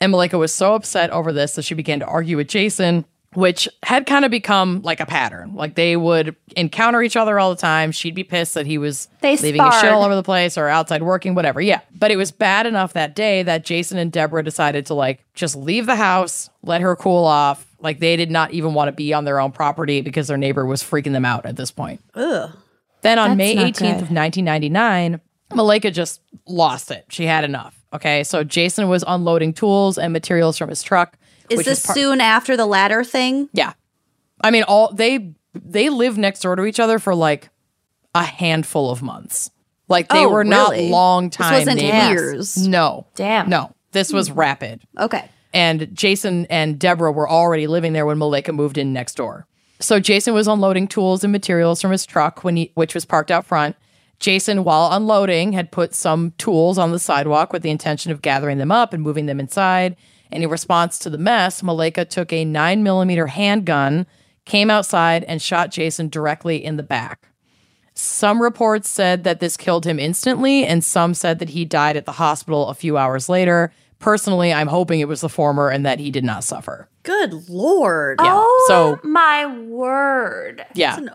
S1: And Malika was so upset over this that she began to argue with Jason, which had kind of become like a pattern. Like they would encounter each other all the time. She'd be pissed that he was
S3: They
S1: leaving his shit
S3: sparred.
S1: all over the place or outside working, whatever. Yeah. But it was bad enough that day that Jason and Deborah decided to like just leave the house, let her cool off. Like they did not even want to be on their own property because their neighbor was freaking them out at this point.
S2: Ugh.
S1: Then on
S3: That's
S1: May
S3: not
S1: 18th of 1999, Malika just lost it. She had enough. Okay. So Jason was unloading tools and materials from his truck.
S2: Is
S1: which
S2: this
S1: part-
S2: soon after the ladder thing?
S1: Yeah. I mean, all they they lived next door to each other for like a handful of months. Like they
S2: Oh,
S1: were not
S2: really?
S1: long
S2: This
S1: time
S2: wasn't
S1: neighbors.
S2: years. Hmm.
S1: No.
S3: Damn.
S1: No. This was rapid.
S2: Okay.
S1: And Jason and Deborah were already living there when Malika moved in next door. So Jason was unloading tools and materials from his truck when he, which was parked out front. Jason, while unloading, had put some tools on the sidewalk with the intention of gathering them up and moving them inside. And in response to the mess, Malika took a nine millimeter handgun, came outside, and shot Jason directly in the back. Some reports said that this killed him instantly, and some said that he died at the hospital a few hours later. Personally, I'm hoping it was the former and that he did not suffer.
S2: Good lord.
S1: Yeah.
S3: Oh
S1: So,
S3: my word.
S1: yeah.
S2: That's an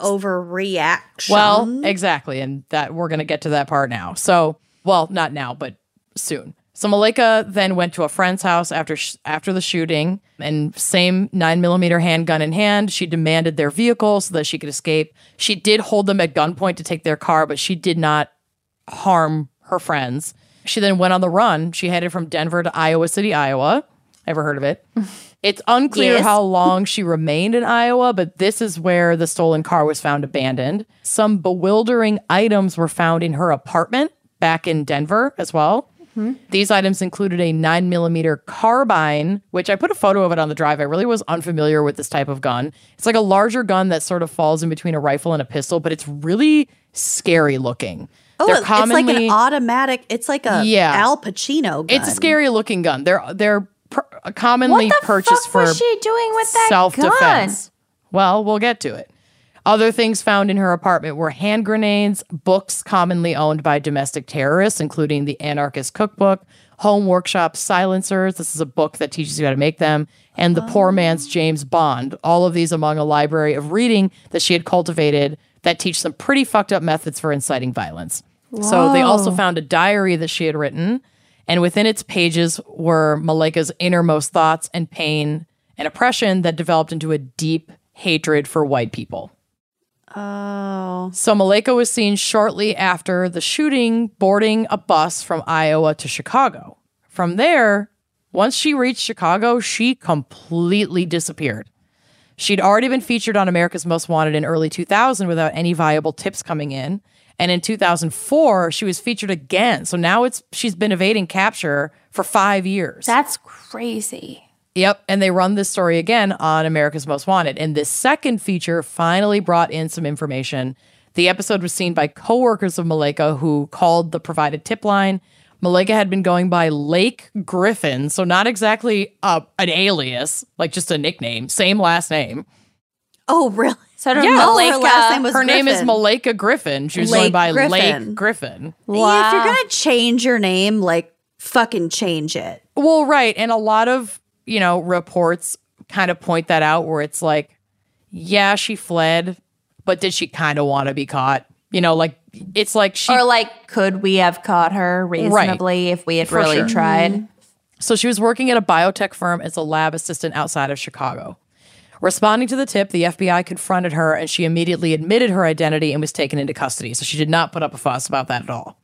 S2: overreaction.
S1: Well, exactly. And that we're going to get to that part now. So, well, not now, but soon. So Malika then went to a friend's house after sh- after the shooting, and same nine millimeter handgun in hand, she demanded their vehicle so that she could escape. She did hold them at gunpoint to take their car, but she did not harm her friends. She then went on the run. She headed from Denver to Iowa City, Iowa. Ever heard of it? It's unclear
S3: Yes.
S1: how long she remained in Iowa, but this is where the stolen car was found abandoned. Some bewildering items were found in her apartment back in Denver as well.
S3: Mm-hmm.
S1: These items included a nine millimeter carbine, which I put a photo of it on the drive. I really was unfamiliar with this type of gun. It's like a larger gun that sort of falls in between a rifle and a pistol, but it's really scary looking.
S2: Oh,
S1: They're
S2: it's like an
S1: commonly-
S2: automatic. It's like a
S1: Yeah.
S2: Al Pacino. Gun.
S1: it's a scary looking gun. They're they're pr- commonly
S3: What the
S1: purchased
S3: fuck
S1: for
S3: was she doing with that
S1: self
S3: gun?
S1: defense. Well, we'll get to it. Other things found in her apartment were hand grenades, books commonly owned by domestic terrorists, including the Anarchist Cookbook, Home Workshop Silencers. This is a book that teaches you how to make them, and The Poor Man's
S3: Oh.
S1: James Bond. All of these among a library of reading that she had cultivated that teach some pretty fucked up methods for inciting violence. So they also found a diary that she had written, and within its pages were Maleka's innermost thoughts and pain and oppression that developed into a deep hatred for white people.
S2: Oh,
S1: So Maleka was seen shortly after the shooting boarding a bus from Iowa to Chicago. From there, once she reached Chicago, she completely disappeared. She'd already been featured on America's Most Wanted in early 2000 without any viable tips coming in. And in 2004, she was featured again. So now it's she's been evading capture for 5 years.
S3: That's crazy.
S1: Yep. And they run this story again on America's Most Wanted. And this second feature finally brought in some information. The episode was seen by coworkers of Malika who called the provided tip line. Malika had been going by Lake Griffin, so not exactly uh, an alias, like just a nickname, same last name.
S2: oh, really?
S3: So I don't
S1: Yeah.
S3: know.
S2: Oh, her
S3: like,
S2: last
S3: uh,
S2: name was
S1: Her name is
S2: Griffin.
S1: Malika Griffin. She was going
S2: Lake
S1: by
S2: Griffin.
S1: Lake Griffin.
S2: Yeah, if you're
S3: Wow.
S2: gonna change your name, like fucking change it.
S1: Well, right. And a lot of, you know, reports kind of point that out where it's like, yeah, she fled, but did she kind of want to be caught? You know, like it's like she
S3: Or like, could we have caught her reasonably if we had really
S1: sure.
S3: tried?
S1: So she was working at a biotech firm as a lab assistant outside of Chicago. Responding to the tip, the FBI confronted her and she immediately admitted her identity and was taken into custody. So she did not put up a fuss about that at all.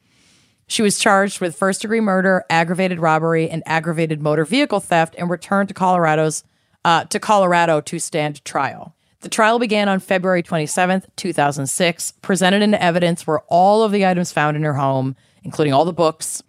S1: She was charged with first degree murder, aggravated robbery, and aggravated motor vehicle theft and returned to Colorado's uh, to Colorado to stand trial. The trial began on February 27th, 2006. Presented into evidence were all of the items found in her home, including all the books,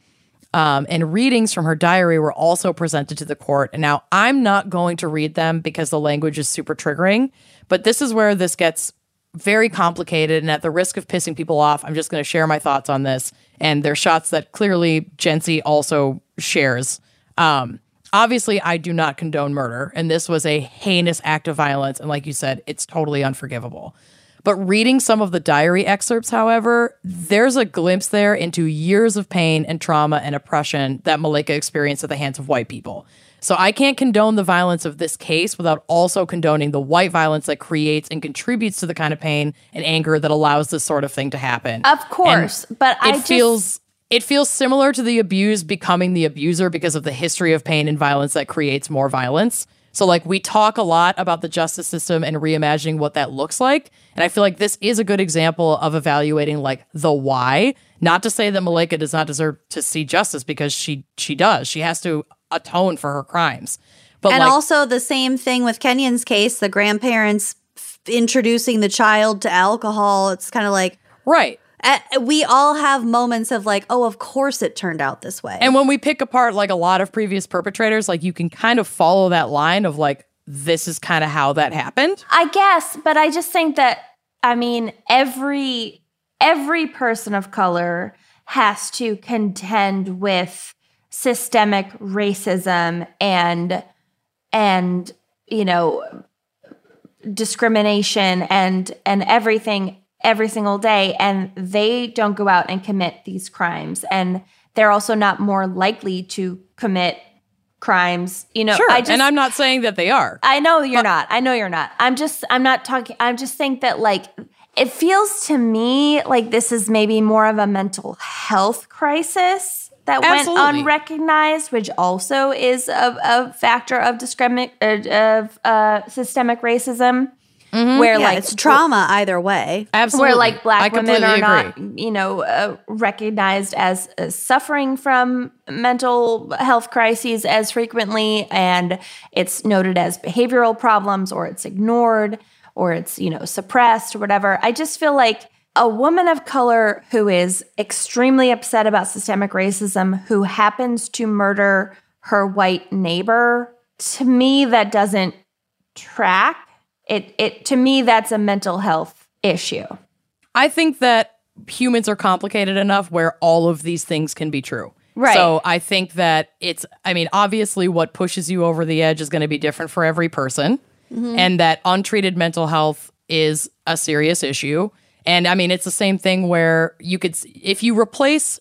S1: um, and readings from her diary were also presented to the court. And now I'm not going to read them because the language is super triggering, but this is where this gets very complicated. And at the risk of pissing people off, I'm just going to share my thoughts on this. And they're shots that clearly Jency also shares. Um, obviously, I do not condone murder. And this was a heinous act of violence. And like you said, it's totally unforgivable. But reading some of the diary excerpts, however, there's a glimpse there into years of pain and trauma and oppression that Malika experienced at the hands of white people. So I can't condone the violence of this case without also condoning the white violence that creates and contributes to the kind of pain and anger that allows this sort of thing to happen.
S3: Of course, but I
S1: it
S3: just-
S1: feels it feels similar to the abused becoming the abuser because of the history of pain and violence that creates more violence. So like we talk a lot about the justice system and reimagining what that looks like, and I feel like this is a good example of evaluating like the why. Not to say that Malika does not deserve to see justice because she she does. She has to atone for her crimes. But
S2: And
S1: like,
S2: also the same thing with Kenyon's case, the grandparents f- introducing the child to alcohol. It's kind of like
S1: right.
S2: uh, we all have moments of like, oh, of course it turned out this way.
S1: And when we pick apart like a lot of previous perpetrators, like you can kind of follow that line of like this is kind of how that happened.
S3: I guess, but I just think that I mean every every person of color has to contend with systemic racism and and you know discrimination and and everything every single day and they don't go out and commit these crimes and they're also not more likely to commit crimes you know
S1: Sure.
S3: i just
S1: and I'm not saying that they are.
S3: I know you're not. I know you're not. I'm just I'm not talking I'm just saying that like it feels to me like this is maybe more of a mental health crisis that went
S1: Absolutely.
S3: unrecognized, which also is a, a factor of discrimin- uh, of uh, systemic racism. where
S2: Mm-hmm. Yeah,
S3: like
S2: it's trauma either way.
S1: Absolutely.
S3: Where like black
S1: I
S3: women are
S1: completely
S3: not,
S1: agree.
S3: you know, uh, recognized as uh, suffering from mental health crises as frequently, and it's noted as behavioral problems, or it's ignored, or it's you know suppressed, or whatever. I just feel like a woman of color who is extremely upset about systemic racism, who happens to murder her white neighbor, to me that doesn't track it it to me that's a mental health issue
S1: I think that humans are complicated enough where all of these things can be true.
S3: Right.
S1: So I think that it's, I mean, obviously what pushes you over the edge is going to be different for every person.
S3: Mm-hmm.
S1: And that untreated mental health is a serious issue. And I mean, it's the same thing where you could, s- if you replace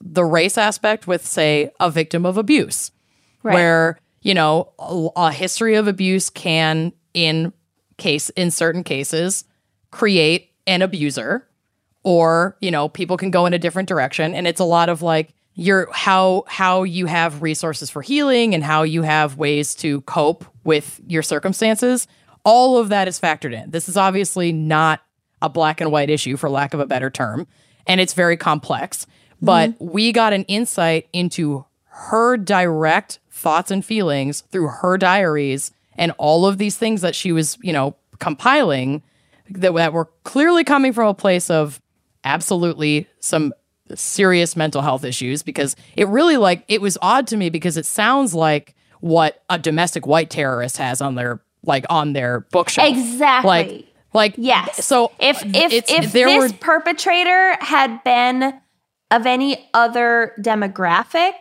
S1: the race aspect with, say, a victim of abuse, where you know a, a history of abuse can in case in certain cases create an abuser or you know people can go in a different direction and it's a lot of like your how how you have resources for healing and how you have ways to cope with your circumstances all of that is factored in this is obviously not a black and white issue for lack of a better term and it's very complex but we got an insight into her direct thoughts and feelings through her diaries and all of these things that she was you know compiling that, that were clearly coming from a place of absolutely some serious mental health issues because it really like it was odd to me because it sounds like what a domestic white terrorist has on their like on their bookshelf
S3: Exactly.
S1: like like
S3: yes
S1: so uh,
S3: if if
S1: it's-
S3: if
S1: there
S3: this
S1: were
S3: perpetrator had been of any other demographic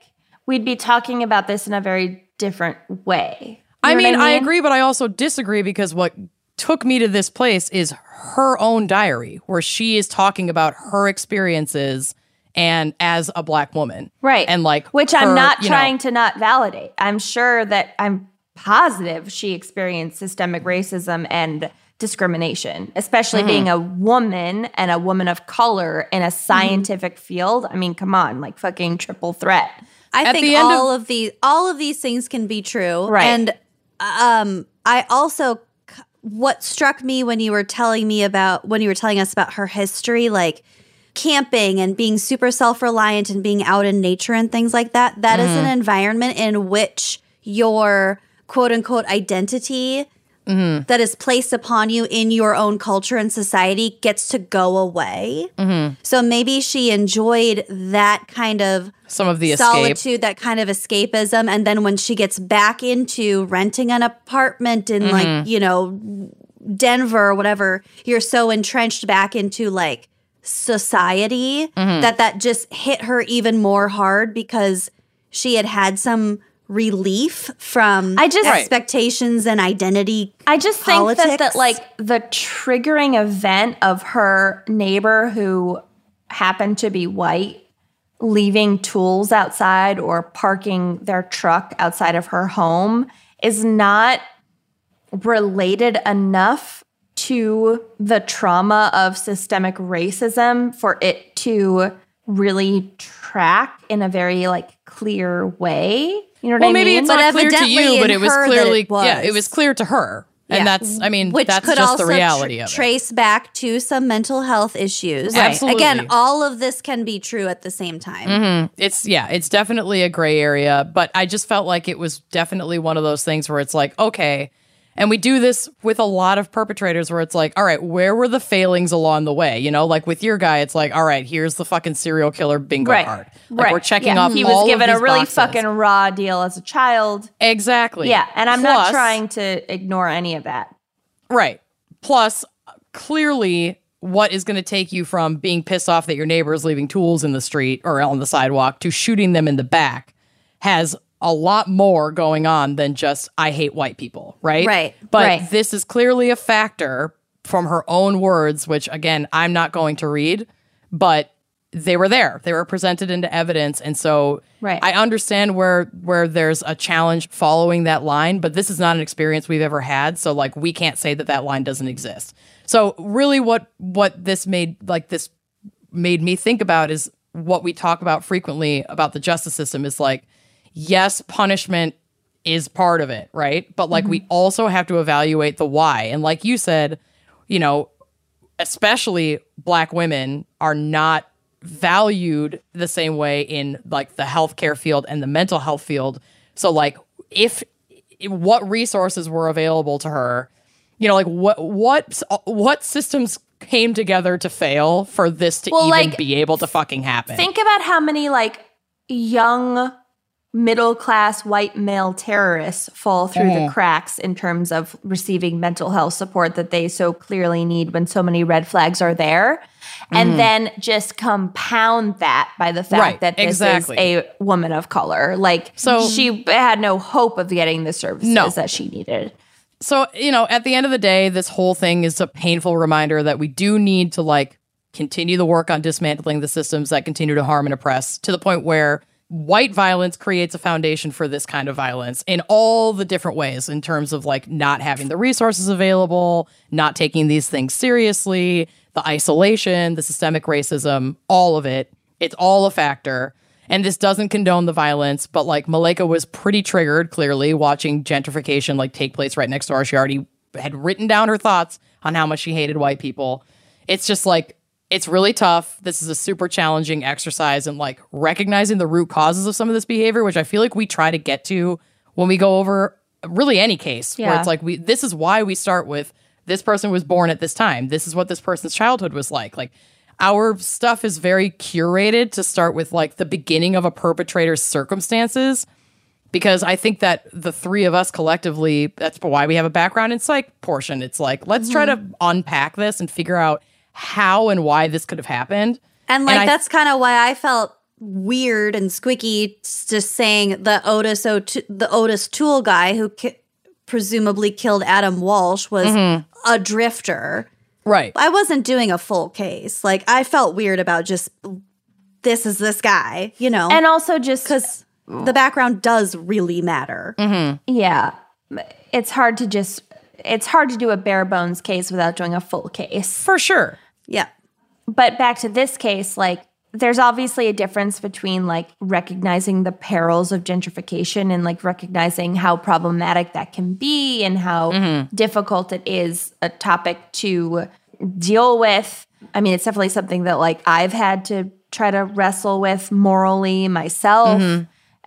S3: we'd be talking about this in a very different way You
S1: I
S3: know what
S1: mean, I, agree, but I also disagree because what took me to this place is her own diary, where she is talking about her experiences and as a black woman,
S3: right
S1: And like,
S3: which
S1: her,
S3: i'm not
S1: you know-
S3: trying to not validate i'm sure that i'm positive she experienced systemic racism and discrimination especially being a
S1: Mm-hmm.
S3: woman and a woman of color in a scientific field i mean come on like fucking triple threat
S2: I
S1: At
S2: think
S1: the end of-
S2: all of, these all of these things can be true.
S3: Right.
S2: And um I also c- what struck me when you were telling me about when you were telling us about her history like camping and being super self-reliant and being out in nature and things like that That is
S1: Mm-hmm.
S2: an environment in which your quote unquote identity
S1: Mm-hmm.
S2: that is placed upon you in your own culture and society gets to go away.
S1: Mm-hmm.
S2: So maybe she enjoyed that kind of
S1: some of the escape.
S2: solitude, that kind of escapism. And then when she gets back into renting an apartment in like,
S1: Mm-hmm.
S2: you know, Denver or whatever, you're so entrenched back into like society
S1: Mm-hmm.
S2: that that just hit her even more hard because she had had some relief from
S3: I just- Right.
S2: expectations and identity.
S3: I just think that, that
S2: Politics?
S3: like the triggering event of her neighbor who happened to be white leaving tools outside or parking their truck outside of her home is not related enough to the trauma of systemic racism for it to really track in a very like clear way. You know what I
S1: well, maybe
S3: mean?
S1: it's
S2: But
S1: not clear to
S2: evidently
S1: you, but
S2: in
S1: it was
S2: her that
S1: clearly
S2: it was.
S1: yeah, it was clear to her, and
S2: Yeah.
S1: that's I mean,
S2: Which
S1: that's
S2: could
S1: just
S2: also
S1: the reality
S2: tr-
S1: of it.
S2: trace back to some mental health issues.
S1: Right. Absolutely. Mm-hmm.
S2: Again, all of this can be true at the same time.
S1: it's yeah, it's definitely a gray area, but I just felt like it was definitely one of those things where it's like, okay, and we do this with a lot of perpetrators where it's like, all right, where were the failings along the way? You know, like with your guy, it's like, all right, here's the fucking serial killer bingo
S3: Right.
S1: card. Like we're checking
S3: yeah.
S1: off.
S3: He
S1: all
S3: was
S1: of
S3: given a
S1: these
S3: really
S1: boxes.
S3: fucking raw deal as a child.
S1: exactly.
S3: Yeah, and I'm
S1: Plus-
S3: not trying to ignore any of that.
S1: Right. Plus, clearly, what is going to take you from being pissed off that your neighbor is leaving tools in the street or on the sidewalk to shooting them in the back has a lot more going on than just I hate white people, right?
S2: Right,
S1: But
S3: right.
S1: this is clearly a factor from her own words, which again, I'm not going to read, but they were there. They were presented into evidence. And so
S3: Right.
S1: I understand where where there's a challenge following that line, but this is not an experience we've ever had, so like we can't say that that line doesn't exist. So really what what this made like this made me think about is what we talk about frequently about the justice system is like yes, punishment is part of it, right? But like we also have to evaluate the why. And like you said, you know, especially black women are not valued the same way in like the healthcare field and the mental health field. So like if what resources were available to her, you know, like what what what systems came together to fail for this to
S3: Well,
S1: even
S3: like,
S1: be able to fucking happen.
S3: Think about how many like young middle class white male terrorists fall through
S1: Mm-hmm.
S3: the cracks in terms of receiving mental health support that they so clearly need when so many red flags are there. And then just compound that by the fact
S1: Mm-hmm. Right,
S3: that this
S1: exactly.
S3: is a woman of color. Like
S1: So-
S3: she had no hope of getting the services
S1: No.
S3: that she needed.
S1: so you know at the end of the day this whole thing is a painful reminder that we do need to like continue the work on dismantling the systems that continue to harm and oppress to the point where white violence creates a foundation for this kind of violence in all the different ways in terms of like not having the resources available not taking these things seriously the isolation the systemic racism all of it it's all a factor and this doesn't condone the violence, but like Malika was pretty triggered, clearly, watching gentrification like take place right next door. She already had written down her thoughts on how much she hated white people. It's just like, it's really tough. This is a super challenging exercise and like recognizing the root causes of some of this behavior, which I feel like we try to get to when we go over really any case where
S3: Yeah.
S1: it's like we this is why we start with this person was born at this time. This is what this person's childhood was like. Like our stuff is very curated to start with like the beginning of a perpetrator's circumstances because I think that the three of us collectively, that's why we have a background in psych portion. It's like, let's try
S3: Mm-hmm.
S1: to unpack this and figure out how and why this could have happened.
S2: And like
S1: I-
S2: that's kind of why I felt weird and squeaky s- just saying the Otis o- the Otis Tool guy who ki- presumably killed Adam Walsh was
S3: Mm-hmm.
S2: a drifter.
S1: Right.
S2: I wasn't doing a full case. Like I felt weird about just this is this guy, you know.
S3: And also just
S2: cuz the background does really matter.
S3: Mm-hmm. Yeah. It's hard to just it's hard to do a bare bones case without doing a full case.
S1: For sure.
S2: Yeah.
S3: But back to this case, like there's obviously a difference between like recognizing the perils of gentrification and like recognizing how problematic that can be and how difficult it is a topic to deal with. I mean, it's definitely something that like I've had to try to wrestle with morally myself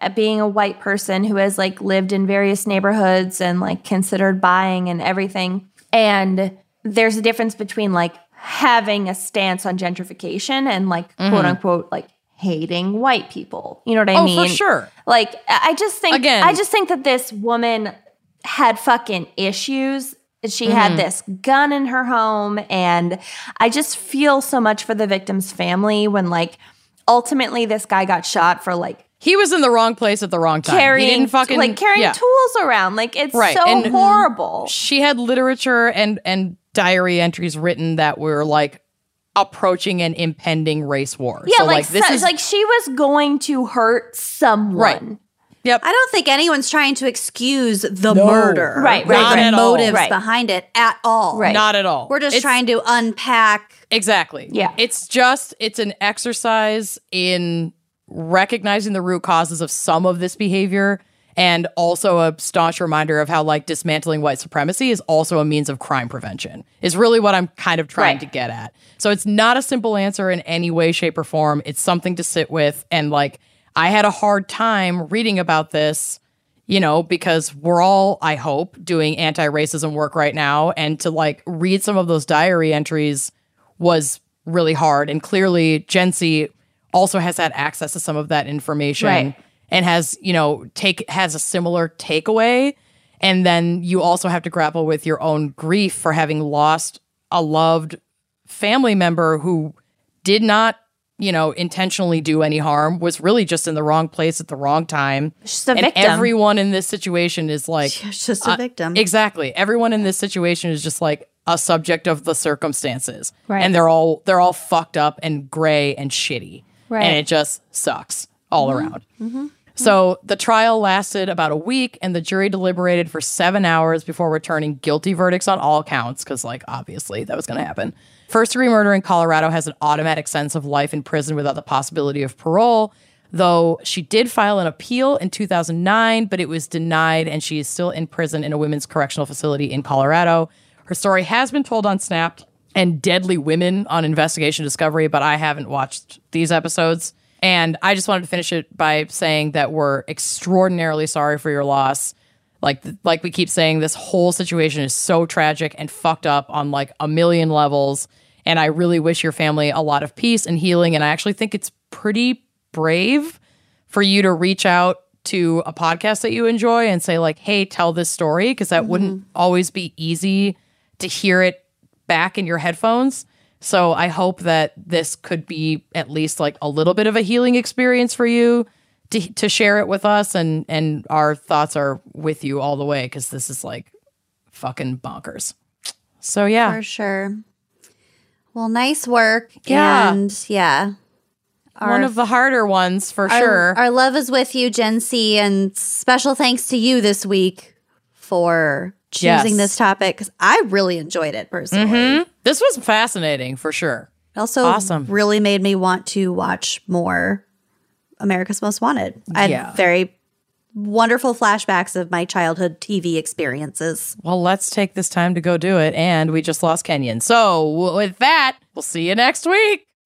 S3: at being a white person who has like lived in various neighborhoods and like considered buying and everything. And there's a difference between like having a stance on gentrification and like quote unquote like hating white people. You know what I
S1: Mm-hmm. oh,
S3: mean?
S1: for sure.
S3: Like I I just think
S1: Again.
S3: I just think that this woman had fucking issues. She
S1: Mm-hmm.
S3: had this gun in her home and I just feel so much for the victim's family when like ultimately this guy got shot for like
S1: He was in the wrong place at the wrong time.
S3: carrying
S1: he didn't fucking
S3: like carrying
S1: yeah.
S3: tools around. Like it's
S1: Right,
S3: so
S1: and-
S3: horrible.
S1: She had literature and and diary entries written that were like approaching an impending race war.
S3: Yeah,
S1: so,
S3: like,
S1: this
S3: so-
S1: is
S3: like she was going to hurt someone.
S1: Right. yep.
S2: I don't think anyone's trying to excuse the murder
S3: Right,
S2: or
S3: not
S2: the
S1: at all.
S2: motives
S3: Right.
S2: behind it at all.
S3: Right.
S1: Not at all.
S2: We're just
S1: It's-
S2: trying to unpack
S1: Exactly.
S3: Yeah.
S1: It's just it's an exercise in recognizing the root causes of some of this behavior and also a staunch reminder of how like dismantling white supremacy is also a means of crime prevention. Is really what I'm kind of trying
S3: Right.
S1: to get at. So it's not a simple answer in any way shape or form. It's something to sit with and like I had a hard time reading about this you know, because we're all, I hope, doing anti racism work right now. And to like read some of those diary entries was really hard. And clearly, Gen Z also has had access to some of that information
S3: Right.
S1: and has, you know, take has a similar takeaway. And then you also have to grapple with your own grief for having lost a loved family member who did not, you know, intentionally do any harm, was really just in the wrong place at the wrong time
S3: She's a
S1: and
S3: victim.
S1: everyone in this situation is like
S2: it's just
S3: Uh,
S2: a victim.
S1: exactly everyone in this situation is just like a subject of the circumstances
S3: Right.
S1: and they're all they're all fucked up and gray and shitty
S3: Right. Mm-hmm.
S1: and it just sucks all around so the trial lasted about a week and the jury deliberated for seven hours before returning guilty verdicts on all counts because like obviously that was going to happen first degree murder in colorado has an automatic sentence of life in prison without the possibility of parole though she did file an appeal in 2009 but it was denied and she is still in prison in a women's correctional facility in colorado Her story has been told on Snapped and Deadly Women on Investigation Discovery, but I haven't watched these episodes. And I just wanted to finish it by saying that we're extraordinarily sorry for your loss. Like like we keep saying this whole situation is so tragic and fucked up on like a million levels and I really wish your family a lot of peace and healing and I actually think it's pretty brave for you to reach out to a podcast that you enjoy and say like hey tell this story because that wouldn't always be easy to hear it back in your headphones so i hope that this could be at least like a little bit of a healing experience for you to, to share it with us and and our thoughts are with you all the way because this is like fucking bonkers so yeah
S2: For sure. Well, nice work.
S1: Yeah.
S2: And yeah.
S1: one of the harder ones for
S2: Our-
S1: sure
S2: Our love is with you, Gen C, and special thanks to you this week for choosing
S1: Yes.
S2: this topic because I really enjoyed it personally.
S1: this was fascinating for sure
S2: It also
S1: Awesome.
S2: really made me want to watch more America's Most Wanted. I had
S1: Yeah.
S2: very wonderful flashbacks of my childhood TV experiences.
S1: well, let's take this time to go do it. And we just lost Kenyon. So, w- with that, we'll see you next week.